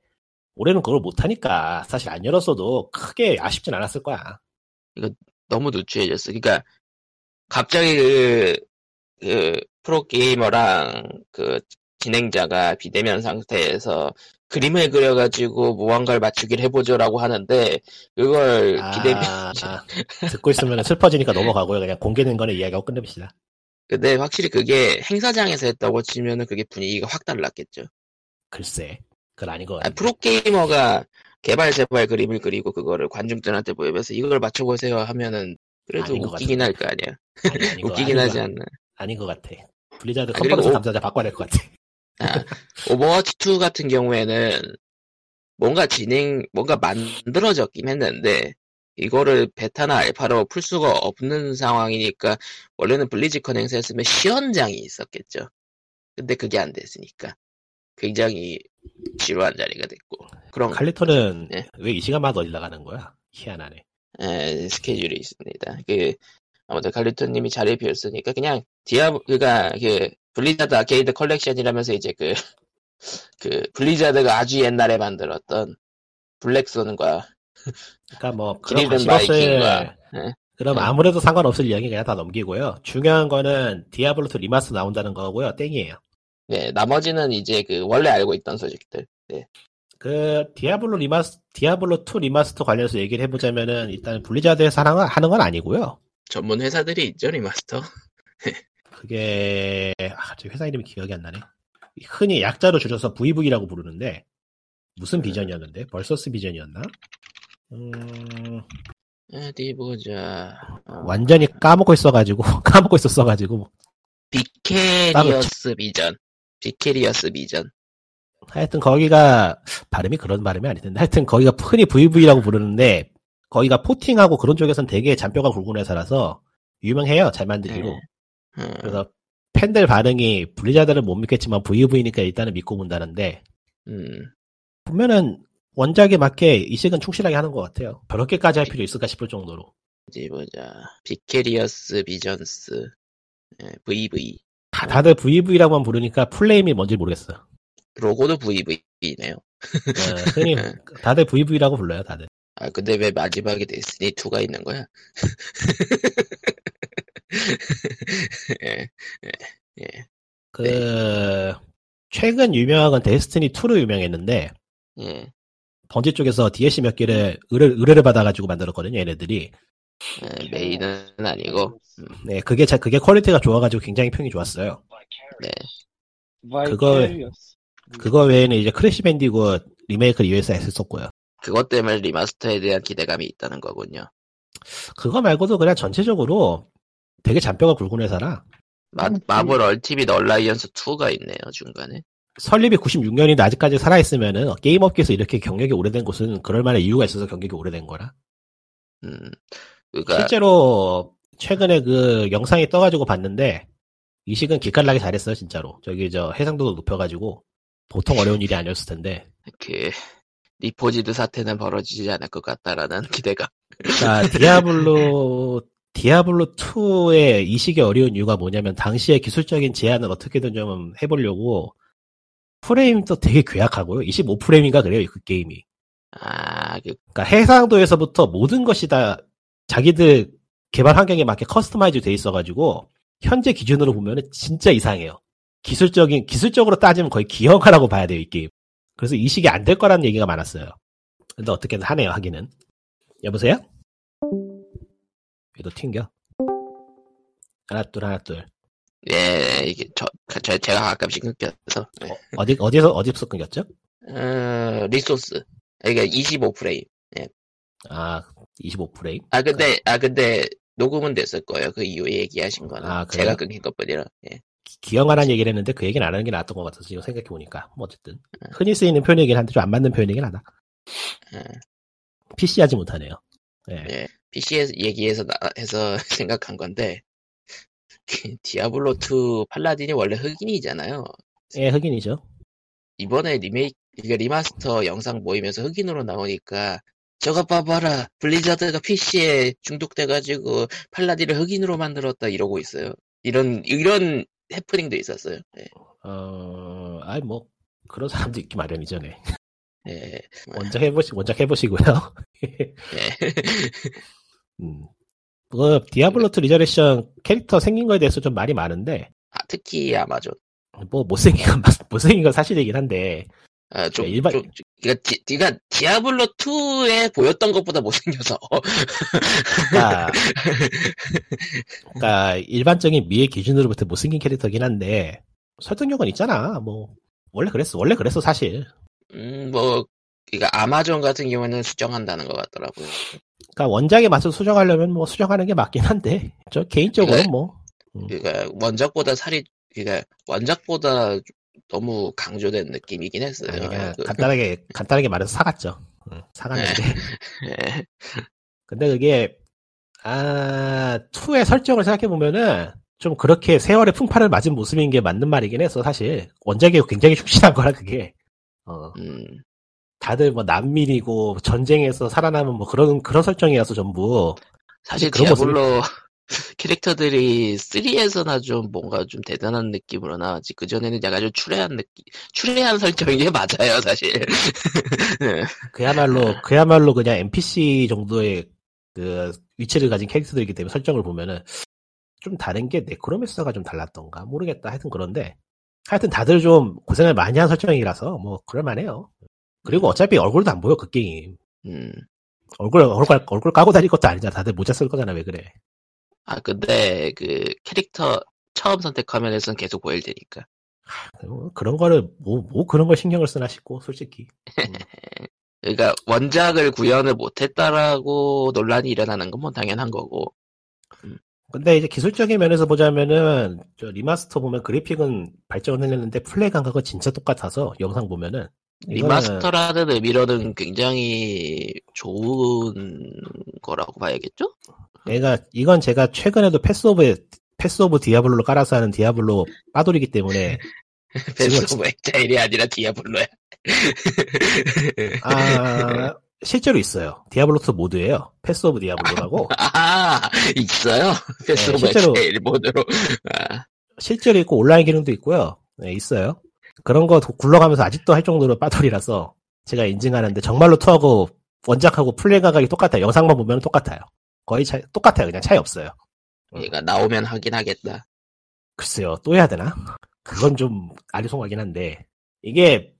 Speaker 4: 올해는 그걸 못 하니까 사실 안 열었어도 크게 아쉽진 않았을 거야.
Speaker 1: 너무 누추해졌어. 그러니까 갑자기 그, 그 프로게이머랑 그 진행자가 비대면 상태에서 그림을 그려가지고 무언가를 맞추기를 해보죠라고 하는데 그걸
Speaker 4: 아,
Speaker 1: 비대면
Speaker 4: 아, 듣고 있으면 슬퍼지니까 넘어가고요. 그냥 공개된 거는 이야기하고 끝냅시다.
Speaker 1: 근데 확실히 그게 행사장에서 했다고 치면은 그게 분위기가 확 달랐겠죠.
Speaker 4: 글쎄, 그건 아닌 것
Speaker 1: 아,
Speaker 4: 같아요.
Speaker 1: 프로게이머가 개발 제발 그림을 그리고 그거를 관중들한테 보여서 이걸 맞춰보세요 하면은 그래도
Speaker 4: 아닌 것
Speaker 1: 웃기긴 할 거 아니야.
Speaker 4: 아니, 아닌 거-
Speaker 1: 웃기긴
Speaker 4: 아닌
Speaker 1: 하지
Speaker 4: 거-
Speaker 1: 않나.
Speaker 4: 아닌 것 같아. 블리자드
Speaker 1: 아,
Speaker 4: 컨퍼런스
Speaker 1: 그리고-
Speaker 4: 담당자 바꿔야 될 것 같아.
Speaker 1: 오버워치 2 같은 경우에는 뭔가 진행, 뭔가 만들어졌긴 했는데, 이거를 베타나 알파로 풀 수가 없는 상황이니까, 원래는 블리즈컨 행사였으면 시연장이 있었겠죠. 근데 그게 안 됐으니까. 굉장히 지루한 자리가 됐고. 그런
Speaker 4: 칼리토는
Speaker 1: 어. 네.
Speaker 4: 왜 이 시간마다 어디 나가는 거야? 희한하네.
Speaker 1: 에, 예, 스케줄이 있습니다. 그, 아무튼 칼리토님이 자리를 비웠으니까, 그냥, 디아브, 그니까, 그, 블리자드 아케이드 컬렉션이라면서 이제 그, 그, 블리자드가 아주 옛날에 만들었던 블랙손과,
Speaker 4: 그러니까 뭐 그런
Speaker 1: 기리든
Speaker 4: 관심 없을
Speaker 1: 바이킹과, 예.
Speaker 4: 그럼
Speaker 1: 네.
Speaker 4: 아무래도 상관없을 이야기 그냥 다 넘기고요. 중요한 거는 디아블로2 리마스 나온다는 거고요. 땡이에요.
Speaker 1: 네, 나머지는 이제 그, 원래 알고 있던 소식들. 네.
Speaker 4: 그 디아블로 리마스 디아블로2 리마스터 관련해서 얘기를 해보자면은 일단 블리자드에서 하는 건, 하는 건 아니고요.
Speaker 1: 전문 회사들이 있죠, 리마스터?
Speaker 4: 그게 아, 저 회사 이름이 기억이 안 나네. 흔히 약자로 줄여서 VV라고 부르는데 무슨 비전이었는데 벌서스 비전이었나? 음,
Speaker 1: 예, 어디 보자. 어,
Speaker 4: 완전히 까먹고 있어가지고 까먹고 있었어가지고
Speaker 1: 비케리어스 비전. 비케리어스 비전.
Speaker 4: 하여튼 거기가 발음이 그런 발음이 아닐 텐데 하여튼 거기가 흔히 VV라고 부르는데 거기가 포팅하고 그런 쪽에선 되게 잔뼈가 굵은 회사라서 유명해요 잘 만들기로
Speaker 1: 네. 음,
Speaker 4: 그래서 팬들 반응이 블리자드를 못 믿겠지만 VV니까 일단은 믿고 본다는데
Speaker 1: 음.
Speaker 4: 보면은 원작에 맞게 이식은 충실하게 하는 것 같아요 저렇게까지 할 필요 있을까 싶을 정도로
Speaker 1: 어디 보자. 비케리어스 비전스. 예, VV.
Speaker 4: 다- 다들 VV라고만 부르니까 플레임이 뭔지 모르겠어 요
Speaker 1: 로고도 VV네요. 예.
Speaker 4: 흔히 다들 VV라고 불러요 다들
Speaker 1: 아, 근데 왜 마지막에 데스니 2가 있는 거야? 예, 예, 예,
Speaker 4: 그 최근 유명한 건 데스티니 2로 유명했는데
Speaker 1: 예.
Speaker 4: 번지 쪽에서 DLC 몇 개를 의뢰, 의뢰를 받아가지고 만들었거든요, 얘네들이.
Speaker 1: 예, 메인은 아니고,
Speaker 4: 네, 그게 자- 그게 퀄리티가 좋아가지고 굉장히 평이 좋았어요.
Speaker 1: 네.
Speaker 4: 그걸- 그거 외에는 이제 크래시 밴디고 리메이크 를 이외에서 했었고요.
Speaker 1: 그것 때문에 리마스터에 대한 기대감이 있다는 거군요.
Speaker 4: 그거 말고도 그냥 전체적으로 되게 잔뼈가 굵은 회사라 음,
Speaker 1: 마, 마블 얼티밋 얼라이언스 2가 있네요, 중간에.
Speaker 4: 설립이 96년인데 아직까지 살아있으면은 게임 업계에서 이렇게 경력이 오래된 곳은 그럴 만한 이유가 있어서 경력이 오래된 거라.
Speaker 1: 음. 그러니까
Speaker 4: 실제로 최근에 그 영상이 떠가지고 봤는데 이식은 기깔나게 잘했어요 진짜로. 저기 저 해상도도 높여가지고 보통 어려운 일이 아니었을 텐데.
Speaker 1: 이렇게 리포지드 사태는 벌어지지 않을 것 같다라는 기대감.
Speaker 4: 자, 그러니까 디아블로, 디아블로 2의 이식이 어려운 이유가 뭐냐면, 당시에 기술적인 제한을 어떻게든 좀 해보려고, 프레임도 되게 괴악하고요. 25프레임인가 그래요, 그 게임이.
Speaker 1: 아, 그,
Speaker 4: 그러니까 해상도에서부터 모든 것이 다 자기들 개발 환경에 맞게 커스터마이즈 돼 있어가지고, 현재 기준으로 보면은 진짜 이상해요. 기술적인, 기술적으로 따지면 거의 기형화라고 봐야 돼요, 이 게임. 그래서 이식이 안 될 거라는 얘기가 많았어요. 근데 어떻게든 하네요, 하기는. 여보세요? 얘도 튕겨. 하나 둘 하나 둘. 어,
Speaker 1: 예, 이게 저, 저 제가 가끔씩 느껴서 네.
Speaker 4: 어디 어디서 어디서 끊겼죠?
Speaker 1: 어, 리소스. 그러니까 25 프레임.
Speaker 4: 아 25프레임.
Speaker 1: 아 근데
Speaker 4: 그러니까.
Speaker 1: 아 근데 녹음은 됐을 거예요. 그 이후 얘기하신 거는
Speaker 4: 아, 그래요?
Speaker 1: 제가 끊긴 것뿐이라. 예.
Speaker 4: 기형화란 얘기를 했는데 그 얘기는 안 하는 게 나았던 것 같아서 지금 생각해 보니까 뭐 어쨌든 흔히 쓰이는 표현이긴 한데 좀 안 맞는 표현이긴 하다.
Speaker 1: 음.
Speaker 4: PC 하지 못하네요. 예.
Speaker 1: 예. PC에서 얘기해서 나, 해서 생각한 건데 디아블로 2 팔라딘이 원래 흑인이잖아요.
Speaker 4: 예, 흑인이죠.
Speaker 1: 이번에 리메이크 이게 리마스터 영상 모이면서 흑인으로 나오니까 저거 봐봐라 블리자드가 PC에 중독돼가지고 팔라딘을 흑인으로 만들었다 이러고 있어요. 이런 이런 해프닝도 있었어요. 예.
Speaker 4: 어, 아이 뭐 그런 사람도 있기 마련이죠, 네.
Speaker 1: 예.
Speaker 4: 먼저 해보시 먼저 해보시고요. 음. 그 디아블로 2 리저렉션 캐릭터 생긴 거에 대해서 좀 말이 많은데
Speaker 1: 아, 특히 아마존.
Speaker 4: 뭐 못생긴 건 맞- 못생긴 건 사실이긴 한데
Speaker 1: 아, 좀,
Speaker 4: 그러니까 일반-
Speaker 1: 좀, 그니까, 디, 그니까, 디아블로 2에 보였던 것보다 못생겨서.
Speaker 4: 그러니까, 그러니까 일반적인 미의 기준으로부터 못생긴 캐릭터긴 한데 설득력은 있잖아. 뭐 원래 그랬어. 원래 그랬어 사실.
Speaker 1: 음, 뭐, 그니까, 아마존 같은 경우에는 수정한다는 것 같더라고요.
Speaker 4: 그러니까 원작에 맞춰 수정하려면 뭐 수정하는 게 맞긴 한데 저 개인적으로
Speaker 1: 네.
Speaker 4: 뭐
Speaker 1: 그니까, 그러니까 원작보다 살이, 그니까, 원작보다 너무 강조된 느낌이긴 했어요.
Speaker 4: 그냥 네.
Speaker 1: 그러니까 그-
Speaker 4: 아, 간단하게 간단하게 말해서 사갔죠. 응, 사갔는데
Speaker 1: 예.
Speaker 4: 근데 그게 아 2의 설정을 생각해 보면은 좀 그렇게 세월의 풍파를 맞은 모습인 게 맞는 말이긴 했어 사실 원작이 굉장히 충실한 거라 그게 어,
Speaker 1: 음,
Speaker 4: 다들 뭐 난민이고 전쟁에서 살아남은 뭐 그런 그런 설정이라서 전부
Speaker 1: 사실
Speaker 4: 그런
Speaker 1: 디아블로 캐릭터들이 3에서나 좀 뭔가 좀 대단한 느낌으로 나왔지. 그전에는 약간 좀 추레한 느낌, 추레한 설정인 게 맞아요, 사실. 네.
Speaker 4: 그야말로 그야말로 그냥 NPC 정도의 그 위치를 가진 캐릭터들이기 때문에 설정을 보면은 좀 다른 게 네크로맨서가 좀 달랐던가 모르겠다 하여튼 그런데 하여튼 다들 좀 고생을 많이 한 설정이라서 뭐 그럴만해요. 그리고 어차피 얼굴도 안 보여 그 게임.
Speaker 1: 음.
Speaker 4: 얼굴 얼굴 얼굴 까고 다닐 것도 아니잖아. 다들 모자 쓸 거잖아. 왜 그래?
Speaker 1: 아, 근데 그 캐릭터 처음 선택하면 에서는 계속 보일 테니까.
Speaker 4: 어, 그런 거를 뭐 뭐 그런 걸 신경을 쓰나 싶고 솔직히.
Speaker 1: 그러니까 원작을 구현을 못했다라고 논란이 일어나는 건 뭐 당연한 거고.
Speaker 4: 근데 이제 기술적인 면에서 보자면은 저 리마스터 보면 그래픽은 발전을 했는데 플레이 감각은 진짜 똑같아서 영상 보면은 이거는-
Speaker 1: 리마스터라는 의미로는 굉장히 좋은 거라고 봐야겠죠?
Speaker 4: 내가 이건 제가 최근에도 패스 오브 패스 오브 디아블로로 깔아서 하는 디아블로 빠돌이기 때문에
Speaker 1: 베스 오브 엑자일이 아니라 디아블로야.
Speaker 4: 아 실제로 있어요. 디아블로 2 모드예요. 패스 오브 디아블로라고
Speaker 1: 아, 있어요? 베스
Speaker 4: 네,
Speaker 1: 오브
Speaker 4: 실제로-
Speaker 1: 엑자일 모드로. 아,
Speaker 4: 실제로 있고 온라인 기능도 있고요. 네, 있어요. 그런 거 굴러가면서 아직도 할 정도로 빠돌이라서 제가 인증하는데 정말로 2하고 원작하고 플레이 감각이 똑같아요. 영상만 보면 똑같아요. 거의 차, 똑같아요. 그냥 차이 없어요.
Speaker 1: 얘가 나오면 하긴 하겠다.
Speaker 4: 글쎄요, 또 해야 되나? 그건 좀 아리송하긴 한데, 이게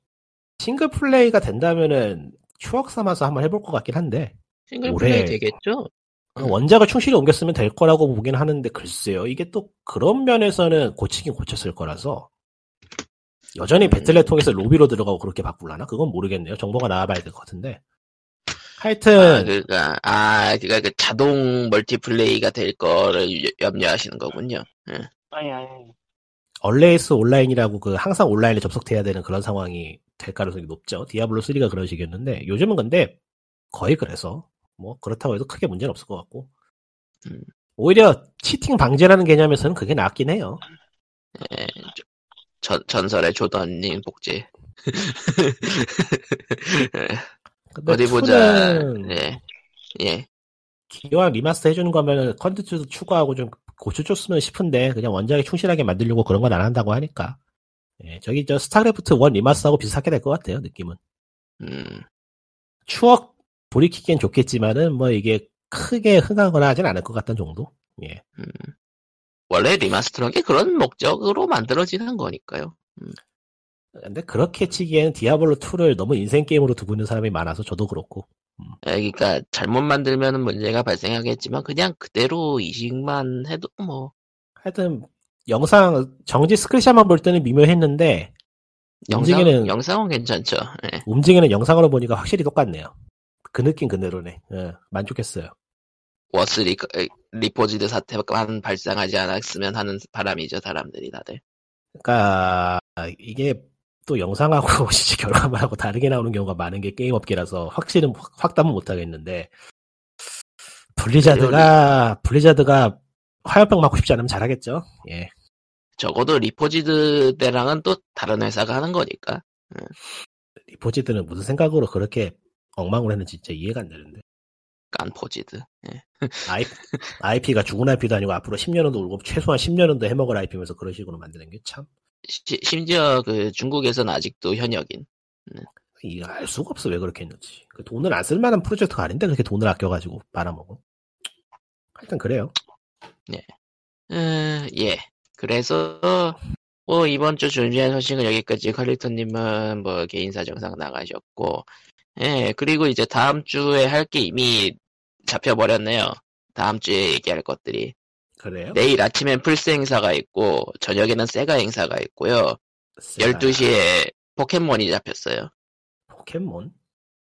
Speaker 4: 싱글 플레이가 된다면은 추억 삼아서 한번 해볼 것 같긴 한데,
Speaker 1: 싱글
Speaker 4: 올해-
Speaker 1: 플레이 되겠죠? 음.
Speaker 4: 아, 원작을 충실히 옮겼으면 될 거라고 보긴 하는데, 글쎄요, 이게 또 그런 면에서는 고치긴 고쳤을 거라서, 여전히
Speaker 1: 음.
Speaker 4: 배틀넷 통해서 로비로 들어가고 그렇게 바꾸려나? 그건 모르겠네요. 정보가 나와봐야 될 것 같은데. 하여튼,
Speaker 1: 아, 그러니까 아, 그러니까 그 자동 멀티플레이가 될 거를 여- 염려하시는 거군요.
Speaker 3: 아니 아니
Speaker 4: 얼레이스 온라인이라고 그 항상 온라인에 접속돼야 되는 그런 상황이 될 가능성이 높죠. 디아블로 3가 그런 식이었는데 요즘은 근데 거의 그래서 뭐 그렇다고 해도 크게 문제는 없을 것 같고
Speaker 1: 음.
Speaker 4: 오히려 치팅 방지라는 개념에서는 그게 낫긴 해요.
Speaker 1: 예, 저- 전, 전설의 조던님 복지.
Speaker 4: 근데
Speaker 1: 어디 보자.
Speaker 4: 투는
Speaker 1: 예. 예.
Speaker 4: 기왕 리마스터 해주는 거면 컨텐츠도 추가하고 좀 고쳐줬으면 싶은데 그냥 원작에 충실하게 만들려고 그런 건 안 한다고 하니까 예, 저기 저 스타크래프트 1 리마스터하고 비슷하게 될 것 같아요 느낌은
Speaker 1: 음,
Speaker 4: 추억 돌이키기엔 좋겠지만은 뭐 이게 크게 흥하거나 하진 않을 것 같다는 정도 예
Speaker 1: 음. 원래 리마스터란 게 그런 목적으로 만들어지는 거니까요.
Speaker 4: 근데 그렇게 치기엔 디아블로 2를 너무 인생 게임으로 두고 있는 사람이 많아서 저도 그렇고
Speaker 1: 예, 그러니까 잘못 만들면 문제가 발생하겠지만 그냥 그대로 이식만 해도 뭐
Speaker 4: 하여튼 영상 정지 스크린샷만 볼 때는 미묘했는데
Speaker 1: 영상
Speaker 4: 움직이는-
Speaker 1: 영상은 괜찮죠. 예.
Speaker 4: 움직이는 영상으로 보니까 확실히 똑같네요 그 느낌 그대로네 예, 만족했어요
Speaker 1: 워스리 그, 리포지드 사태만 발생하지 않았으면 하는 바람이죠 사람들이 다들.
Speaker 4: 그러니까 이게 또 영상하고 실제 결과물하고 다르게 나오는 경우가 많은 게 게임 업계라서 확실은 확- 확답은 못 하겠는데 블리자드가 블리자드가 화염병 맞고 싶지 않으면 잘하겠죠. 예.
Speaker 1: 적어도 리포지드 때랑은 또 다른 회사가 하는 거니까.
Speaker 4: 리포지드는 무슨 생각으로 그렇게 엉망으로 했는지 진짜 이해가 안 되는데.
Speaker 1: 깐포지드. 예.
Speaker 4: 아이, IP가 죽은 IP도 아니고 앞으로 10년은 더 울고 최소한 10년은 더 해먹을 IP면서 그런 식으로 만드는 게 참.
Speaker 1: 시- 심지어 그 중국에서는 아직도 현역인.
Speaker 4: 이알 수가 없어 왜 그렇게 했는지 그 돈을 안 쓸만한 프로젝트가 아닌데 그렇게 돈을 아껴가지고 말아먹어 하여튼 그래요
Speaker 1: 음, 예. 그래서 뭐 이번 주 준비한 소식은 여기까지 칼리토님은 뭐 개인 사정상 나가셨고, 예. 그리고 이제 다음 주에 할 게 이미 잡혀버렸네요. 다음 주에 얘기할 것들이.
Speaker 4: 그래요?
Speaker 1: 내일 아침엔 플스 행사가 있고, 저녁에는 세가 행사가 있고요.
Speaker 4: 세가야.
Speaker 1: 12시에 포켓몬이 잡혔어요.
Speaker 4: 아, 포켓몬?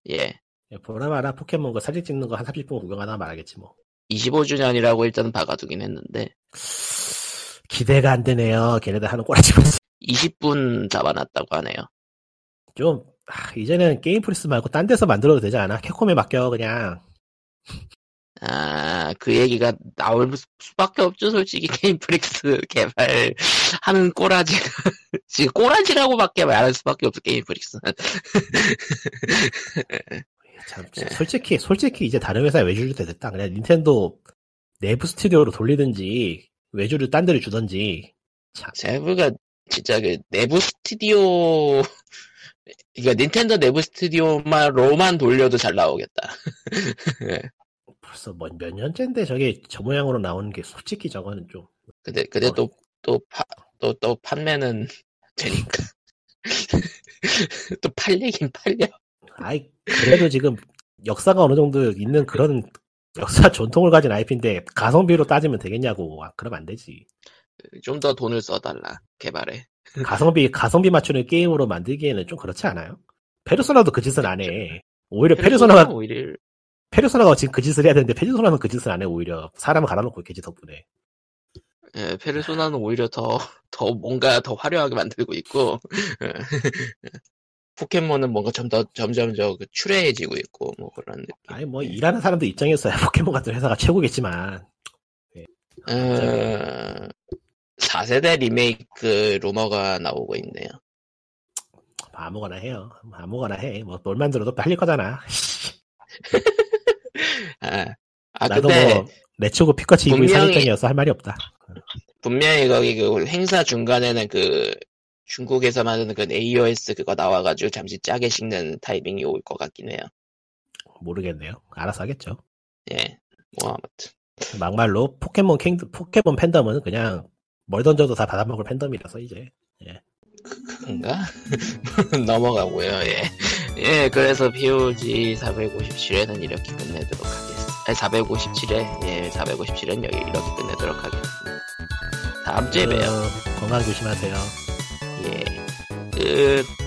Speaker 1: 예.
Speaker 4: 야, 보라마라 포켓몬 그 사진 찍는 거 한 30분 구경하다 말하겠지 뭐
Speaker 1: 25주년이라고 일단 박아두긴 했는데,
Speaker 4: 기대가 안 되네요 걔네들 하는 꼬라지 말씀.
Speaker 1: 20분 잡아놨다고 하네요.
Speaker 4: 좀 아, 이제는 게임 프리스 말고 딴 데서 만들어도 되지 않아? 캡콤에 맡겨 그냥
Speaker 1: 아, 그 얘기가 나올 수밖에 없죠, 솔직히. 게임프릭스 개발하는 꼬라지가. 지금 꼬라지라고밖에 말할 수밖에 없어, 게임프릭스는.
Speaker 4: 참
Speaker 1: 네.
Speaker 4: 진짜 솔직히 솔직히 이제 다른 회사에 외주를 때 됐다 그냥 닌텐도 내부 스튜디오로 돌리든지 외주를 딴 데를 주든지 참
Speaker 1: 세부가 진짜 그 내부 스튜디오, 그러니까 닌텐도 내부 스튜디오만로만 돌려도 잘 나오겠다.
Speaker 4: 벌써 뭐, 몇 년째인데 저게 저 모양으로 나오는 게 솔직히 저거는 좀
Speaker 1: 근데, 근데
Speaker 4: 어.
Speaker 1: 또, 또, 파, 또, 또 판매는 되니까. 또 팔리긴 팔려.
Speaker 4: 아이 그래도 지금 역사가 어느 정도 있는 그런 역사 전통을 가진 IP인데 가성비로 따지면 되겠냐고 아, 그럼 안 되지
Speaker 1: 좀 더 돈을 써달라, 개발에.
Speaker 4: 가성비 가성비 맞추는 게임으로 만들기에는 좀 그렇지 않아요? 페르소나도 그 짓은 안해 오히려 페르소나가
Speaker 1: 오히려
Speaker 4: 페르소나가 지금 그 짓을 해야 되는데 페르소나는 그 짓을 안해 오히려 사람을 갈아놓고 있겠지 덕분에
Speaker 1: 예, 페르소나는 오히려 더, 더 뭔가 더 화려하게 만들고 있고, 예. 포켓몬은 뭔가 점 더, 점점 저그 추레해지고 있고, 뭐 그런 느낌.
Speaker 4: 아니 뭐 일하는 사람들 입장에서야 포켓몬 같은 회사가 최고겠지만
Speaker 1: 어, 4세대 리메이크 루머가 나오고 있네요.
Speaker 4: 뭐 아무거나 해요 아무거나 해뭐뭘 만들어도 팔릴 거잖아
Speaker 1: 아, 아,
Speaker 4: 나도
Speaker 1: 근데
Speaker 4: 뭐 레츠고 피카츄 이브이
Speaker 1: 분명히-
Speaker 4: 사기장이어서 할 말이 없다.
Speaker 1: 분명히 거기 그 행사 중간에는 그 중국에서 만드는 그 AOS 그거 나와가지고 잠시 짜게 식는 타이밍이 올 것 같긴 해요.
Speaker 4: 모르겠네요. 알아서 하겠죠.
Speaker 1: 예. 뭐 아무튼.
Speaker 4: 막말로 포켓몬 킹 포켓몬 팬덤은 그냥 뭘 던져도 다 받아먹을 팬덤이라서 이제
Speaker 1: 인가? 넘어가고요. 예. 예, 그래서 POG 457회는 이렇게 끝내도록 하겠습니다. 아니, 457회, 예, 457회는 여기 이렇게 끝내도록 하겠습니다. 다음 주에 봬요.
Speaker 4: 어, 건강 조심하세요.
Speaker 1: 예. 끝.